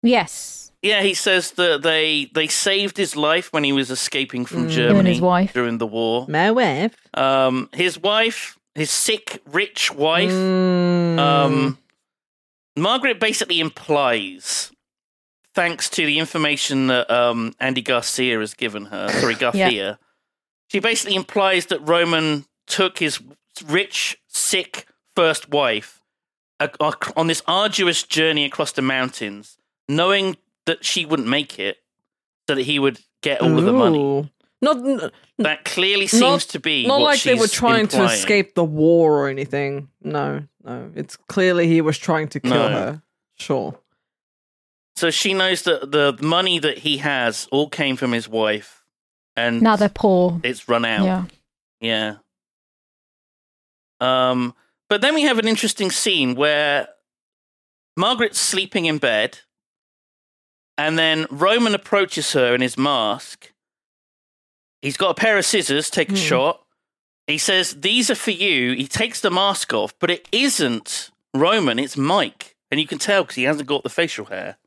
Speaker 4: yes.
Speaker 2: Yeah, he says that they they saved his life when he was escaping from
Speaker 3: Mm.
Speaker 2: Germany
Speaker 4: Him and his wife.
Speaker 2: during the war.
Speaker 3: My wife.
Speaker 2: Um, his wife, his sick, rich wife.
Speaker 3: Mm.
Speaker 2: Um,
Speaker 3: Hmm.
Speaker 2: Margaret basically implies, thanks to the information that um, Andy Garcia has given her, sorry, Garcia, she basically implies that Roman took his rich, sick first wife ac- ac- on this arduous journey across the mountains, knowing that she wouldn't make it, so that he would get all of the money.
Speaker 3: Ooh. Not n-
Speaker 2: That clearly seems to be
Speaker 3: not
Speaker 2: what
Speaker 3: like they were
Speaker 2: she's
Speaker 3: trying to
Speaker 2: implying.
Speaker 3: escape the war or anything. No, no. It's clearly he was trying to kill
Speaker 2: No.
Speaker 3: her. Sure.
Speaker 2: So she knows that the money that he has all came from his wife, and
Speaker 4: Now they're poor.
Speaker 2: it's run out.
Speaker 4: Yeah.
Speaker 2: Yeah. Um, but then we have an interesting scene where Margaret's sleeping in bed, And then Roman approaches her in his mask. He's got a pair of scissors, take a
Speaker 4: Hmm.
Speaker 2: shot. He says, These are for you. He takes the mask off, but it isn't Roman, it's Mike. And you can tell because he hasn't got the facial hair.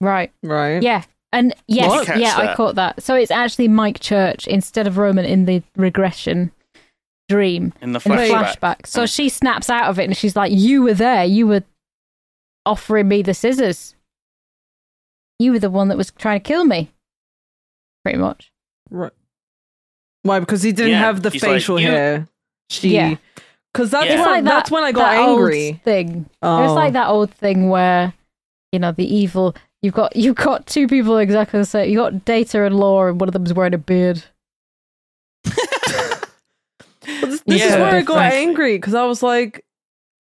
Speaker 4: Right.
Speaker 3: Right.
Speaker 4: Yeah. And
Speaker 2: What?
Speaker 4: yes,
Speaker 2: Catch
Speaker 4: yeah, I
Speaker 2: that.
Speaker 4: caught that. So it's actually Mike Church instead of Roman in the regression dream
Speaker 2: In the
Speaker 4: in the
Speaker 2: flashback. Mm.
Speaker 4: flashback. So she snaps out of it and she's like, "You were there. You were offering me the scissors. You were the one that was trying to kill me." Pretty much.
Speaker 3: Right. Why? Because he didn't
Speaker 2: Yeah,
Speaker 3: have the
Speaker 2: she's like,
Speaker 3: facial
Speaker 2: "You-"
Speaker 3: hair. She.
Speaker 4: Yeah.
Speaker 3: Because that's
Speaker 2: It's
Speaker 3: when,
Speaker 2: Yeah.
Speaker 4: like that-
Speaker 3: that's when I got
Speaker 4: that old
Speaker 3: angry.
Speaker 4: thing.
Speaker 3: Oh.
Speaker 4: It's like that old thing where, you know, the evil. You've got you've got two people exactly the same. You got Data and Law, and one of them's wearing a beard.
Speaker 3: But This, this is
Speaker 2: Yeah.
Speaker 3: where I got
Speaker 2: Exactly.
Speaker 3: angry because I was like,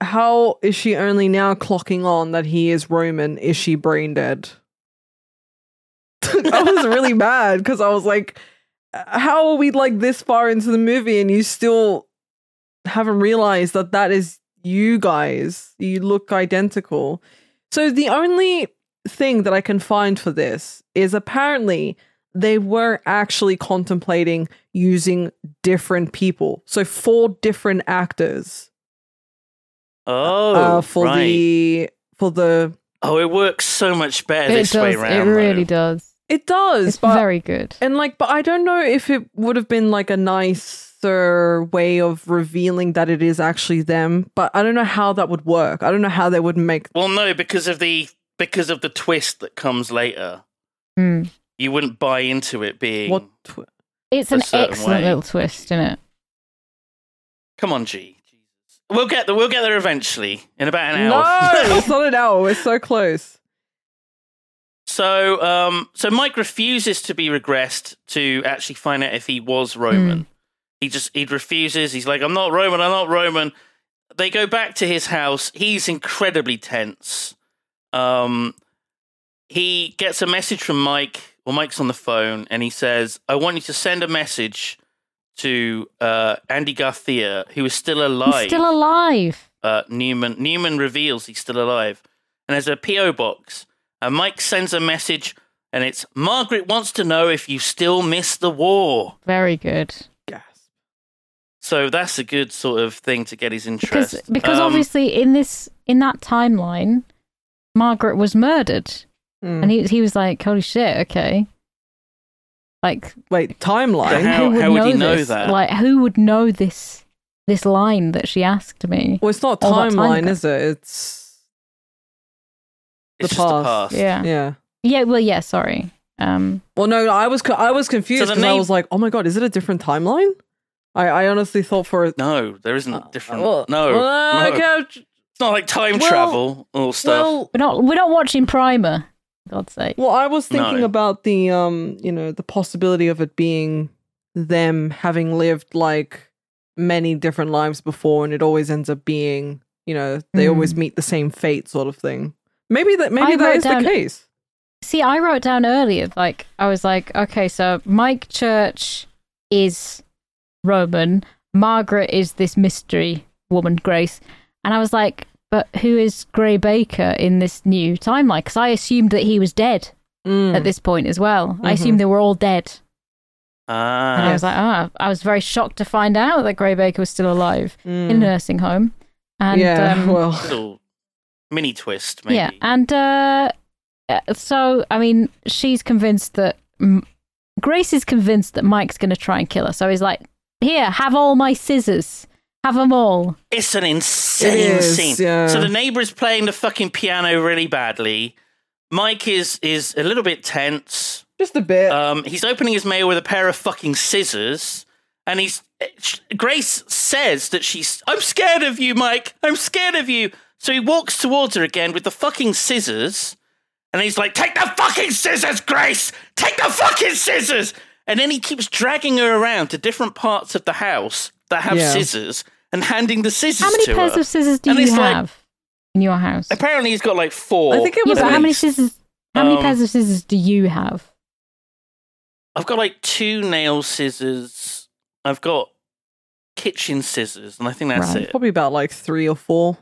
Speaker 3: how is she only now clocking on that he is Roman? Is she brain dead? I was really mad because I was like, how are we like this far into the movie and you still haven't realized that that is you guys? You look identical. So the only thing that I can find for this is apparently they were actually contemplating using different people. So four different actors
Speaker 2: Oh,
Speaker 3: uh, for
Speaker 2: right.
Speaker 3: the for the
Speaker 2: oh, it works so much better
Speaker 4: it
Speaker 2: this
Speaker 4: does.
Speaker 2: way
Speaker 4: It
Speaker 2: round.
Speaker 4: really
Speaker 2: though.
Speaker 4: does.
Speaker 3: it does,
Speaker 4: It's
Speaker 3: but
Speaker 4: very good.
Speaker 3: and like but I don't know if it would have been like a nicer way of revealing that it is actually them, but I don't know how that would work. I don't know how they would make
Speaker 2: Well, no, because of the because of the twist that comes later,
Speaker 4: Hmm.
Speaker 2: you wouldn't buy into it being.
Speaker 3: what tw-
Speaker 4: It's
Speaker 2: a
Speaker 4: an
Speaker 2: certain
Speaker 4: excellent
Speaker 2: way.
Speaker 4: little twist, isn't it?
Speaker 2: Come on, G. We'll get there. We'll get there eventually in about an
Speaker 3: No,
Speaker 2: hour.
Speaker 3: it's not an hour. We're so close.
Speaker 2: So, um, so Mike refuses to be regressed to actually find out if he was Roman. He just he refuses. He's like, I'm not Roman. I'm not Roman. They go back to his house. He's incredibly tense. Um, he gets a message from Mike. Well, Mike's on the phone, and he says, "I want you to send a message to uh, Andy Garcia, who is still
Speaker 4: He's
Speaker 2: alive."
Speaker 4: still alive.
Speaker 2: uh, Newman. Newman reveals he's still alive, and there's a PO box. And Mike sends a message, and it's Margaret wants to know if you still miss the war.
Speaker 4: Very good.
Speaker 3: Yes.
Speaker 2: So that's a good sort of thing to get his interest.
Speaker 4: Because because
Speaker 2: Um,
Speaker 4: obviously in this in that timeline, Margaret was murdered,
Speaker 3: Mm.
Speaker 2: Hmm.
Speaker 4: and he he was like, "Holy shit, okay." Like
Speaker 3: Wait, timeline.
Speaker 2: Yeah, How-
Speaker 4: who would
Speaker 2: how
Speaker 4: know
Speaker 2: would he know
Speaker 4: this?
Speaker 2: that?
Speaker 4: Like, who would know this this line that she asked me?
Speaker 3: Well, it's not
Speaker 4: All that Oh, time
Speaker 3: timeline,
Speaker 4: ago.
Speaker 3: is it? It's
Speaker 2: it's
Speaker 3: the
Speaker 2: just the
Speaker 3: past.
Speaker 2: past.
Speaker 4: Yeah, yeah.
Speaker 3: yeah.
Speaker 4: well, yeah. Sorry. Um,
Speaker 3: Well, no, I was co- I was confused
Speaker 2: the
Speaker 3: because I
Speaker 2: main-
Speaker 3: was like, oh my god, is it a different timeline? I, I honestly thought for it.
Speaker 2: No, there isn't different.
Speaker 3: Uh, Well,
Speaker 2: no,
Speaker 3: well,
Speaker 2: no.
Speaker 3: okay,
Speaker 2: it's not like time
Speaker 3: Well,
Speaker 2: travel or stuff.
Speaker 3: well,
Speaker 4: we're not we're not watching Primer. for God's sake.
Speaker 3: well, I was thinking
Speaker 2: No.
Speaker 3: about the um, you know, the possibility of it being them having lived like many different lives before, and it always ends up being, you know, they always meet the same fate, sort of thing. Maybe that maybe
Speaker 4: Mm. I
Speaker 3: that
Speaker 4: wrote
Speaker 3: is the
Speaker 4: down-
Speaker 3: case.
Speaker 4: See, I wrote down earlier, like, I was like, okay, so Mike Church is Roman, Margaret is this mystery woman, Grace. And I was like, but who is Gray Baker in this new timeline? Because I assumed that he was dead
Speaker 3: Mm.
Speaker 4: at this point as well. I
Speaker 2: Mm-hmm.
Speaker 3: Mhm.
Speaker 4: assumed they were all dead. And I
Speaker 3: uh,
Speaker 2: ah,
Speaker 4: was like, oh, I was very shocked to find out that Gray Baker was still alive
Speaker 3: Mm.
Speaker 4: in a nursing home. And,
Speaker 3: yeah,
Speaker 4: um,
Speaker 3: well,
Speaker 2: little mini twist, maybe.
Speaker 4: Yeah, and uh, uh, so I mean, she's convinced that mm, Grace is convinced that Mike's going to try and kill her. So he's like, "Here, have all my scissors, have them all."
Speaker 2: It's an insane
Speaker 3: It is,
Speaker 2: scene.
Speaker 3: yeah.
Speaker 2: So the neighbor is playing the fucking piano really badly. Mike is is a little bit tense.
Speaker 3: just a bit.
Speaker 2: Um, he's opening his mail with a pair of fucking scissors, and he's Grace says that she's. I'm scared of you, Mike. I'm scared of you. So he walks towards her again with the fucking scissors, and he's like, "Take the fucking scissors, Grace. Take the fucking scissors." And then he keeps dragging her around to different parts of the house that have
Speaker 3: Yeah.
Speaker 2: scissors and handing the scissors.
Speaker 4: How many
Speaker 2: to
Speaker 4: pairs
Speaker 2: her.
Speaker 4: of scissors do
Speaker 2: And
Speaker 4: you
Speaker 2: it's like-
Speaker 4: have in your house? Yeah,
Speaker 2: Apparently, he's got like four.
Speaker 3: I think it was
Speaker 4: but
Speaker 2: at
Speaker 4: how many
Speaker 2: least.
Speaker 4: scissors? How many
Speaker 2: Um,
Speaker 4: pairs of scissors do you have?
Speaker 2: I've got like two nail scissors. I've got kitchen scissors, and I think that's
Speaker 4: Right.
Speaker 2: it.
Speaker 3: Probably about like three or four.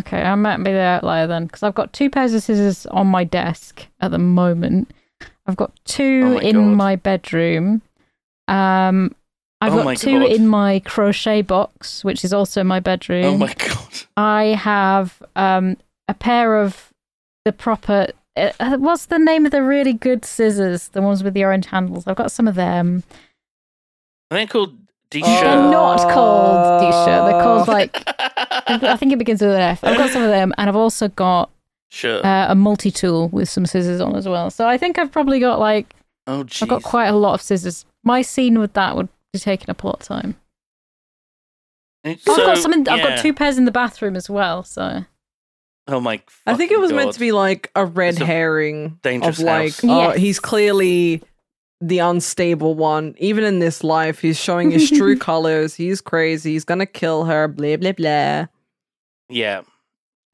Speaker 4: Okay, I might be the outlier then, because I've got two pairs of scissors on my desk at the moment. I've got two
Speaker 2: Oh my
Speaker 4: in
Speaker 2: God.
Speaker 4: my bedroom. Um, I've
Speaker 2: Oh my
Speaker 4: got two
Speaker 2: God.
Speaker 4: in my crochet box, which is also my bedroom.
Speaker 2: Oh my god.
Speaker 4: I have um, a pair of the proper. Uh, uh, what's the name of the really good scissors? The ones with the orange handles. I've got some of them.
Speaker 2: I think called D
Speaker 4: They're
Speaker 2: shirt.
Speaker 4: not called Disha. They're called Oh, like
Speaker 2: Oh.
Speaker 4: I think it begins with an F. I've got some of them, and I've also got
Speaker 2: Sure.
Speaker 4: uh, a multi tool with some scissors on as well. So I think I've probably got like
Speaker 2: oh jeez.
Speaker 4: I've got quite a lot of scissors. My scene with that would be taking up a lot of time. Oh, I've got
Speaker 2: So,
Speaker 4: some. In, I've got
Speaker 2: yeah.
Speaker 4: two pairs in the bathroom as well. So
Speaker 2: Oh my.
Speaker 3: I think it
Speaker 2: fucking
Speaker 3: was meant
Speaker 2: God.
Speaker 3: to be like a red
Speaker 2: It's a
Speaker 3: herring
Speaker 2: dangerous
Speaker 3: of like,
Speaker 2: house.
Speaker 3: oh,
Speaker 4: Yes.
Speaker 3: he's clearly the unstable one. Even in this life, he's showing his true colors. He's crazy. He's gonna kill her. Blah blah blah.
Speaker 2: Yeah.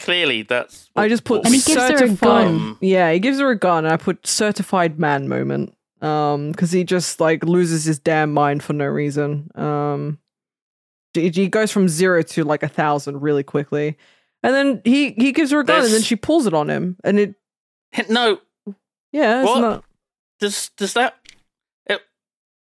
Speaker 2: Clearly, that's.
Speaker 3: I just put
Speaker 4: And he gives her a
Speaker 3: certified.
Speaker 2: gun. Um,
Speaker 3: Yeah, he gives her a gun. I put certified man moment. Um, because he just like loses his damn mind for no reason. Um, he- he goes from zero to like a thousand really quickly, and then he he gives her a gun, and then
Speaker 2: There's-
Speaker 3: she pulls it on him, and it
Speaker 2: no.
Speaker 3: yeah, it's
Speaker 2: What?
Speaker 3: not.
Speaker 2: Does does that? It,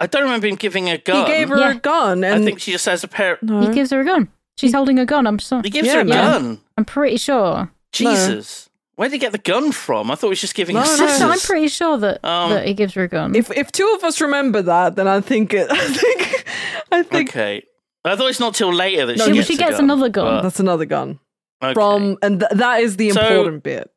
Speaker 2: I don't remember him giving a gun.
Speaker 3: He gave her
Speaker 4: Yeah.
Speaker 3: a gun,
Speaker 2: I
Speaker 3: and
Speaker 2: think she just has a pair.
Speaker 3: no,
Speaker 4: he gives her a gun. She's holding a gun. I'm so,
Speaker 2: He gives
Speaker 3: Yeah,
Speaker 2: her a
Speaker 3: man.
Speaker 2: gun.
Speaker 4: I'm pretty sure.
Speaker 2: Jesus. Where did he get the gun from? I thought he was just giving
Speaker 3: No,
Speaker 2: her
Speaker 3: no.
Speaker 2: scissors.
Speaker 4: So I'm pretty sure that,
Speaker 2: Um,
Speaker 4: that he gives her a gun.
Speaker 3: if if two of us remember that, then I think it. I think I think
Speaker 2: okay. I thought it's not till later that
Speaker 3: No,
Speaker 2: she
Speaker 3: she
Speaker 2: gets, a
Speaker 4: gets
Speaker 2: gun,
Speaker 4: another gun.
Speaker 3: that's another gun
Speaker 2: but- okay.
Speaker 3: from, and th- that is the
Speaker 2: So-
Speaker 3: important bit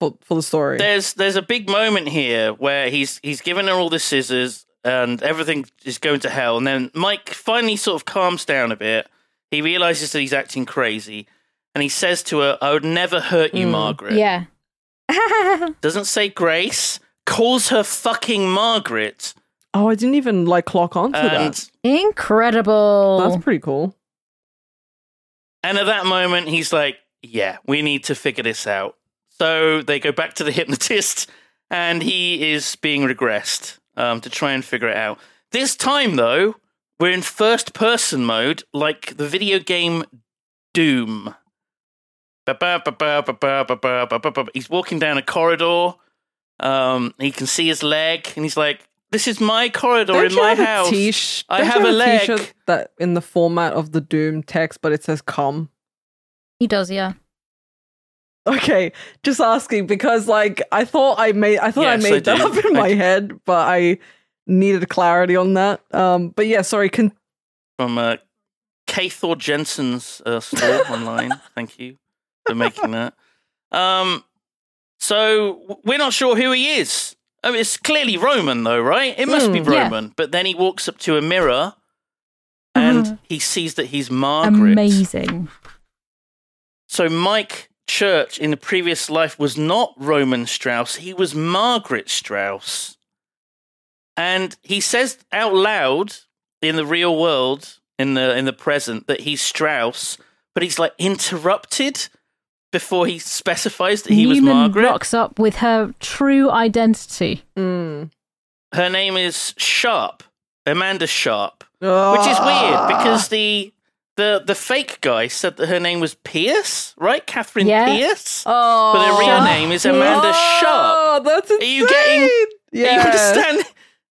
Speaker 3: for for the story.
Speaker 2: there's there's a big moment here where he's he's given her all the scissors and everything is going to hell and then Mike finally sort of calms down a bit. He realizes that he's acting crazy and he says to her, "I would never hurt you,
Speaker 3: Mm.
Speaker 2: Margaret."
Speaker 4: yeah.
Speaker 2: Doesn't say Grace, calls her fucking Margaret.
Speaker 3: Oh, I didn't even like clock onto
Speaker 2: And
Speaker 3: that.
Speaker 4: Incredible.
Speaker 3: That's pretty cool.
Speaker 2: And at that moment, he's like, yeah, we need to figure this out. So they go back to the hypnotist, and he is being regressed um, to try and figure it out. This time, though, we're in first person mode, like the video game Doom. Ba-ba-ba-ba-ba-ba-ba-ba-ba-ba-ba. He's walking down a corridor. Um, he can see his leg, and he's like, "This is my corridor
Speaker 3: Don't
Speaker 2: in
Speaker 3: you
Speaker 2: my
Speaker 3: have a
Speaker 2: house."
Speaker 3: t-sh-
Speaker 2: I
Speaker 3: don't you
Speaker 2: have a leg.
Speaker 3: T-shirt that in the format of the Doom text, but it says "come."
Speaker 4: he does, yeah.
Speaker 3: Okay, just asking because like I thought I made I thought
Speaker 2: Yes,
Speaker 3: I
Speaker 2: I
Speaker 3: made that
Speaker 2: do.
Speaker 3: up in
Speaker 2: I
Speaker 3: my
Speaker 2: do.
Speaker 3: head, but I needed clarity on that. Um, but yeah, sorry. Can
Speaker 2: from uh, Kathor Jensen's uh, store online. Thank you for making that. Um, so w- we're not sure who he is. Oh, it's clearly Roman, though, right? It must be
Speaker 3: Hmm.
Speaker 4: Mm, Yeah.
Speaker 2: Roman. But then he walks up to a mirror and
Speaker 4: Uh-huh.
Speaker 2: he sees that he's Margaret.
Speaker 4: Amazing.
Speaker 2: So Mike Church in the previous life was not Roman Strauss, he was Margaret Strauss. And he says out loud in the real world, in the in the present, that he's Strauss, but he's like interrupted before he specifies that he was
Speaker 4: Newman
Speaker 2: Margaret.
Speaker 4: rocks up with her true identity.
Speaker 3: mm.
Speaker 2: Her name is Sharp, Amanda Sharp, which is
Speaker 3: Ah.
Speaker 2: weird because the the the fake guy said that her name was Pierce, right? Catherine
Speaker 4: Yeah.
Speaker 2: Pierce.
Speaker 3: Oh,
Speaker 2: But her real name is Amanda Sharp.
Speaker 3: Oh, that's insane.
Speaker 2: Are you getting-
Speaker 3: Yeah.
Speaker 2: You understand?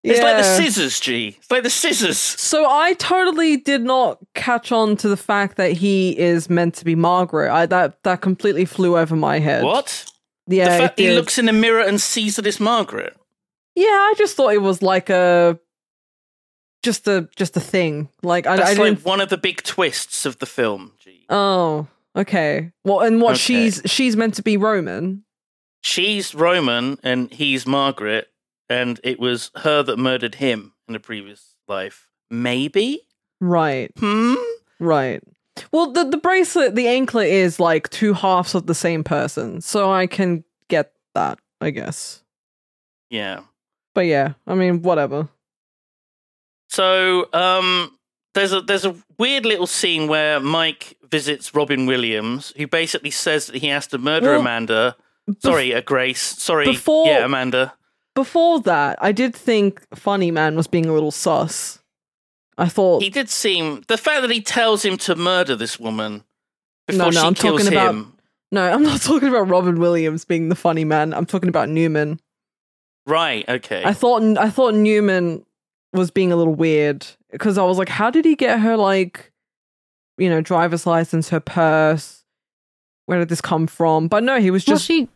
Speaker 2: It's like the
Speaker 3: Yeah.
Speaker 2: scissors, G. It's like the scissors.
Speaker 3: So I totally did not catch on to the fact that he is meant to be Margaret. I that that completely flew over my head.
Speaker 2: What?
Speaker 3: Yeah,
Speaker 2: The
Speaker 3: it
Speaker 2: fact he
Speaker 3: did.
Speaker 2: looks in the mirror and sees that it's Margaret.
Speaker 3: Yeah, I just thought it was like a just a just a thing. Like I, I
Speaker 2: That's like
Speaker 3: didn't.
Speaker 2: one of the big twists of the film, G.
Speaker 3: oh, okay. Well, and what
Speaker 2: Okay.
Speaker 3: she's she's meant to be Roman.
Speaker 2: She's Roman and he's Margaret, and it was her that murdered him in a previous life. Maybe?
Speaker 3: Right.
Speaker 2: Hmm?
Speaker 3: Right. Well, the the bracelet, the anklet is like two halves of the same person, so I can get that, I guess.
Speaker 2: Yeah.
Speaker 3: But yeah, I mean, whatever.
Speaker 2: So um, there's a there's a weird little scene where Mike visits Robin Williams, who basically says that he has to murder
Speaker 3: Well,
Speaker 2: Amanda. Sorry, uh, Grace. Sorry,
Speaker 3: before-
Speaker 2: yeah, Amanda.
Speaker 3: Before that, I did think Funny Man was being a little sus. I thought, Oh.
Speaker 2: He did seem the fact that he tells him to murder this woman before
Speaker 3: no,
Speaker 2: she
Speaker 3: I'm
Speaker 2: kills
Speaker 3: talking about-
Speaker 2: him.
Speaker 3: No, I'm not talking about Robin Williams being the funny man. I'm talking about Newman.
Speaker 2: Right. Okay.
Speaker 3: I thought I thought Newman was being a little weird because I was like, how did he get her like, you know, driver's license, her purse? Where did this come from? But no, he was
Speaker 4: well,
Speaker 3: just
Speaker 4: she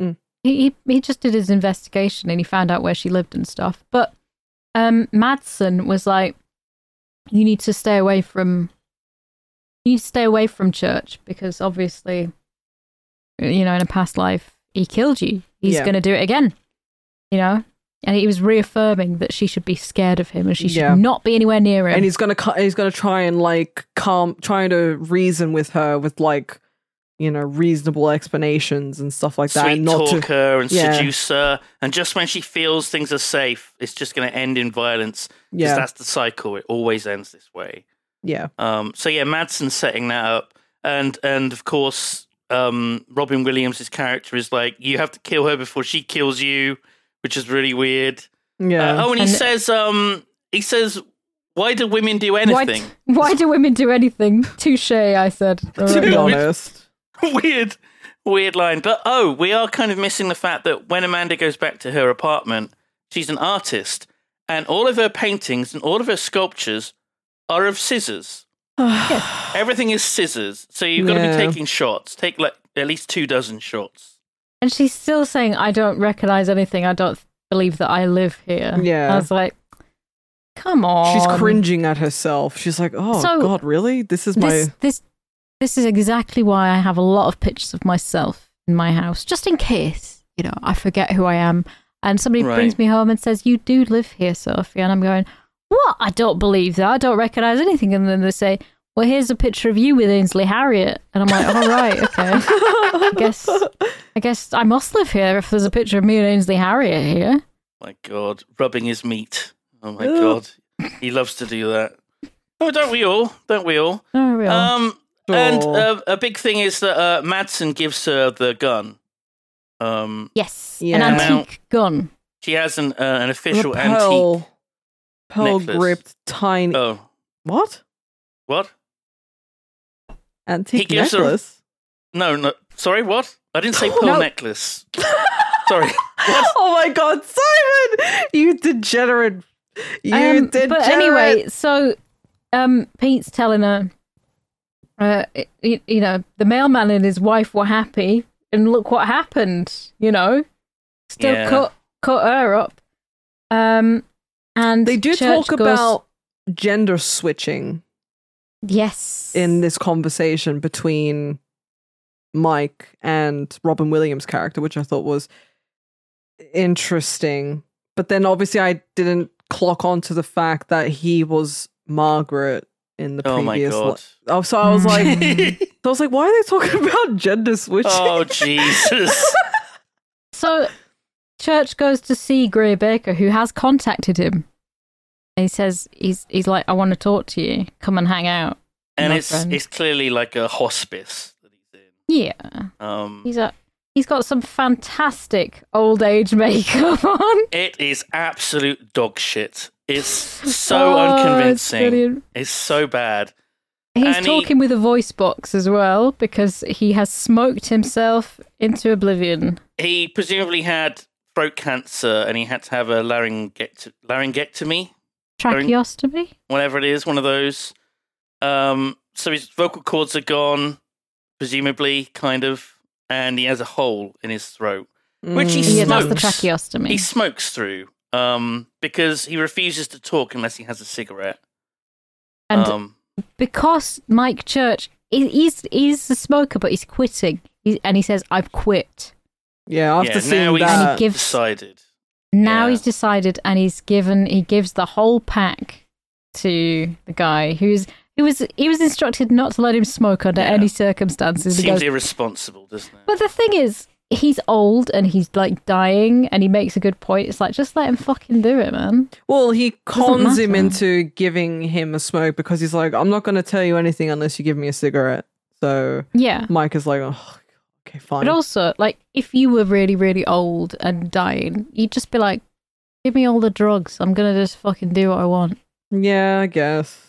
Speaker 3: Mm.
Speaker 4: he he he just did his investigation and he found out where she lived and stuff. But um, Madsen was like, "You need to stay away from you need to stay away from church because obviously, you know, in a past life he killed you. He's
Speaker 3: Yeah.
Speaker 4: going to do it again, you know." And he was reaffirming that she should be scared of him and she should
Speaker 3: Yeah.
Speaker 4: not be anywhere near him.
Speaker 3: and he's gonna cu- he's gonna try and like calm, trying to reason with her with like, you know, reasonable explanations and stuff like that.
Speaker 2: Sweet
Speaker 3: and not
Speaker 2: talk
Speaker 3: to
Speaker 2: her and
Speaker 3: Yeah.
Speaker 2: seduce her, and just when she feels things are safe, it's just going to end in violence. 'cause
Speaker 3: yeah
Speaker 2: that's the cycle. It always ends this way.
Speaker 3: yeah
Speaker 2: Um, so yeah, Madsen's setting that up, and and of course, um, Robin Williams' character is like, you have to kill her before she kills you, which is really weird.
Speaker 3: yeah.
Speaker 2: Uh, oh, and he
Speaker 4: And-
Speaker 2: says, um, he says, why do women do
Speaker 4: why,
Speaker 2: anything?
Speaker 4: why do women do anything? Touche, I said.
Speaker 3: to be
Speaker 2: Yeah.
Speaker 3: honest.
Speaker 2: weird, weird line. But oh, we are kind of missing the fact that when Amanda goes back to her apartment, she's an artist, and all of her paintings and all of her sculptures are of scissors. Everything is scissors, so you've got to
Speaker 3: Yeah.
Speaker 2: be taking shots. Take like at least two dozen shots.
Speaker 4: And she's still saying, I don't recognize anything. I don't believe that I live here.
Speaker 3: Yeah.
Speaker 4: I was like, come on.
Speaker 3: She's cringing at herself. She's like, "Oh
Speaker 4: Um, So-
Speaker 3: God, really? This is my
Speaker 4: This, this, this is exactly why I have a lot of pictures of myself in my house, just in case, you know, I forget who I am. And somebody
Speaker 2: Right.
Speaker 4: brings me home and says, You do live here, Sophie. And I'm going, What? I don't believe that. I don't recognize anything. And then they say, Well, here's a picture of you with Ainsley Harriet. And I'm like, All right, okay. I guess I guess I must live here if there's a picture of me and Ainsley Harriet here.
Speaker 2: My God, rubbing his meat. Oh my
Speaker 3: Ugh.
Speaker 2: God, he loves to do that. Oh, don't we all? Don't we all?
Speaker 4: Oh, real.
Speaker 2: Um, and
Speaker 3: Aw.
Speaker 2: uh, a big thing is that uh, Madsen gives her the gun. Um,
Speaker 4: yes,
Speaker 3: Yeah.
Speaker 4: an
Speaker 3: Now-
Speaker 4: antique gun.
Speaker 2: she has an uh, an official antique.
Speaker 3: pearl, pearl
Speaker 2: necklace.
Speaker 3: gripped tiny
Speaker 2: Oh,
Speaker 3: what
Speaker 2: what?
Speaker 3: antique
Speaker 2: gives her-
Speaker 3: necklace?
Speaker 2: No, no. Sorry, what? I didn't say pearl
Speaker 4: No.
Speaker 2: necklace. Sorry.
Speaker 3: oh my God, Simon! You degenerate! You
Speaker 4: Um,
Speaker 3: degenerate!
Speaker 4: but anyway, so um, Pete's telling her, uh, you, you know, the mailman and his wife were happy, and look what happened. You know, still
Speaker 2: Yeah.
Speaker 4: cut cut her up. Um, and
Speaker 3: they do
Speaker 4: Church
Speaker 3: talk
Speaker 4: goes-
Speaker 3: about gender switching
Speaker 4: yes
Speaker 3: in this conversation between Mike and Robin Williams' character, which I thought was interesting. But then obviously I didn't clock on to the fact that he was Margaret in the
Speaker 2: Oh my
Speaker 3: previous. li-
Speaker 2: God.
Speaker 3: oh, so I was like, so
Speaker 4: Mm.
Speaker 3: I was like, why are they talking about gender switching?
Speaker 2: oh Jesus.
Speaker 4: So Church goes to see Greer Baker, who has contacted him. And he says he's he's like, I want to talk to you. Come and hang out.
Speaker 2: And
Speaker 4: My
Speaker 2: it's
Speaker 4: friend.
Speaker 2: it's clearly like a hospice that he's in.
Speaker 4: Yeah.
Speaker 2: Um,
Speaker 4: He's a he's got some fantastic old age makeup on.
Speaker 2: it is absolute dog shit. It's so
Speaker 4: Oh, it's
Speaker 2: unconvincing.
Speaker 4: brilliant.
Speaker 2: it's so bad.
Speaker 4: He's
Speaker 2: And he-
Speaker 4: talking with a voice box as well because he has smoked himself into oblivion.
Speaker 2: he presumably had throat cancer and he had to have a laryngect- laryngectomy,
Speaker 4: Tracheostomy?
Speaker 2: whatever it is, one of those. Um, so his vocal cords are gone, presumably, kind of, and he has a hole in his throat, which he
Speaker 3: Mm.
Speaker 4: Yeah, that's the
Speaker 2: smokes.
Speaker 4: tracheostomy.
Speaker 2: He smokes through um, because he refuses to talk unless he has a cigarette.
Speaker 4: and
Speaker 2: um,
Speaker 4: because Mike Church he- he's he's a smoker, but he's quitting. He, and he says, "I've quit."
Speaker 3: Yeah, after
Speaker 2: yeah, now
Speaker 3: seeing
Speaker 2: he's
Speaker 4: And he
Speaker 3: that,
Speaker 4: gives-
Speaker 2: decided.
Speaker 4: Now
Speaker 2: Yeah.
Speaker 4: he's decided, and he's given he gives the whole pack to the guy who's who was he was instructed not to let him smoke under
Speaker 2: Yeah.
Speaker 4: any circumstances. He
Speaker 2: Seems
Speaker 4: goes-
Speaker 2: irresponsible, doesn't it?
Speaker 4: but the thing is, he's old and he's like dying, and he makes a good point. It's like just let him fucking do it, man.
Speaker 3: well, he cons him
Speaker 4: matter.
Speaker 3: into giving him a smoke because he's like, I'm not going to tell you anything unless you give me a cigarette. So
Speaker 4: Yeah.
Speaker 3: Mike is like, oh, okay, fine.
Speaker 4: But also, like, if you were really, really old and dying, you'd just be like, "Give me all the drugs. I'm gonna just fucking do what I want."
Speaker 3: yeah, I guess.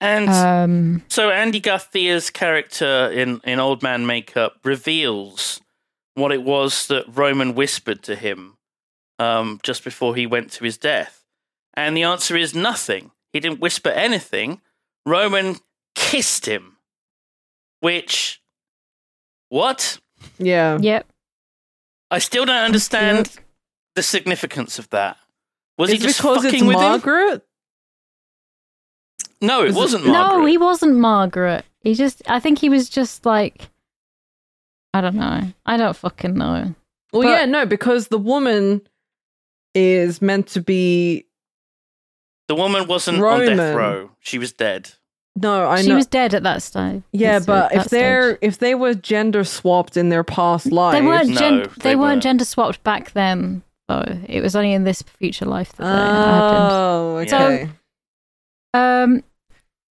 Speaker 2: And
Speaker 4: Um,
Speaker 2: so Andy Garcia's character in, in Old Man Makeup reveals what it was that Roman whispered to him um, just before he went to his death. And the answer is nothing. He didn't whisper anything. Roman kissed him. Which, what?
Speaker 3: Yeah.
Speaker 4: yep.
Speaker 2: I still don't understand the significance of that. Was
Speaker 3: Is
Speaker 2: he
Speaker 3: it
Speaker 2: just
Speaker 3: because
Speaker 2: fucking
Speaker 3: it's
Speaker 2: with him?
Speaker 3: Margaret?
Speaker 2: No, it
Speaker 3: Is it-
Speaker 2: wasn't Margaret.
Speaker 4: No, he wasn't Margaret. He just, I think he was just like, I don't know. I don't fucking know.
Speaker 3: Well,
Speaker 4: But-
Speaker 3: yeah, no, because the woman is meant to be.
Speaker 2: the woman wasn't on
Speaker 3: Roman.
Speaker 2: death row. She was dead.
Speaker 3: No, I
Speaker 4: she
Speaker 3: know.
Speaker 4: was dead at that stage.
Speaker 3: yeah,
Speaker 4: It's-
Speaker 3: but
Speaker 4: at
Speaker 3: if
Speaker 4: that
Speaker 3: they're
Speaker 4: stage.
Speaker 3: if they were gender swapped in their past life,
Speaker 4: they weren't
Speaker 2: No,
Speaker 4: gen-
Speaker 2: they
Speaker 4: they, weren't,
Speaker 2: weren't.
Speaker 4: gender swapped back then. though. it was only in this future life that they happened.
Speaker 3: Oh,
Speaker 2: So-
Speaker 3: okay.
Speaker 4: Um,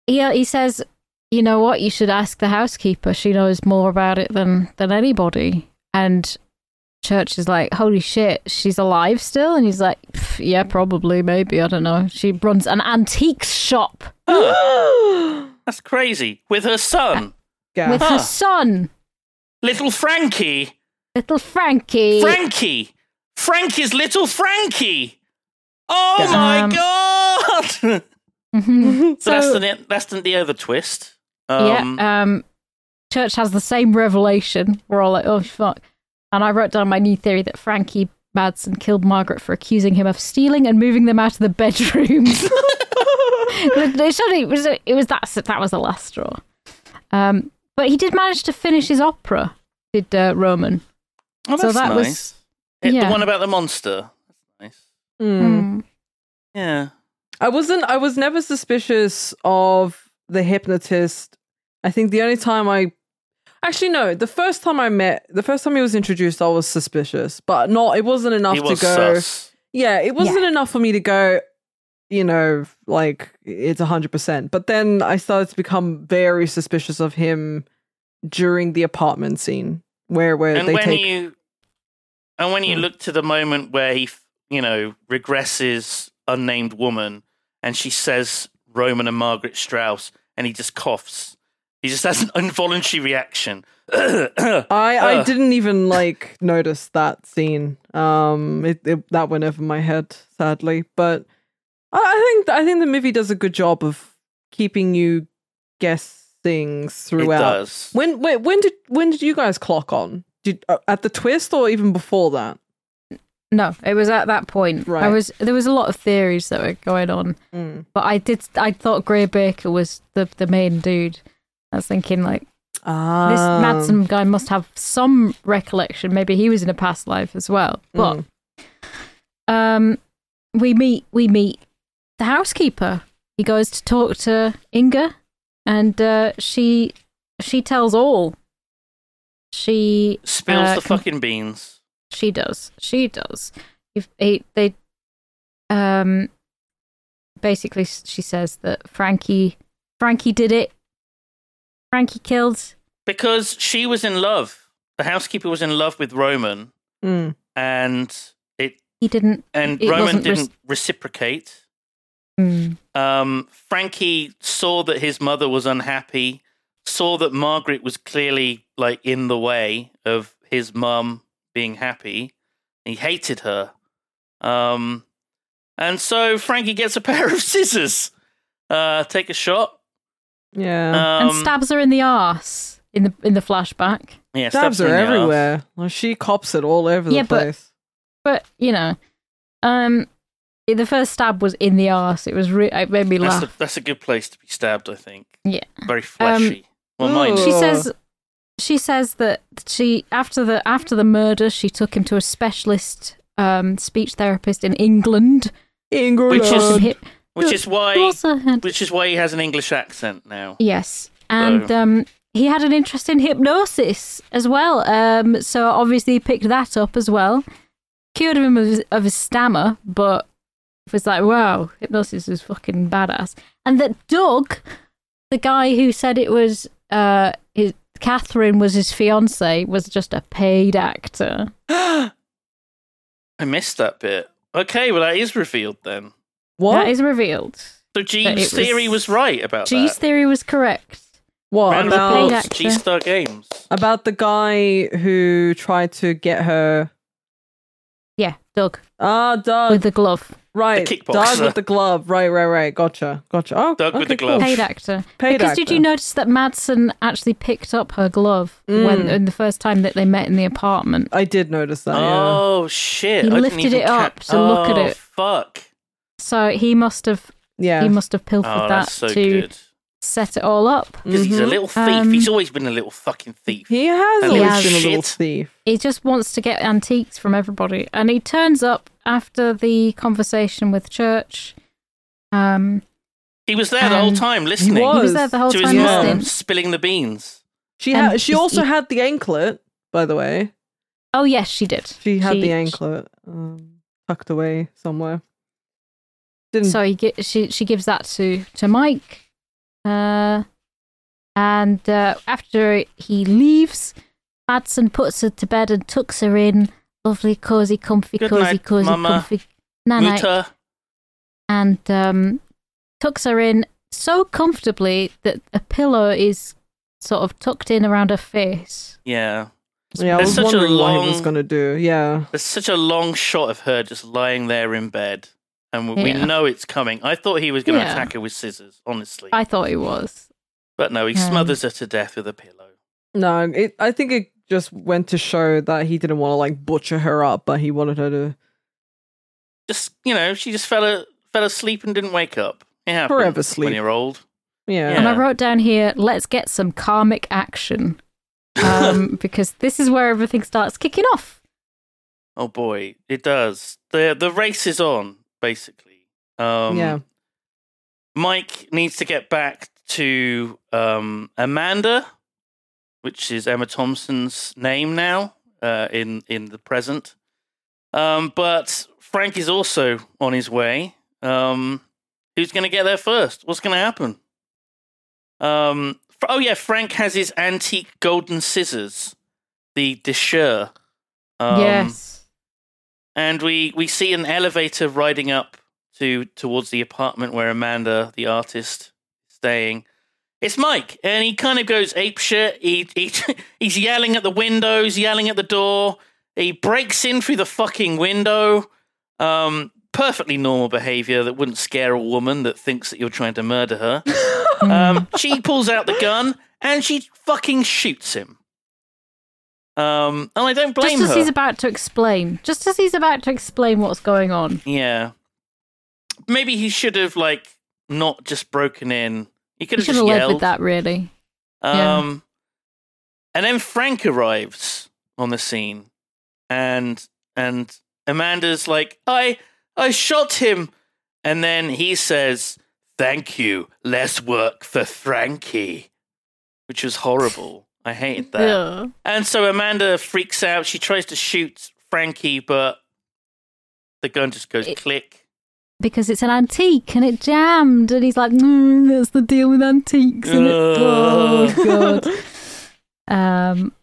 Speaker 4: yeah, he says, you know what? You should ask the housekeeper. She knows more about it than than anybody. And Church is like, holy shit, she's alive still. And he's like, "Pff, yeah, probably, maybe, I don't know. She runs an antiques shop
Speaker 2: That's crazy. With her son,
Speaker 3: Gaff.
Speaker 4: with
Speaker 2: Huh.
Speaker 4: her son,
Speaker 2: little Frankie.
Speaker 4: little Frankie.
Speaker 2: Frankie. Frankie's little Frankie. Oh
Speaker 4: Um,
Speaker 2: my god!
Speaker 4: Mhm.
Speaker 2: so that's the that's the, the other twist. Um,
Speaker 4: yeah. Um, Church has the same revelation. We're all like, oh fuck. And I wrote down my new theory that Frankie Madsen killed Margaret for accusing him of stealing and moving them out of the bedroom. But it, surely it was it was that that was the last straw. Um, but he did manage to finish his opera. Did uh, Roman?
Speaker 2: oh, that's
Speaker 4: so that was-
Speaker 2: nice. It-
Speaker 4: yeah.
Speaker 2: The one about the monster. That's nice.
Speaker 4: Hmm.
Speaker 3: Mm.
Speaker 2: Yeah.
Speaker 3: I wasn't. I was never suspicious of the hypnotist. I think the only time I, actually no, the first time I met, the first time he was introduced, I was suspicious, but not. It wasn't enough
Speaker 2: He
Speaker 3: to
Speaker 2: was
Speaker 3: go.
Speaker 2: sus.
Speaker 3: Yeah, it wasn't enough for me to go. You know, like it's hundred percent. But then I started to become very suspicious of him during the apartment scene where where
Speaker 2: and
Speaker 3: they
Speaker 2: when
Speaker 3: take.
Speaker 2: you and when you
Speaker 3: Hmm.
Speaker 2: look to the moment where he f- you know regresses unnamed woman and she says roman and margaret strauss and he just coughs he just has an involuntary reaction
Speaker 3: I, I
Speaker 2: Ugh.
Speaker 3: didn't even like notice that scene. Um, it, it that went over my head sadly, but I, I think I think the movie does a good job of keeping you guessing
Speaker 2: it
Speaker 3: throughout.
Speaker 2: does
Speaker 3: When, when when did when did you guys clock on? Did uh, at the twist or even before that?
Speaker 4: No, it was at that point. I
Speaker 3: Right.
Speaker 4: was there was a lot of theories that were going on,
Speaker 3: Mm.
Speaker 4: but I did I thought Gray Baker was the the main dude. I was thinking like.
Speaker 3: Ah,
Speaker 4: this Madsen guy must have some recollection. Maybe he was in a past life as well. But
Speaker 3: Mm.
Speaker 4: um, we meet we meet the housekeeper. He goes to talk to Inga, and uh, she she tells all. She
Speaker 2: spills
Speaker 4: uh,
Speaker 2: the
Speaker 4: com-
Speaker 2: fucking beans
Speaker 4: she does. She does. If he, they, um, basically, s- she says that Frankie Frankie did it. Frankie killed.
Speaker 2: because she was in love the housekeeper was in love with roman
Speaker 3: Mm.
Speaker 2: and it
Speaker 4: He didn't.
Speaker 2: and
Speaker 4: It
Speaker 2: roman
Speaker 4: wasn't
Speaker 2: didn't
Speaker 4: res-
Speaker 2: reciprocate
Speaker 4: Hmm.
Speaker 2: Um, Frankie saw that his mother was unhappy, saw that Margaret was clearly like in the way of his mum being happy. He hated her. Um, and so Frankie gets a pair of scissors, uh, take a shot, um,
Speaker 3: Yeah,
Speaker 4: and stabs her in the arse in the in the flashback.
Speaker 2: yeah,
Speaker 3: stabs
Speaker 2: her
Speaker 3: are
Speaker 2: in the arse.
Speaker 3: everywhere. Well, she cops it all over
Speaker 4: Yeah,
Speaker 3: the
Speaker 4: but-
Speaker 3: place.
Speaker 4: But you know, um, the first stab was in the arse. It was re- it made me
Speaker 2: That's
Speaker 4: laugh.
Speaker 2: a, that's a good place to be stabbed, I think.
Speaker 4: Yeah. Um,
Speaker 2: very fleshy. well, mine.
Speaker 3: Ooh.
Speaker 4: she says she says that she after the after the murder she took him to a specialist um, speech therapist in England.
Speaker 3: England,
Speaker 2: Which is-
Speaker 4: And he-
Speaker 2: which is
Speaker 4: who
Speaker 2: why,
Speaker 4: also had-
Speaker 2: which is why he has an English accent now.
Speaker 4: yes,
Speaker 2: Oh.
Speaker 4: and um, he had an interest in hypnosis as well. Um, so obviously he picked that up as well. Cured him of his, of his stammer, but it was like, wow, hypnosis is fucking badass. And that Doug, the guy who said it was uh, his Catherine was his fiance, was just a paid actor.
Speaker 2: I missed that bit. Okay, well that is revealed then.
Speaker 3: what?
Speaker 4: That is revealed.
Speaker 2: So G's
Speaker 4: was-
Speaker 2: theory was right about
Speaker 4: G's
Speaker 2: that.
Speaker 4: theory was correct.
Speaker 3: What
Speaker 2: Round of
Speaker 3: about
Speaker 4: Playing
Speaker 2: applause,
Speaker 4: actor.
Speaker 2: G Star Games.
Speaker 3: about the guy who tried to get her?
Speaker 4: Yeah, Doug
Speaker 3: Ah, Doug.
Speaker 2: Oh.
Speaker 4: with the glove,
Speaker 3: right,
Speaker 2: The kickboxer.
Speaker 3: Doug with the glove. Right, right, right. Gotcha, gotcha. Oh,
Speaker 2: Doug with
Speaker 3: okay,
Speaker 2: the glove.
Speaker 3: cool.
Speaker 4: paid actor.
Speaker 3: Paid
Speaker 4: because did
Speaker 3: actor.
Speaker 4: you notice that Madsen actually picked up her glove
Speaker 3: Mm.
Speaker 4: when in the first time that they met in the apartment?
Speaker 3: I did notice that. yeah.
Speaker 2: Oh shit!
Speaker 4: He
Speaker 2: I didn't
Speaker 4: lifted
Speaker 2: even
Speaker 4: it up
Speaker 2: ca-
Speaker 4: to look at
Speaker 2: Oh,
Speaker 4: it.
Speaker 2: Fuck!
Speaker 4: So he must have
Speaker 3: Yeah.
Speaker 4: he must have pilfered
Speaker 2: Oh,
Speaker 4: that
Speaker 2: that's so
Speaker 4: to
Speaker 2: good.
Speaker 4: set it all up.
Speaker 2: Because he's a little thief.
Speaker 4: Um,
Speaker 2: he's always been a little fucking thief.
Speaker 3: He has
Speaker 2: He
Speaker 3: always
Speaker 4: has.
Speaker 3: been a little
Speaker 2: Shit.
Speaker 3: thief.
Speaker 4: He just wants to get antiques from everybody, and he turns up after the conversation with Church. Um,
Speaker 2: He was there the whole
Speaker 4: Um,
Speaker 2: time listening
Speaker 4: he was
Speaker 3: Was
Speaker 4: there the whole
Speaker 2: to his
Speaker 4: time
Speaker 3: yeah.
Speaker 2: mum
Speaker 4: listening.
Speaker 2: spilling the beans.
Speaker 3: She
Speaker 4: And
Speaker 3: ha- She
Speaker 4: he's- e-
Speaker 3: also
Speaker 4: he-
Speaker 3: had the anklet, by the way.
Speaker 4: Oh yes, she did.
Speaker 3: She had the
Speaker 4: ankle.
Speaker 3: anklet um, tucked away somewhere. Didn't.
Speaker 4: So he gi- she she gives that to to Mike, uh, and uh, after he leaves, Madsen puts her to bed and tucks her in, lovely, cozy, comfy,
Speaker 2: Good
Speaker 4: cozy,
Speaker 2: night,
Speaker 4: cozy,
Speaker 2: Mama.
Speaker 4: comfy, nanite,
Speaker 2: Muta.
Speaker 4: and um, tucks her in so comfortably that a pillow is sort of tucked in around her face.
Speaker 2: Yeah.
Speaker 3: yeah, I
Speaker 2: There's
Speaker 3: was
Speaker 2: such a
Speaker 3: wondering what he was
Speaker 2: long-
Speaker 3: going to do. Yeah.
Speaker 2: There's such a long shot of her just lying there in bed. And we, we
Speaker 4: Yeah.
Speaker 2: know it's coming. I thought he was going to
Speaker 4: Yeah.
Speaker 2: attack her with scissors, honestly.
Speaker 4: I thought it was.
Speaker 2: but no, he
Speaker 4: Um,
Speaker 2: smothers her to death with a pillow.
Speaker 3: No, it, I think it just went to show that he didn't want to like butcher her up, but he wanted her to
Speaker 2: Just, you know, she just fell, a, fell asleep and didn't wake up. It happens
Speaker 3: Forever
Speaker 2: When
Speaker 3: sleep.
Speaker 2: you're old.
Speaker 3: yeah.
Speaker 4: And I
Speaker 2: Yeah.
Speaker 4: wrote down here, let's get some karmic action. um, because this is where everything starts kicking off.
Speaker 2: Oh boy, it does. The the race is on, basically. Um
Speaker 3: Yeah.
Speaker 2: Mike needs to get back to um Amanda, which is Emma Thompson's name now, uh in in the present. Um but Frank is also on his way. Um who's going to get there first? What's going to happen? Um Fr- oh yeah, Frank has his antique golden scissors, the Desher. Um,
Speaker 4: yes.
Speaker 2: and we we see an elevator riding up to towards the apartment where Amanda, the artist, is staying. It's Mike, and he kind of goes apeshit. He, he he's yelling at the windows, yelling at the door. He breaks in through the fucking window. Um, perfectly normal behavior that wouldn't scare a woman that thinks that you're trying to murder her. um, she pulls out the gun and she fucking shoots him. Um, and I don't blame
Speaker 4: Just as
Speaker 2: her.
Speaker 4: he's about to explain, just as he's about to explain what's going on.
Speaker 2: Yeah. Maybe he should have like not just broken in. He could have
Speaker 4: You should
Speaker 2: just
Speaker 4: have led
Speaker 2: yelled.
Speaker 4: with that, really. yeah.
Speaker 2: Um and then Frank arrives on the scene and and Amanda's like, "I I shot him." And then he says, "Thank you. Less work for Frankie." Which was horrible. I hated that.
Speaker 4: Ugh.
Speaker 2: And so Amanda freaks out. She tries to shoot Frankie, but the gun just goes
Speaker 4: It-
Speaker 2: click.
Speaker 4: Because it's an antique and it jammed, and he's like, mm, "That's the deal with antiques." And it, oh god. Um,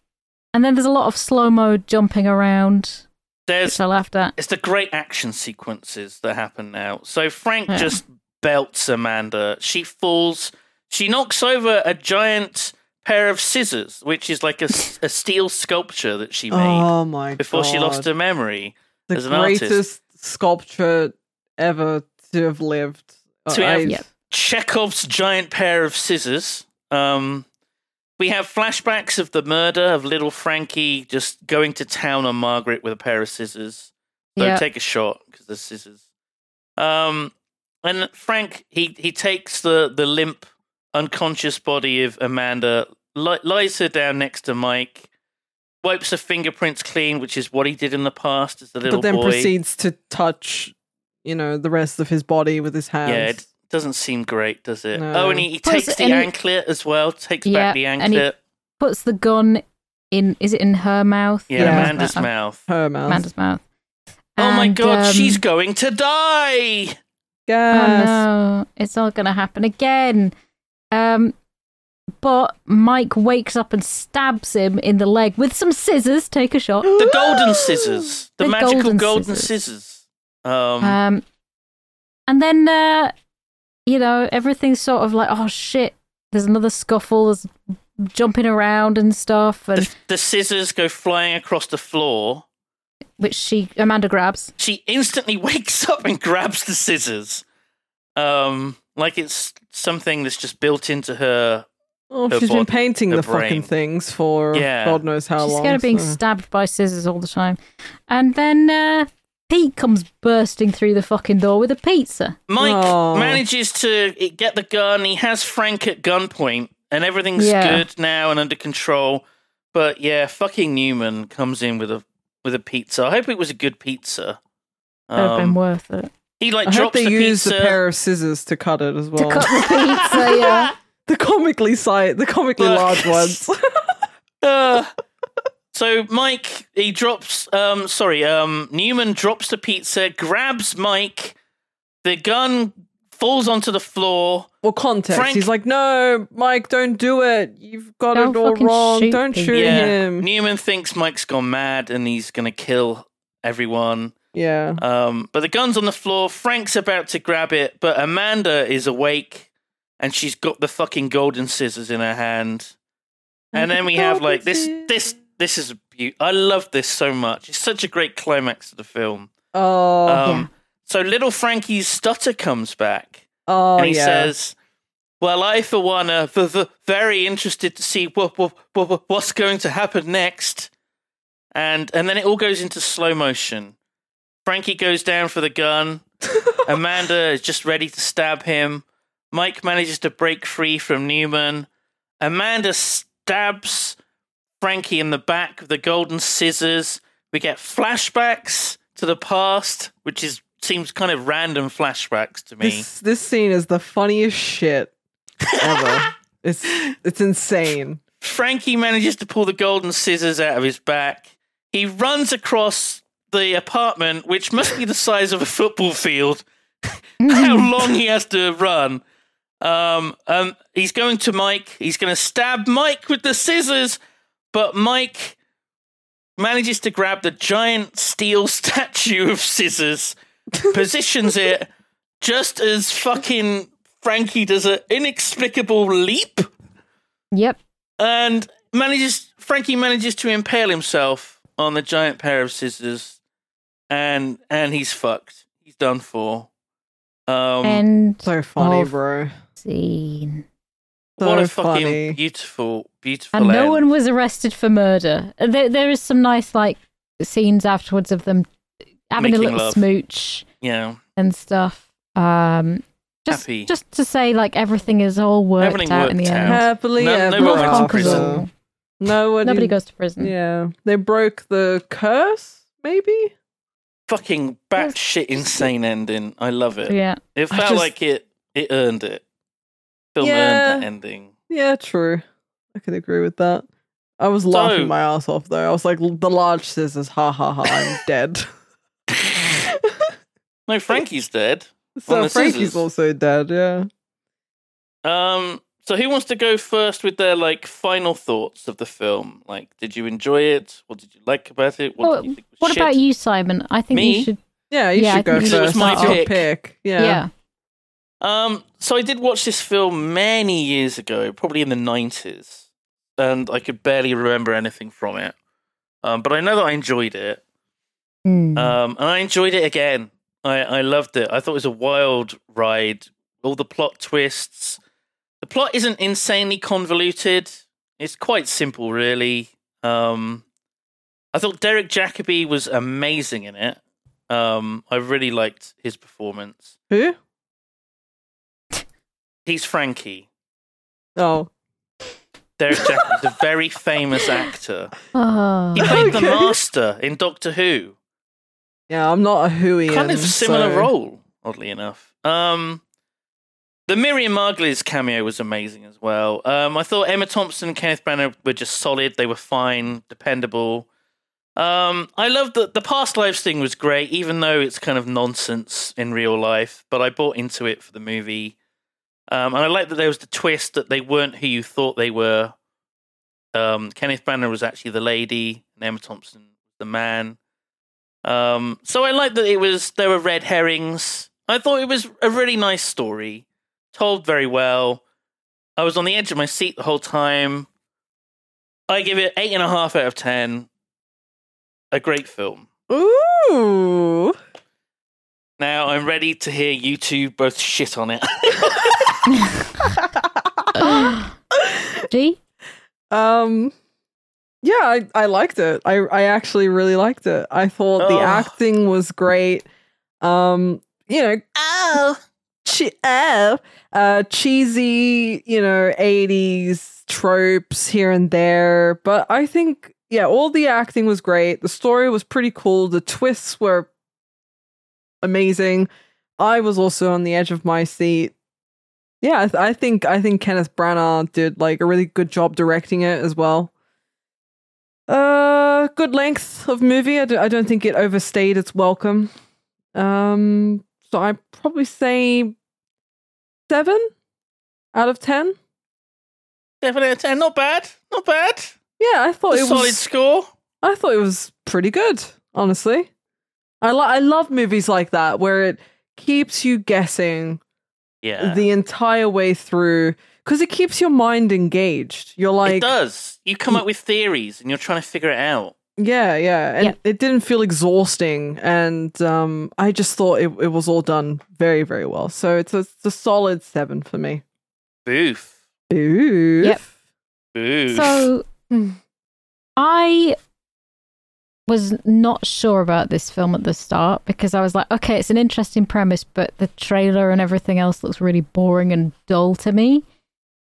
Speaker 4: and then there's a lot of slow mo jumping around,
Speaker 2: There's
Speaker 4: which I laughed at.
Speaker 2: it's the great action sequences that happen now. So Frank
Speaker 3: Hmm.
Speaker 4: Yeah.
Speaker 2: just belts Amanda. She falls. She knocks over a giant pair of scissors, which is like a, s- a steel sculpture that she made
Speaker 3: Oh my
Speaker 2: before
Speaker 3: god.
Speaker 2: she lost her memory.
Speaker 3: the
Speaker 2: as an artist.
Speaker 3: greatest sculpture ever to have lived. Uh,
Speaker 2: To have-
Speaker 3: I-
Speaker 4: Yep.
Speaker 2: Chekhov's giant pair of scissors. Um, we have flashbacks of the murder of little Frankie just going to town on Margaret with a pair of scissors. So
Speaker 4: Yeah.
Speaker 2: take a shot because the scissors. Um, and Frank he he takes the the limp, unconscious body of Amanda, li- lies her down next to Mike, wipes her fingerprints clean, which is what he did in the past as a little
Speaker 3: But then
Speaker 2: boy.
Speaker 3: proceeds to touch, you know, the rest of his body with his hands.
Speaker 2: yeah, it doesn't seem great, does it?
Speaker 3: No.
Speaker 2: Oh, and he, he
Speaker 4: Plus,
Speaker 2: takes the
Speaker 4: and he-
Speaker 2: anklet as well. Takes
Speaker 4: Yeah,
Speaker 2: back the
Speaker 4: and he-
Speaker 2: anklet.
Speaker 4: Puts the gun in. Is it in her mouth?
Speaker 2: yeah,
Speaker 3: Yeah.
Speaker 2: Amanda's
Speaker 4: Uh,
Speaker 2: mouth.
Speaker 3: her mouth.
Speaker 4: Amanda's mouth.
Speaker 2: oh my
Speaker 4: And,
Speaker 2: god,
Speaker 4: um,
Speaker 2: she's going to die.
Speaker 3: Gas.
Speaker 4: Oh no, it's all going to happen again. Um, but Mike wakes up and stabs him in the leg with some scissors. Take a shot.
Speaker 2: The golden scissors. The,
Speaker 4: The
Speaker 2: magical
Speaker 4: golden
Speaker 2: golden
Speaker 4: scissors.
Speaker 2: scissors. Um,
Speaker 4: Um, and then Um, uh, you know, everything's sort of like, oh shit, there's another scuffle, there's jumping around and stuff, and
Speaker 2: The, the scissors go flying across the floor.
Speaker 4: which she Amanda grabs.
Speaker 2: She instantly wakes up and grabs the scissors, um, like it's something that's just built into her.
Speaker 3: Oh,
Speaker 2: Her
Speaker 3: she's been
Speaker 2: body,
Speaker 3: painting
Speaker 2: her
Speaker 3: the
Speaker 2: brain.
Speaker 3: fucking things for
Speaker 2: Yeah.
Speaker 3: God knows how
Speaker 4: She's
Speaker 3: long.
Speaker 4: scared of being
Speaker 3: so-
Speaker 4: stabbed by scissors all the time, and then uh, Pete comes bursting through the fucking door with a pizza.
Speaker 2: Mike
Speaker 3: Oh.
Speaker 2: manages to get the gun. He has Frank at gunpoint, and everything's
Speaker 4: Yeah.
Speaker 2: good now and under control. But yeah, fucking Newman comes in with a with a pizza. I hope it was a good pizza.
Speaker 4: That'd have been
Speaker 2: Um,
Speaker 4: worth it.
Speaker 2: he like
Speaker 3: I hope
Speaker 2: drops
Speaker 3: they
Speaker 2: the
Speaker 3: used
Speaker 2: pizza.
Speaker 3: a pair of scissors to cut it as well.
Speaker 4: To cut the pizza, yeah.
Speaker 3: the comically si- the comically
Speaker 2: Look.
Speaker 3: large ones.
Speaker 2: Uh, so Mike, he drops. Um, sorry, um, Newman drops the pizza, grabs Mike. The gun falls onto the floor.
Speaker 3: well, context.
Speaker 2: Frank-
Speaker 3: He's like, no, Mike, don't do it. You've got
Speaker 4: Don't
Speaker 3: it all
Speaker 4: fucking
Speaker 3: wrong.
Speaker 4: shoot
Speaker 3: don't
Speaker 4: me."
Speaker 3: shoot him.
Speaker 2: Newman thinks Mike's gone mad and he's gonna kill everyone.
Speaker 3: Yeah.
Speaker 2: Um, but the gun's on the floor. Frank's about to grab it, but Amanda is awake and she's got the fucking golden scissors in her hand. And then we have like this. This this is beaut. I love this so much. It's such a great climax to the film.
Speaker 3: Oh,
Speaker 2: Um,
Speaker 4: Yeah.
Speaker 2: So little Frankie's stutter comes back,
Speaker 3: oh,
Speaker 2: and he
Speaker 3: yeah.
Speaker 2: says, "Well, I for one are v- v- very interested to see what, what, what what's going to happen next." And and then it all goes into slow motion. Frankie goes down for the gun. Amanda is just ready to stab him. Mike manages to break free from Newman. Amanda stabs Frankie in the back with the golden scissors. We get flashbacks to the past, which is seems kind of random flashbacks to me.
Speaker 3: this this scene is the funniest shit ever. it's it's insane.
Speaker 2: Frankie manages to pull the golden scissors out of his back. He runs across the apartment, which must be the size of a football field. How long he has to run. Um, um, he's going to Mike. He's going to stab Mike with the scissors, but Mike manages to grab the giant steel statue of scissors, positions it just as fucking Frankie does an inexplicable leap
Speaker 4: Yep.
Speaker 2: and manages Frankie manages to impale himself on the giant pair of scissors, and and he's fucked. He's done for. Um,
Speaker 4: and
Speaker 3: So funny,
Speaker 4: Oh,
Speaker 3: bro.
Speaker 4: scene.
Speaker 3: So
Speaker 2: what a fucking
Speaker 3: funny.
Speaker 2: beautiful, beautiful.
Speaker 4: And no
Speaker 2: end.
Speaker 4: one was arrested for murder. There, there is some nice like scenes afterwards of them having
Speaker 2: Making
Speaker 4: a little
Speaker 2: love.
Speaker 4: smooch
Speaker 2: yeah,
Speaker 4: and stuff. Um, just
Speaker 2: Happy.
Speaker 4: just to say, like everything is all worked
Speaker 2: Everything
Speaker 4: out in
Speaker 2: worked
Speaker 4: the
Speaker 2: out.
Speaker 4: end.
Speaker 3: Happily
Speaker 2: No-
Speaker 3: ever
Speaker 2: no one went
Speaker 4: Love
Speaker 2: to
Speaker 3: after.
Speaker 4: conquers
Speaker 2: prison.
Speaker 4: all.
Speaker 3: Nobody,
Speaker 4: mm. Nobody goes to prison.
Speaker 3: Yeah, they broke the curse. Maybe
Speaker 2: fucking batshit insane ending. I love it.
Speaker 4: Yeah.
Speaker 2: It
Speaker 3: I
Speaker 2: felt
Speaker 3: just-
Speaker 2: like it. It earned it. Film
Speaker 3: Yeah.
Speaker 2: earned that ending.
Speaker 3: Yeah, true. I can agree with that. I was laughing
Speaker 2: So-
Speaker 3: my ass off though. I was like, the large scissors, ha ha ha, I'm dead.
Speaker 2: No, Frankie's dead.
Speaker 3: so
Speaker 2: the
Speaker 3: Frankie's
Speaker 2: scissors.
Speaker 3: also dead, yeah.
Speaker 2: Um, so who wants to go first with their like final thoughts of the film? Like, did you enjoy it? What did you like about it? What,
Speaker 4: Well,
Speaker 2: did you think was
Speaker 4: what
Speaker 2: shit?
Speaker 4: about you, Simon? I think
Speaker 2: Me?
Speaker 4: you should.
Speaker 3: Yeah, you
Speaker 4: Yeah, I
Speaker 3: should go
Speaker 4: think
Speaker 3: first.
Speaker 4: it was my
Speaker 3: That's your
Speaker 2: pick.
Speaker 3: Yeah.
Speaker 4: Yeah.
Speaker 2: Um, so I did watch this film many years ago, probably in the nineties, and I could barely remember anything from it. Um, but I know that I enjoyed it.
Speaker 4: Hmm.
Speaker 2: Um, and I enjoyed it again. I, I loved it. I thought it was a wild ride. All the plot twists. The plot isn't insanely convoluted. It's quite simple, really. Um, I thought Derek Jacobi was amazing in it. Um, I really liked his performance.
Speaker 3: Who?
Speaker 2: He's Frankie.
Speaker 3: Oh.
Speaker 2: Derek Jacobi's a very famous actor.
Speaker 4: Oh.
Speaker 2: He played the
Speaker 3: Okay.
Speaker 2: Master in Doctor Who.
Speaker 3: Yeah, I'm not a Whoian.
Speaker 2: kind of similar
Speaker 3: so-
Speaker 2: role, oddly enough. Um, the Miriam Margolyes cameo was amazing as well. Um, I thought Emma Thompson and Kenneth Branagh were just solid. They were fine, dependable. Um, I loved that the past lives thing was great, even though it's kind of nonsense in real life. But I bought into it for the movie, um, and I liked that there was the twist that they weren't who you thought they were. Um, Kenneth Branagh was actually the lady, and Emma Thompson the man. Um, so I liked that it was there were red herrings. I thought it was a really nice story. told very well. I was on the edge of my seat the whole time. I give it eight and a half out of ten. A great film.
Speaker 3: Ooh.
Speaker 2: Now I'm ready to hear you two both shit on it.
Speaker 4: G?
Speaker 3: Um yeah, I, I liked it. I I actually really liked it. I thought
Speaker 2: Oh.
Speaker 3: the acting was great. Um, you know,
Speaker 2: oh,
Speaker 3: che- oh, uh, cheesy, you know, 80s tropes here and there. But I think, yeah, all the acting was great. The story was pretty cool. The twists were amazing. I was also on the edge of my seat. Yeah, I, th- I think I think Kenneth Branagh did like a really good job directing it as well. Uh, good length of movie. I d- I don't think it overstayed its welcome. Um, so I probably say seven out of ten.
Speaker 2: seven out of ten. Not bad. Not bad.
Speaker 3: Yeah, I thought
Speaker 2: A
Speaker 3: it
Speaker 2: solid
Speaker 3: was.
Speaker 2: score.
Speaker 3: I thought it was pretty good, honestly. I li- I love movies like that where it keeps you guessing
Speaker 2: Yeah,
Speaker 3: the entire way through because it keeps your mind engaged. You're
Speaker 2: it
Speaker 3: like,
Speaker 2: does. You come up with theories and you're trying to figure it out.
Speaker 3: yeah, yeah, and
Speaker 4: Yeah.
Speaker 3: it didn't feel exhausting. And um, I just thought it, it was all done very, very well. So it's a, it's a solid seven for me.
Speaker 2: Boof.
Speaker 3: Ooh.
Speaker 4: Yep. Mm.
Speaker 2: Boof.
Speaker 4: So
Speaker 3: Hmm.
Speaker 4: I was not sure about this film at the start because I was like, okay, it's an interesting premise, but the trailer and everything else looks really boring and dull to me.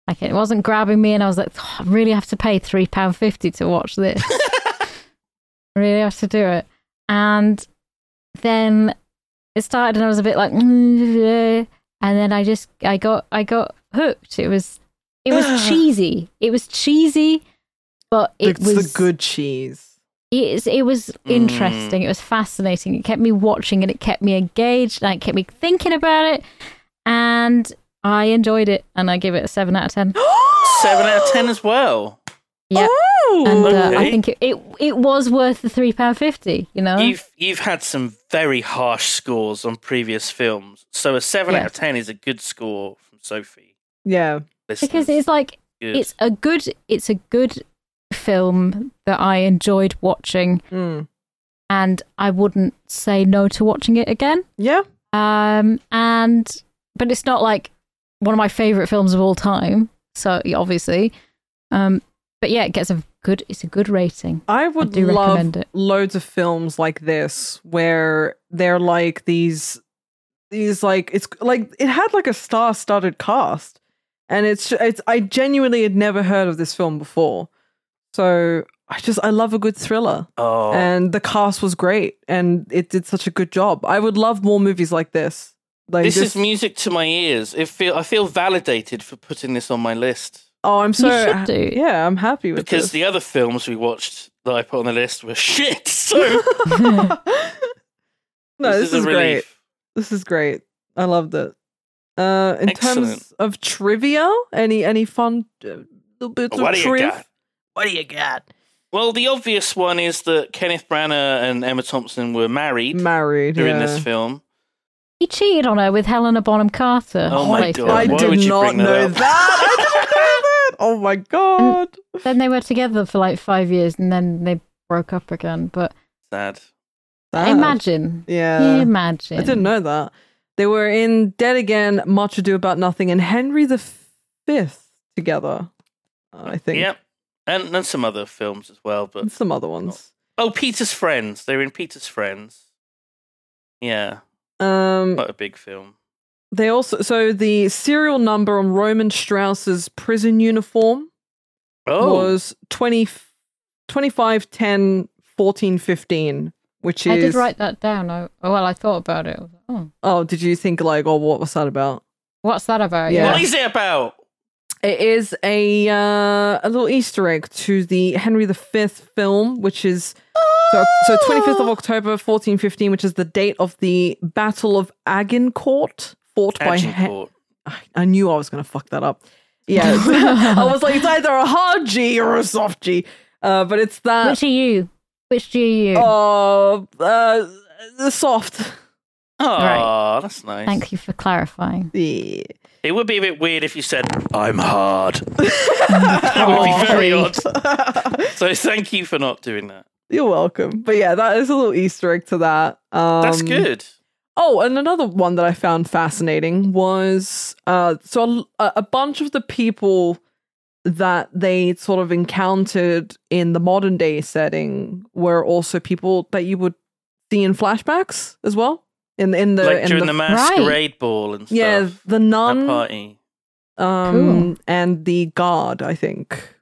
Speaker 4: Like it wasn't grabbing me, and I was like, "Oh, I really have to pay three pound fifty to watch this. really have to do it. And then it started, and I was a bit like, "Mm, and then I just I got I got hooked. It was it was cheesy. It was cheesy, but it
Speaker 3: it's
Speaker 4: was
Speaker 3: the good cheese.
Speaker 4: it, is- it was interesting. It was fascinating. It kept me watching and it kept me engaged and it kept me thinking about it. And I enjoyed it and I give it a 7 out of 10.
Speaker 2: seven out of ten as well.
Speaker 4: Yeah.
Speaker 3: Oh!
Speaker 4: And uh, I
Speaker 2: Okay.
Speaker 4: think it, it it was worth the £3.50, you know?
Speaker 2: You've you've had some very harsh scores on previous films, so a seven out
Speaker 4: Yes.
Speaker 2: of ten is a good score from Sophie.
Speaker 3: yeah.
Speaker 4: because
Speaker 2: Listeners,
Speaker 4: it's like,
Speaker 2: good.
Speaker 4: it's a good, it's a good film that I enjoyed watching
Speaker 3: Mm.
Speaker 4: and I wouldn't say no to watching it again.
Speaker 3: Yeah.
Speaker 4: Um, and but it's not like one of my favorite films of all time. So yeah, obviously, um, but yeah, it gets a good. It's a good rating.
Speaker 3: I would
Speaker 4: do
Speaker 3: love
Speaker 4: recommend it.
Speaker 3: loads of films like this where they're like these these like it's like it had like a star-studded cast and it's it's I genuinely had never heard of this film before. So I just I love a good thriller
Speaker 2: oh,
Speaker 3: and the cast was great and it did such a good job. I would love more movies like this. Like
Speaker 2: this is
Speaker 3: just-
Speaker 2: music to my ears. It feel I feel validated for putting this on my list
Speaker 3: Oh, I'm so
Speaker 4: should do.
Speaker 3: Yeah, I'm happy with
Speaker 2: because
Speaker 3: this.
Speaker 2: the other films we watched that I put on the list were shit. So
Speaker 3: no, this,
Speaker 2: a
Speaker 3: is, great.
Speaker 2: relief.
Speaker 3: This is great. I loved it. Uh, in terms
Speaker 2: Excellent.
Speaker 3: of trivia, any any fun uh, little bits
Speaker 2: What
Speaker 3: of
Speaker 2: do you
Speaker 3: trivia?
Speaker 2: got?
Speaker 3: What do you got?
Speaker 2: Well, the obvious one is that Kenneth Branagh and Emma Thompson were married
Speaker 3: Married.
Speaker 2: during
Speaker 3: yeah.
Speaker 2: this film.
Speaker 4: He cheated on her with Helena Bonham Carter.
Speaker 2: Oh my
Speaker 4: Like,
Speaker 2: God.
Speaker 3: I
Speaker 2: Why
Speaker 3: did
Speaker 2: would you
Speaker 3: not
Speaker 2: bring that
Speaker 3: know
Speaker 2: up?
Speaker 3: that. I didn't know that. Oh my god.
Speaker 4: Then they were together for like five years, and then they broke up again. But
Speaker 2: Sad.
Speaker 3: Sad.
Speaker 4: imagine,
Speaker 3: Ah. Yeah.
Speaker 4: imagine.
Speaker 3: I didn't know that. They were in Dead Again, Much Ado About Nothing, and Henry the Fifth together. I think.
Speaker 2: Yep. And, and some other films as well, but
Speaker 3: And some other ones.
Speaker 2: Oh, Peter's Friends. They were in Peter's Friends. Yeah,
Speaker 3: Um,
Speaker 2: quite a big film.
Speaker 3: They also so the serial number on Roman Strauss's prison uniform
Speaker 2: Oh,
Speaker 3: was 20, 25, 10, 14, 15, which is
Speaker 4: I did write that down. I, oh, well, I thought about it. I was like, Oh,
Speaker 3: Oh, did you think like, oh, what was that about?
Speaker 4: what's that about?
Speaker 3: Yeah.
Speaker 2: what is it about?
Speaker 3: It is a uh, a little Easter egg to the Henry V film, which is so, so 25th of October 1415, which is the date of the Battle of Agincourt, fought by
Speaker 2: Action
Speaker 3: Hen-
Speaker 2: Court.
Speaker 3: I knew I was going to fuck that up. Yeah. I was like, it's either a hard G or a soft G. Uh, but it's that.
Speaker 4: Which are you? Which do you?
Speaker 3: Uh, uh, the soft.
Speaker 2: Oh,
Speaker 4: Right.
Speaker 2: that's nice.
Speaker 4: Thank you for clarifying.
Speaker 3: Yeah.
Speaker 2: It would be a bit weird if you said, I'm hard. that would
Speaker 3: Oh,
Speaker 2: be very odd. so thank you for not doing that.
Speaker 3: You're welcome. But yeah, that is a little Easter egg to that. Um,
Speaker 2: That's good.
Speaker 3: Oh, and another one that I found fascinating was uh, so a, a bunch of the people that they sort of encountered in the modern day setting were also people that you would see in flashbacks as well. In in the
Speaker 2: like
Speaker 3: in
Speaker 2: during the,
Speaker 3: f-
Speaker 2: masquerade ball and stuff.
Speaker 3: yeah the
Speaker 2: that
Speaker 3: nun
Speaker 2: party.
Speaker 3: um
Speaker 4: Cool.
Speaker 3: and the guard I think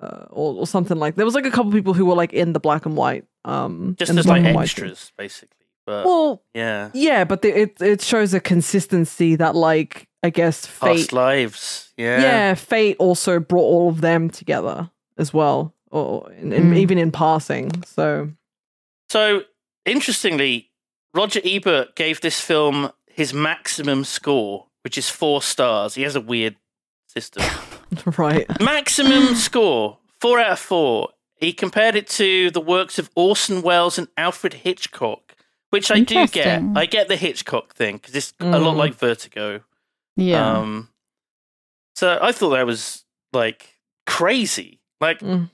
Speaker 3: uh, or, or something like there was like a couple people who were like in the black and white um
Speaker 2: Just
Speaker 3: in the
Speaker 2: as
Speaker 3: black
Speaker 2: like
Speaker 3: and white thing.
Speaker 2: extras, basically. But
Speaker 3: Well,
Speaker 2: yeah.
Speaker 3: Yeah, but the, it it shows a consistency that, like, I guess fate.
Speaker 2: Past lives.
Speaker 3: yeah.
Speaker 2: Oh, Yeah.
Speaker 3: fate also brought all of them together as well, or in, in,
Speaker 4: Mm.
Speaker 3: even in passing. So
Speaker 2: So interestingly, Roger Ebert gave this film his maximum score, which is four stars. He has a weird system.
Speaker 3: right,
Speaker 2: maximum score, four out of four. He compared it to the works of Orson Welles and Alfred Hitchcock, which I do get.
Speaker 4: Interesting.
Speaker 2: I get the Hitchcock thing because it's a lot
Speaker 3: Mm.
Speaker 2: like Vertigo.
Speaker 4: Yeah.
Speaker 2: Um, so I thought that was like crazy. Like,
Speaker 3: Mm.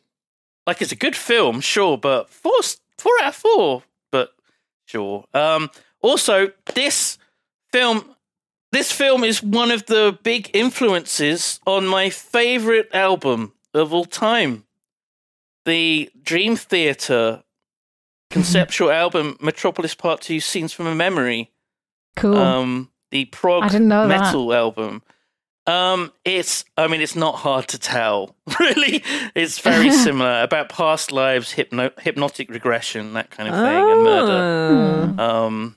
Speaker 2: like it's a good film, sure, but four s- four out of four, but sure. Um, also, this film, this film is one of the big influences on my favorite album of all time, the Dream Theater conceptual album Metropolis Part Two: Scenes from a Memory
Speaker 4: cool.
Speaker 2: um the prog
Speaker 4: I didn't know that.
Speaker 2: metal album um it's i mean it's not hard to tell really it's very similar about past lives hypno- hypnotic regression that kind of thing and
Speaker 4: Oh.
Speaker 2: murder
Speaker 3: Ah.
Speaker 2: um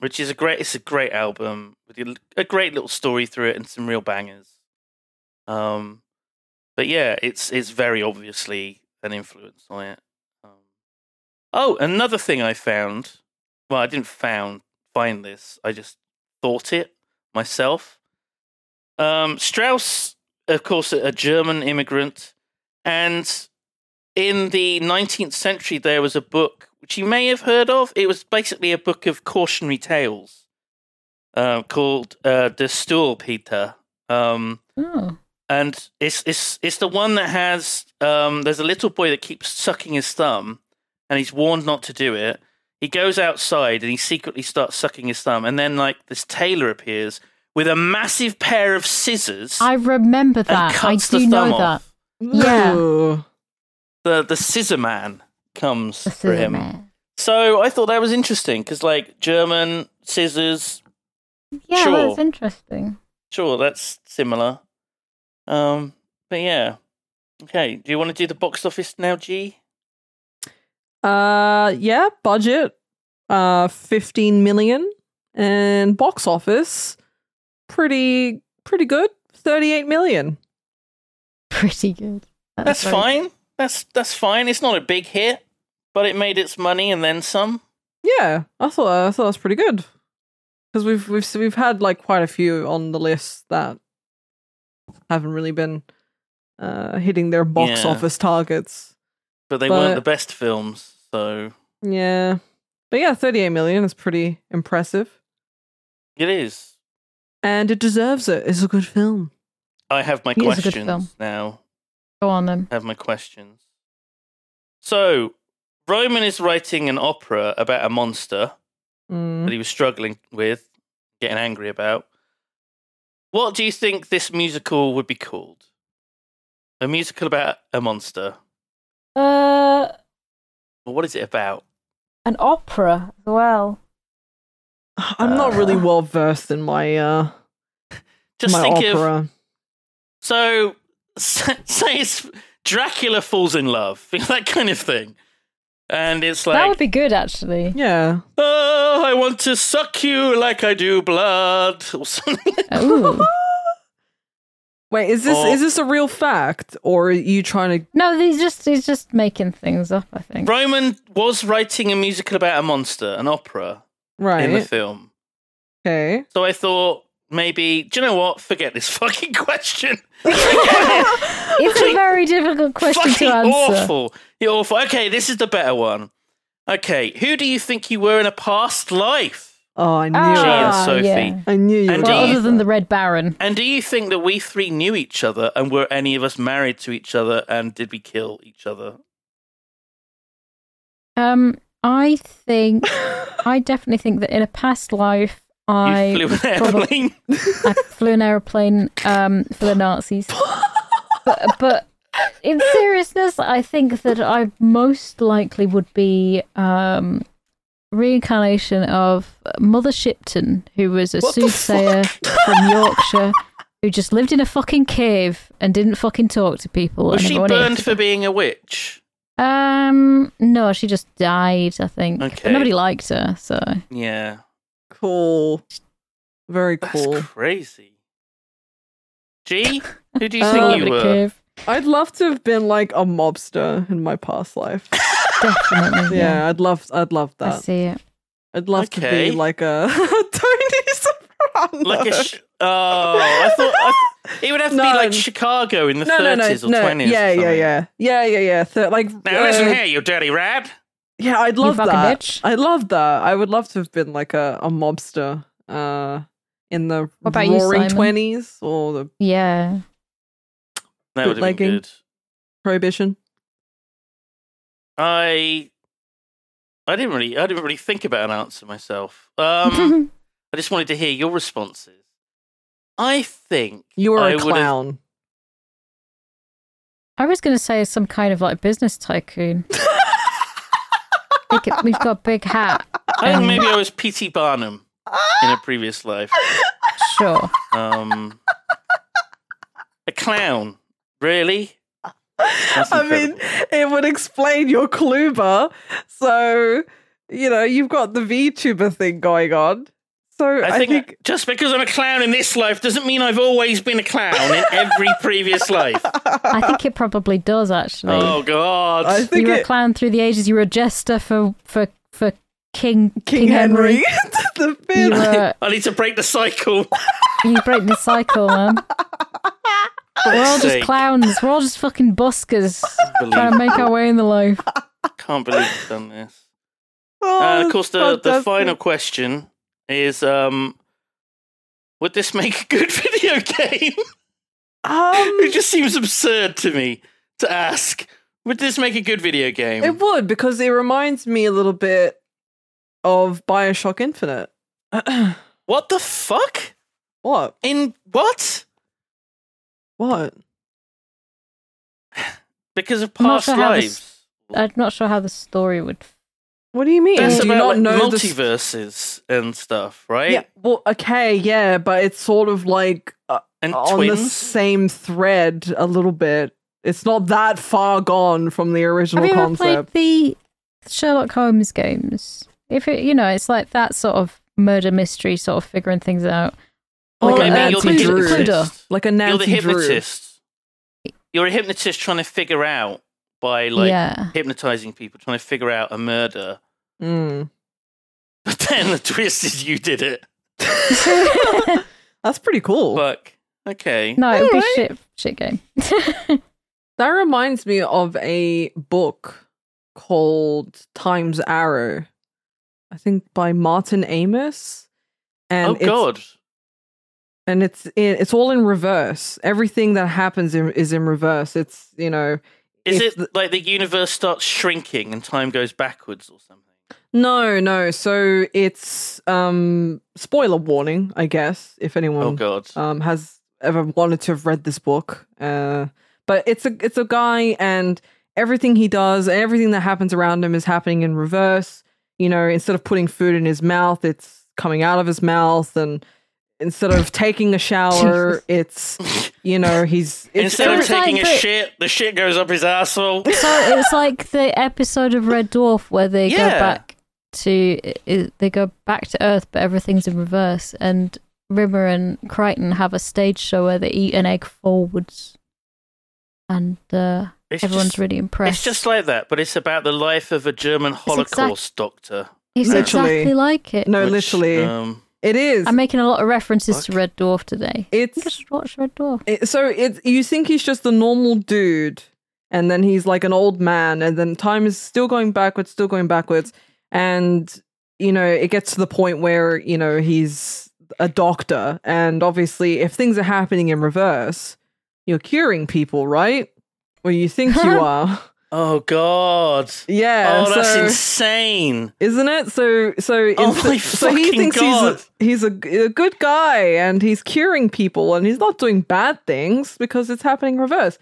Speaker 2: which is a great it's a great album with a- a great little story through it and some real bangers um but yeah it's it's very obviously an influence on it um, oh another thing i found well i didn't found find this i just thought it myself um strauss of course a a german immigrant and in the 19th century there was a book which you may have heard of it was basically a book of cautionary tales uh, called uh, the stool peter um,
Speaker 4: Oh.
Speaker 2: and it's it's it's the one that has um there's a little boy that keeps sucking his thumb and he's warned not to do it he goes outside and he secretly starts sucking his thumb and then like this tailor appears with a massive pair of scissors
Speaker 4: I remember
Speaker 2: and
Speaker 4: that. I
Speaker 2: cuts
Speaker 4: do
Speaker 2: the thumb
Speaker 4: know that.
Speaker 2: off
Speaker 4: Yeah.
Speaker 3: Ooh.
Speaker 2: the the scissor man comes
Speaker 4: The
Speaker 2: for him
Speaker 4: cinema.
Speaker 2: so i thought that was interesting because like german scissors
Speaker 4: Yeah,
Speaker 2: Sure.
Speaker 4: that's interesting.
Speaker 2: sure that's similar um but yeah okay do you want to do the box office now g
Speaker 3: Uh, yeah, budget, uh, fifteen million, and box office, pretty pretty good, thirty eight million.
Speaker 4: Pretty good.
Speaker 2: That's
Speaker 4: very-
Speaker 2: fine. That's that's fine. It's not a big hit, but it made its money and then some.
Speaker 3: Yeah, I thought I thought that's pretty good because we've we've we've had like quite a few on the list that haven't really been uh, hitting their box
Speaker 2: Yeah.
Speaker 3: office targets.
Speaker 2: But they
Speaker 3: But-
Speaker 2: weren't the best films, so
Speaker 3: Yeah, but yeah, thirty eight million is pretty impressive,
Speaker 2: it is.
Speaker 3: and it deserves it. It's a good film.
Speaker 2: I have my
Speaker 4: It is a good
Speaker 2: questions
Speaker 4: film.
Speaker 2: now.
Speaker 4: Go on then.
Speaker 2: I have my questions. So Roman is writing an opera about a monster
Speaker 3: Mm.
Speaker 2: that he was struggling with, getting angry about. What do you think this musical would be called? A musical about a monster.
Speaker 4: Uh,
Speaker 2: But what is it about?
Speaker 4: an opera as well.
Speaker 3: I'm not really well versed in my uh
Speaker 2: Just
Speaker 3: my
Speaker 2: think of
Speaker 3: opera.
Speaker 2: So s- say it's Dracula falls in love, that kind of thing, and it's
Speaker 4: that
Speaker 2: like,
Speaker 4: would be good, actually.
Speaker 3: Yeah,
Speaker 2: oh, I want to suck you like I do blood, or something.
Speaker 4: Ooh.
Speaker 3: wait, is this
Speaker 2: Or-
Speaker 3: is this a real fact or are you trying to?
Speaker 4: No, he's just he's just making things up. I think.
Speaker 2: Roman was writing a musical about a monster, an opera in the
Speaker 3: Right.
Speaker 2: film.
Speaker 3: Okay.
Speaker 2: So I thought maybe, do you know what? Forget this fucking question.
Speaker 4: It's a very difficult question to
Speaker 2: fucking
Speaker 4: answer.
Speaker 2: awful. You're awful. Okay, this is the better one. Okay, who do you think you were in a past life?
Speaker 3: Oh, I knew
Speaker 2: Ah.
Speaker 3: it.
Speaker 2: Sophie.
Speaker 3: I knew you.
Speaker 2: And
Speaker 3: were
Speaker 2: do
Speaker 4: Well,
Speaker 2: you-
Speaker 4: other than the Red Baron.
Speaker 2: And do you think that we three knew each other and were any of us married to each other and did we kill each other?
Speaker 4: Um, I think I definitely think that in a past life
Speaker 2: You
Speaker 4: I
Speaker 2: flew an
Speaker 4: probably-
Speaker 2: airplane.
Speaker 4: I flew an aeroplane um, for the Nazis. but, but in seriousness, I think that I most likely would be um, reincarnation of Mother Shipton, who was a
Speaker 2: What the
Speaker 4: soothsayer from Yorkshire. Who just lived in a fucking cave and didn't fucking talk to people?
Speaker 2: Was
Speaker 4: and
Speaker 2: she
Speaker 4: everyone
Speaker 2: burned
Speaker 4: hated
Speaker 2: for being a witch?
Speaker 4: her. Um, no, she just died. I think. But
Speaker 2: Okay.
Speaker 4: nobody liked her, so
Speaker 2: Yeah.
Speaker 3: cool. Very
Speaker 2: That's
Speaker 3: cool.
Speaker 2: crazy. G, who do you
Speaker 3: Um,
Speaker 2: think
Speaker 4: Oh, Nobody
Speaker 2: you were?
Speaker 4: cared.
Speaker 3: I'd love to have been like a mobster in my past life.
Speaker 4: Definitely. yeah.
Speaker 3: Yeah, I'd love, I'd love
Speaker 4: I
Speaker 3: that.
Speaker 4: see it.
Speaker 3: I'd love
Speaker 2: Okay.
Speaker 3: to be like a Tony Soprano.
Speaker 2: Like a sh- oh, I thought I th- it would have to be
Speaker 3: No.
Speaker 2: like Chicago in the
Speaker 3: no, no, no,
Speaker 2: 30s or
Speaker 3: no.
Speaker 2: 20s. or
Speaker 3: Yeah, yeah,
Speaker 2: something.
Speaker 3: yeah, yeah, yeah, yeah. Thir- like,
Speaker 2: Now
Speaker 3: uh,
Speaker 2: listen here, you dirty rat.
Speaker 3: yeah, I'd love
Speaker 4: fucking
Speaker 3: that.
Speaker 4: bitch.
Speaker 3: I love that. I would love to have been like a, a mobster uh, in the
Speaker 4: What about you,
Speaker 3: roaring
Speaker 4: Simon?
Speaker 3: twenties or the
Speaker 4: Yeah.
Speaker 2: That would have been
Speaker 3: Bootlegging.
Speaker 2: good.
Speaker 3: prohibition.
Speaker 2: I I didn't really I didn't really think about an answer myself. Um I just wanted to hear your responses. I think
Speaker 3: You were
Speaker 2: I
Speaker 3: a
Speaker 2: would've-
Speaker 3: clown.
Speaker 4: I was going to say some kind of like business tycoon. Big- We've got a big hat.
Speaker 2: I think
Speaker 4: Um,
Speaker 2: maybe I was P.T. Barnum in a previous life.
Speaker 4: Sure.
Speaker 2: Um, a clown, really? That's
Speaker 3: I mean,
Speaker 2: incredible.
Speaker 3: it would explain your Kluber. So you know you've got the VTuber thing going on. So
Speaker 2: I
Speaker 3: I
Speaker 2: think,
Speaker 3: think
Speaker 2: just because I'm a clown in this life doesn't mean I've always been a clown in every previous life.
Speaker 4: I think it probably does actually.
Speaker 2: Oh God!
Speaker 3: I
Speaker 4: you
Speaker 3: think
Speaker 4: were
Speaker 3: it-
Speaker 4: a clown through the ages. You were a jester for for for King
Speaker 3: King, Henry, the
Speaker 4: You
Speaker 3: fifth.
Speaker 4: were
Speaker 2: I need to break the cycle.
Speaker 4: you break the cycle, man. But we're all just
Speaker 2: Sake.
Speaker 4: clowns. We're all just fucking buskers trying to
Speaker 2: Believe,
Speaker 4: make our way in the life.
Speaker 2: can't believe I've done this.
Speaker 3: Oh,
Speaker 2: and Uh, of
Speaker 3: that's
Speaker 2: course, the, the
Speaker 3: fantastic.
Speaker 2: final question is: um, Would this make a good video game?
Speaker 3: Um,
Speaker 2: it just seems absurd to me to ask. Would this make a good video game?
Speaker 3: It would because it reminds me a little bit of Bioshock Infinite.
Speaker 2: What the fuck?
Speaker 3: what?
Speaker 2: In what?
Speaker 3: What?
Speaker 2: Because of
Speaker 4: I'm not
Speaker 2: past
Speaker 4: sure how this-
Speaker 2: lives.
Speaker 4: I'm not sure how the story would.
Speaker 3: What do you mean?
Speaker 2: That's
Speaker 3: do you
Speaker 2: about
Speaker 3: not
Speaker 2: like,
Speaker 3: know the s-
Speaker 2: multiverses and stuff, right?
Speaker 3: Yeah. Well, okay, yeah, but it's sort of like uh,
Speaker 2: And
Speaker 3: on the
Speaker 2: twins.
Speaker 3: same thread a little bit. It's not that far gone from the original
Speaker 4: Have you ever played
Speaker 3: concept.
Speaker 4: the Sherlock Holmes games? If it, you know, it's like that sort of murder mystery, sort of figuring things out.
Speaker 3: Or
Speaker 4: Like
Speaker 2: Maybe
Speaker 4: a,
Speaker 2: you're
Speaker 3: Nancy
Speaker 2: the
Speaker 4: Cluedo-
Speaker 3: Drew.
Speaker 4: Cluedo.
Speaker 2: hypnotist.
Speaker 3: Like
Speaker 2: You're
Speaker 3: a
Speaker 2: the
Speaker 3: Nancy Drew.
Speaker 2: hypnotist. You're a hypnotist trying to figure out by like
Speaker 4: yeah,
Speaker 2: hypnotizing people, trying to figure out a murder.
Speaker 3: Mm.
Speaker 2: But then the twist is you did it.
Speaker 3: That's pretty cool.
Speaker 2: Fuck. Okay.
Speaker 4: no, it would be
Speaker 3: Alright.
Speaker 4: shit, shit game.
Speaker 3: That reminds me of a book called Time's Arrow, I think by Martin Amos. And
Speaker 2: oh
Speaker 3: it's,
Speaker 2: God.
Speaker 3: and it's in, it's all in reverse. Everything that happens in, is in reverse. It's you know
Speaker 2: Is
Speaker 3: if
Speaker 2: it like the universe starts shrinking and time goes backwards or something?
Speaker 3: no no. So it's um spoiler warning, I guess, if anyone
Speaker 2: Oh God.
Speaker 3: um, has ever wanted to have read this book. Uh, but it's a it's a guy, and everything he does, everything that happens around him is happening in reverse. You know, instead of putting food in his mouth, it's coming out of his mouth, and instead of taking a shower, it's you know he's it's
Speaker 2: Instead of
Speaker 4: every-
Speaker 2: taking a
Speaker 4: Like the-
Speaker 2: shit, the shit goes up his asshole.
Speaker 4: So it's like the episode of Red Dwarf where they
Speaker 2: Yeah.
Speaker 4: go back to i- they go back to Earth, but everything's in reverse. And Rimmer and Crichton have a stage show where they eat an egg forwards, and uh,
Speaker 2: It's
Speaker 4: everyone's
Speaker 2: just,
Speaker 4: really impressed.
Speaker 2: It's just like that, but it's about the life of a German
Speaker 4: exact-
Speaker 2: Holocaust doctor.
Speaker 4: it's
Speaker 3: Literally.
Speaker 4: exactly like it.
Speaker 3: no,
Speaker 2: which,
Speaker 3: literally,
Speaker 2: Um,
Speaker 3: it is.
Speaker 4: I'm making a lot of references to
Speaker 2: Fuck.
Speaker 4: Red Dwarf today. I think I
Speaker 3: it's
Speaker 4: should watch Red Dwarf.
Speaker 3: it, so it's you think he's just a normal dude and then he's like an old man and then time is still going backwards still going backwards and you know, it gets to the point where, you know, he's a doctor. And obviously, if things are happening in reverse, you're curing people, right? Well, you think you are.
Speaker 2: Oh God.
Speaker 3: Yeah.
Speaker 2: oh, that's
Speaker 3: so-
Speaker 2: insane.
Speaker 3: isn't it? So, so,
Speaker 2: Oh
Speaker 3: inst-
Speaker 2: my
Speaker 3: so he
Speaker 2: fucking
Speaker 3: thinks
Speaker 2: God.
Speaker 3: he's a, he's a, a good guy and he's curing people and he's not doing bad things because it's happening reverse.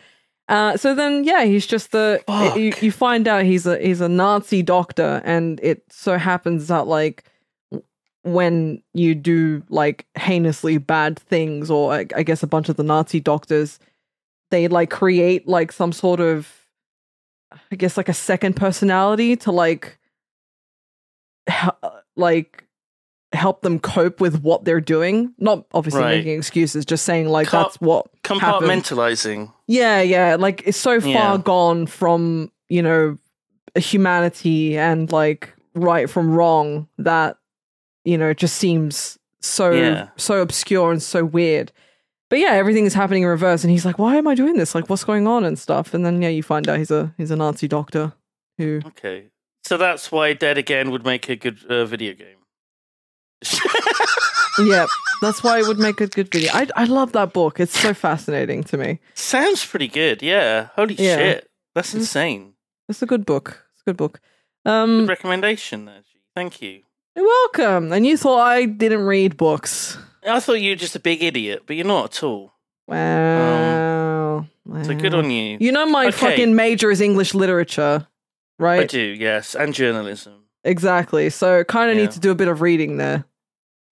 Speaker 3: Uh, so then, yeah, he's just the
Speaker 2: Fuck.
Speaker 3: you, you find out he's a he's a Nazi doctor, and it so happens that like w- when you do like heinously bad things, or I, I guess a bunch of the Nazi doctors, they like create like some sort of, I guess like a second personality to like he- like help them cope with what they're doing. Not obviously
Speaker 2: Right.
Speaker 3: making excuses, just saying like
Speaker 2: Cop-
Speaker 3: that's what happened.
Speaker 2: Compartmentalizing.
Speaker 3: Yeah, yeah. Like it's so far
Speaker 2: Yeah.
Speaker 3: gone from you know humanity and like right from wrong that you know it just seems so
Speaker 2: Yeah.
Speaker 3: so obscure and so weird. But yeah, everything is happening in reverse, and he's like, "Why am I doing this? Like, what's going on and stuff?" And then yeah, you find out he's a he's a Nazi doctor who
Speaker 2: Okay. So that's why Dead Again would make a good uh, video game.
Speaker 3: yeah, that's why it would make a good video. I I love that book. It's so fascinating to me.
Speaker 2: Sounds pretty good. Yeah. Holy
Speaker 3: Yeah.
Speaker 2: shit. That's
Speaker 3: Mhm.
Speaker 2: insane.
Speaker 3: It's a good book. It's a good book. Um,
Speaker 2: Recommendation there. G. Thank you.
Speaker 3: you're welcome. And you thought I didn't read books.
Speaker 2: I thought you were just a big idiot, but you're not at all.
Speaker 3: Wow.
Speaker 2: Oh. So good
Speaker 3: Wow.
Speaker 2: on you.
Speaker 3: Mm. You know my
Speaker 2: Okay.
Speaker 3: fucking major is English literature, right?
Speaker 2: I do, yes, and journalism.
Speaker 3: Exactly. So kind of
Speaker 2: Yeah.
Speaker 3: need to do a bit of reading there.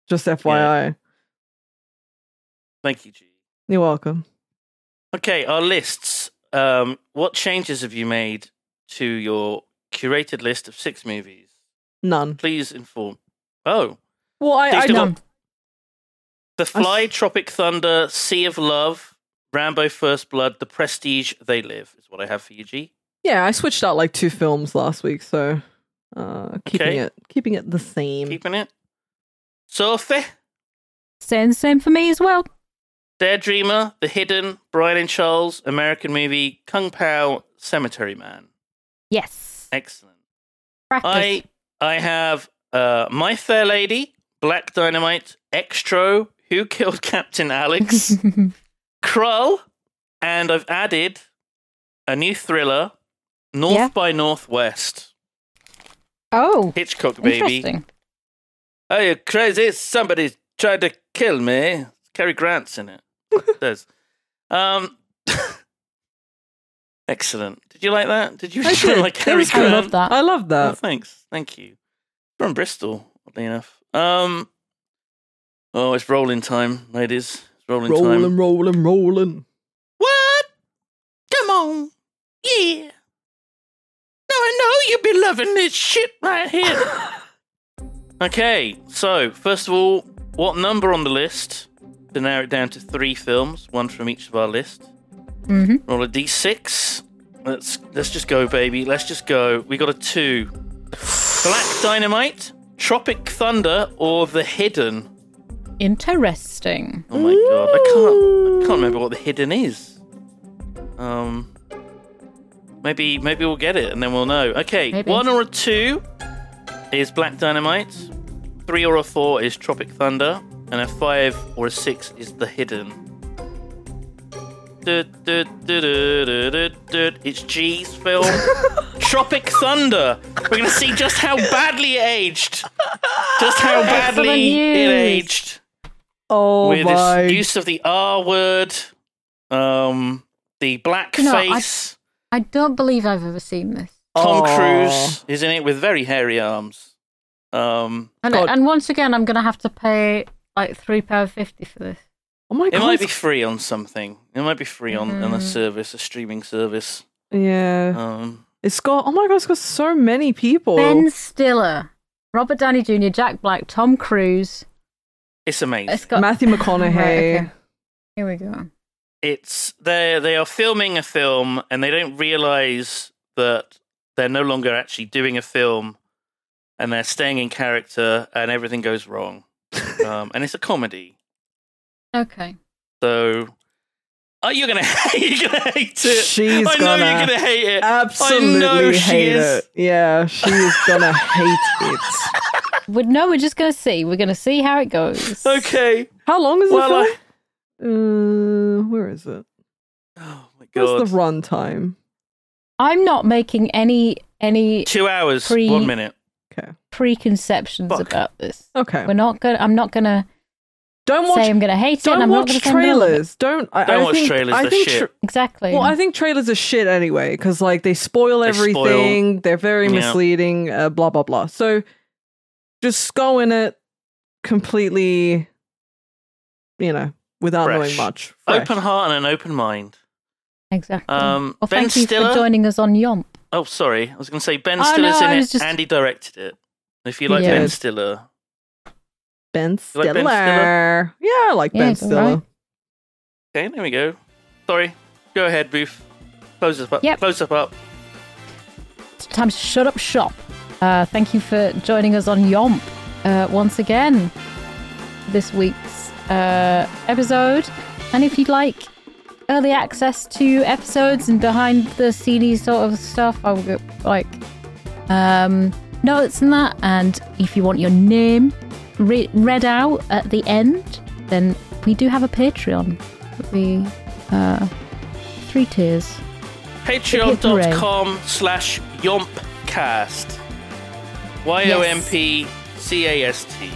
Speaker 3: Just FYI.
Speaker 2: Thank you, G.
Speaker 3: You're welcome.
Speaker 2: Okay, our lists. Um, what changes have you made to your curated list of six movies?
Speaker 3: None.
Speaker 2: Please inform. Oh,
Speaker 3: Well, I,
Speaker 2: So you
Speaker 3: I
Speaker 2: still
Speaker 3: know.
Speaker 2: got The
Speaker 3: I s-
Speaker 2: Fly, Tropic Thunder, Sea of Love, Rambo: First Blood, The Prestige, They Live is what I have for you, G.
Speaker 3: Yeah, I switched out like two films last week, so uh keeping
Speaker 2: Okay.
Speaker 3: it keeping it the same.
Speaker 2: Keeping it. Sophie,
Speaker 4: Saying the same for me as well.
Speaker 2: Daredreamer, The Hidden, Brian and Charles, American Movie, Kung Pao, Cemetery Man.
Speaker 4: Yes.
Speaker 2: Excellent.
Speaker 4: Practice.
Speaker 2: I I have uh, My Fair Lady, Black Dynamite, Extro, Who Killed Captain Alex, Krull, and I've added a new thriller, North
Speaker 4: Yeah.
Speaker 2: by Northwest.
Speaker 4: oh,
Speaker 2: Hitchcock, baby.
Speaker 4: interesting.
Speaker 2: Are you crazy? Somebody tried to kill me. Cary Grant's in it. There's. Um, excellent. Did you like that? Did you
Speaker 3: I
Speaker 2: sound
Speaker 3: did.
Speaker 2: like
Speaker 3: It
Speaker 2: Cary
Speaker 3: was
Speaker 4: I
Speaker 2: Grant?
Speaker 4: love that.
Speaker 3: I love
Speaker 2: Oh,
Speaker 3: that.
Speaker 2: thanks. Thank you. From Bristol, oddly enough. Um, oh, it's rolling time, ladies. It's rolling
Speaker 3: Rolling,
Speaker 2: time.
Speaker 3: rolling, rolling.
Speaker 2: What? Come on. Yeah. Now I know you'll be loving this shit right here. okay, so first of all, what number on the list? To narrow it down to three films, one from each of our list.
Speaker 4: hmm
Speaker 2: Roll a d6. Let's let's just go, baby. Let's just go. We got a two. Black Dynamite, Tropic Thunder, or The Hidden.
Speaker 4: Interesting.
Speaker 2: Oh my god, I can't I can't remember what The Hidden is. Um, maybe maybe we'll get it and then we'll know. Okay,
Speaker 4: Maybe.
Speaker 2: one or a two is Black Dynamite. Three or a four is Tropic Thunder, and a five or a six is The Hidden. Du- du- du- du- du- du- du- It's G's film, Tropic Thunder. We're gonna see just how badly it aged, just how badly
Speaker 4: Excellent
Speaker 2: it
Speaker 4: news.
Speaker 2: aged
Speaker 3: Oh
Speaker 2: with
Speaker 3: my
Speaker 2: this use of the R word, um, the blackface.
Speaker 4: You know, I- I don't believe I've ever seen this.
Speaker 2: Tom
Speaker 3: Aw.
Speaker 2: Cruise is in it with very hairy arms. Um,
Speaker 4: And,
Speaker 3: God.
Speaker 4: and once again, I'm going to have to pay like three pound fifty for this.
Speaker 3: Oh my
Speaker 2: it
Speaker 3: god.
Speaker 2: might be free on something. It might be free on, on
Speaker 4: Mm-hmm.
Speaker 2: a service, a streaming service.
Speaker 3: yeah.
Speaker 2: Um,
Speaker 3: It's got oh my god, it's got so many
Speaker 2: Oh.
Speaker 3: people.
Speaker 4: Ben Stiller, Robert Downey Jr., Jack Black, Tom Cruise.
Speaker 2: it's amazing.
Speaker 4: It's got
Speaker 3: Matthew McConaughey.
Speaker 4: Right, okay. Here we go.
Speaker 2: it's they they are filming a film and they don't realize that they're no longer actually doing a film and they're staying in character and everything goes wrong um, and it's a comedy
Speaker 4: Okay.
Speaker 2: so oh you're gonna you're gonna hate it
Speaker 3: She's
Speaker 2: i know
Speaker 3: gonna
Speaker 2: you're gonna hate it
Speaker 3: Absolutely
Speaker 2: she
Speaker 3: hate
Speaker 2: is.
Speaker 3: it. Yeah, she is gonna hate it.
Speaker 4: we no, we're just gonna see. We're gonna see how it goes.
Speaker 2: Okay.
Speaker 3: How long is
Speaker 2: Well,
Speaker 3: it?
Speaker 2: I.
Speaker 3: For? Uh, where is it?
Speaker 2: Oh my god.
Speaker 3: What's the run time?
Speaker 4: I'm not making any any
Speaker 2: Two hours,
Speaker 4: Pre-
Speaker 2: one minute.
Speaker 3: Okay.
Speaker 4: preconceptions
Speaker 2: Fuck.
Speaker 4: about this.
Speaker 3: Okay.
Speaker 4: We're not gonna. I'm not gonna
Speaker 3: Don't
Speaker 4: say
Speaker 3: watch.
Speaker 4: I'm gonna hate it.
Speaker 3: Don't
Speaker 4: and I'm
Speaker 3: watch
Speaker 4: not gonna say no.
Speaker 3: trailers. Don't. I,
Speaker 2: Don't
Speaker 3: I
Speaker 2: watch
Speaker 3: think,
Speaker 2: trailers,
Speaker 3: I
Speaker 2: they're
Speaker 3: think
Speaker 2: shit.
Speaker 4: Exactly.
Speaker 3: Well, I think trailers are shit anyway because like they spoil
Speaker 2: They spoil.
Speaker 3: everything. They're very
Speaker 2: Yeah.
Speaker 3: misleading. Uh, blah blah blah. So just go in it completely, you know, without knowing
Speaker 2: Fresh.
Speaker 3: much. Fresh.
Speaker 2: Open heart and an open mind.
Speaker 4: exactly.
Speaker 2: Um,
Speaker 4: well,
Speaker 2: Ben
Speaker 4: thank you
Speaker 2: Stiller.
Speaker 4: for joining us on Yomp.
Speaker 2: Oh, sorry. I was going to say Ben
Speaker 4: Oh,
Speaker 2: Stiller's
Speaker 4: no, I
Speaker 2: in it.
Speaker 4: was just-
Speaker 2: and he directed it. If you like
Speaker 4: Yeah.
Speaker 2: Ben Stiller,
Speaker 3: Ben
Speaker 2: You like
Speaker 3: Stiller.
Speaker 2: Ben
Speaker 3: Yeah, I like
Speaker 4: Yeah,
Speaker 3: Ben
Speaker 4: it's all
Speaker 3: Stiller.
Speaker 4: right.
Speaker 2: okay, there we go. Sorry. Go ahead, Booth. Close us up.
Speaker 4: Yep.
Speaker 2: Close up. Up.
Speaker 4: It's time to shut up shop. Uh, thank you for joining us on Yomp uh, once again this week's uh, episode. And if you'd like early access to episodes and behind the CD sort of stuff, I will get like um, notes and that. And if you want your name re- read out at the end, then we do have a Patreon. We uh, three tiers.
Speaker 2: Patreon.com slash yompcast. Y O M P C A S T.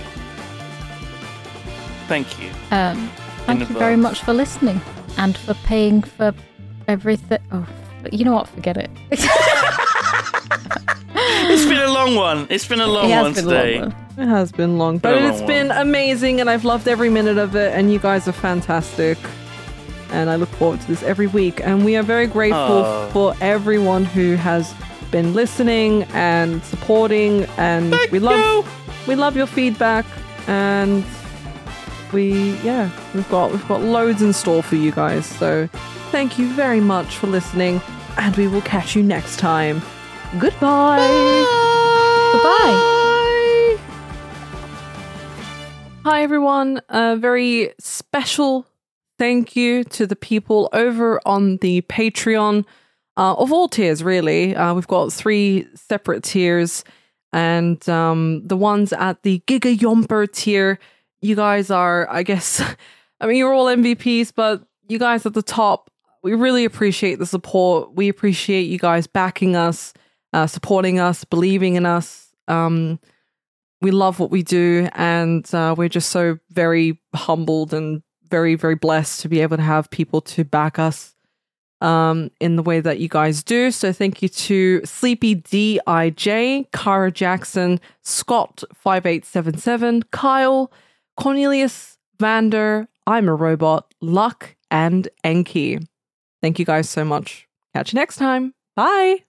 Speaker 2: Thank you.
Speaker 4: Um, thank you
Speaker 2: advance.
Speaker 4: very much for listening and for paying for everything. Oh, but you know what? Forget it.
Speaker 2: It's been a long one. It's been a long
Speaker 4: it
Speaker 2: one
Speaker 4: has been a long
Speaker 2: today.
Speaker 4: one.
Speaker 3: It has been long, but
Speaker 2: Been a
Speaker 3: it's
Speaker 2: long
Speaker 3: been
Speaker 2: one.
Speaker 3: amazing, and I've loved every minute of it. And you guys are fantastic, and I look forward to this every week. And we are very grateful
Speaker 2: Aw.
Speaker 3: for everyone who has been listening and supporting. And we love
Speaker 2: you.
Speaker 3: we love your feedback, and we yeah we've got we've got loads in store for you guys. So thank you very much for listening, and we will catch you next time. Goodbye.
Speaker 4: Goodbye.
Speaker 3: Hi, everyone. A very special thank you to the people over on the Patreon uh, of all tiers, really. Uh, we've got three separate tiers, and um, the ones at the Giga Yomper tier, you guys are, I guess, I mean, you're all MVPs, but you guys at the top, we really appreciate the support. We appreciate you guys backing us, uh, supporting us, believing in us. Um, we love what we do and uh, we're just so very humbled and very very blessed to be able to have people to back us um, in the way that you guys do so thank you to sleepy dij kara jackson scott 5877 kyle cornelius vander i'm a robot luck and enki thank you guys so much catch you next time bye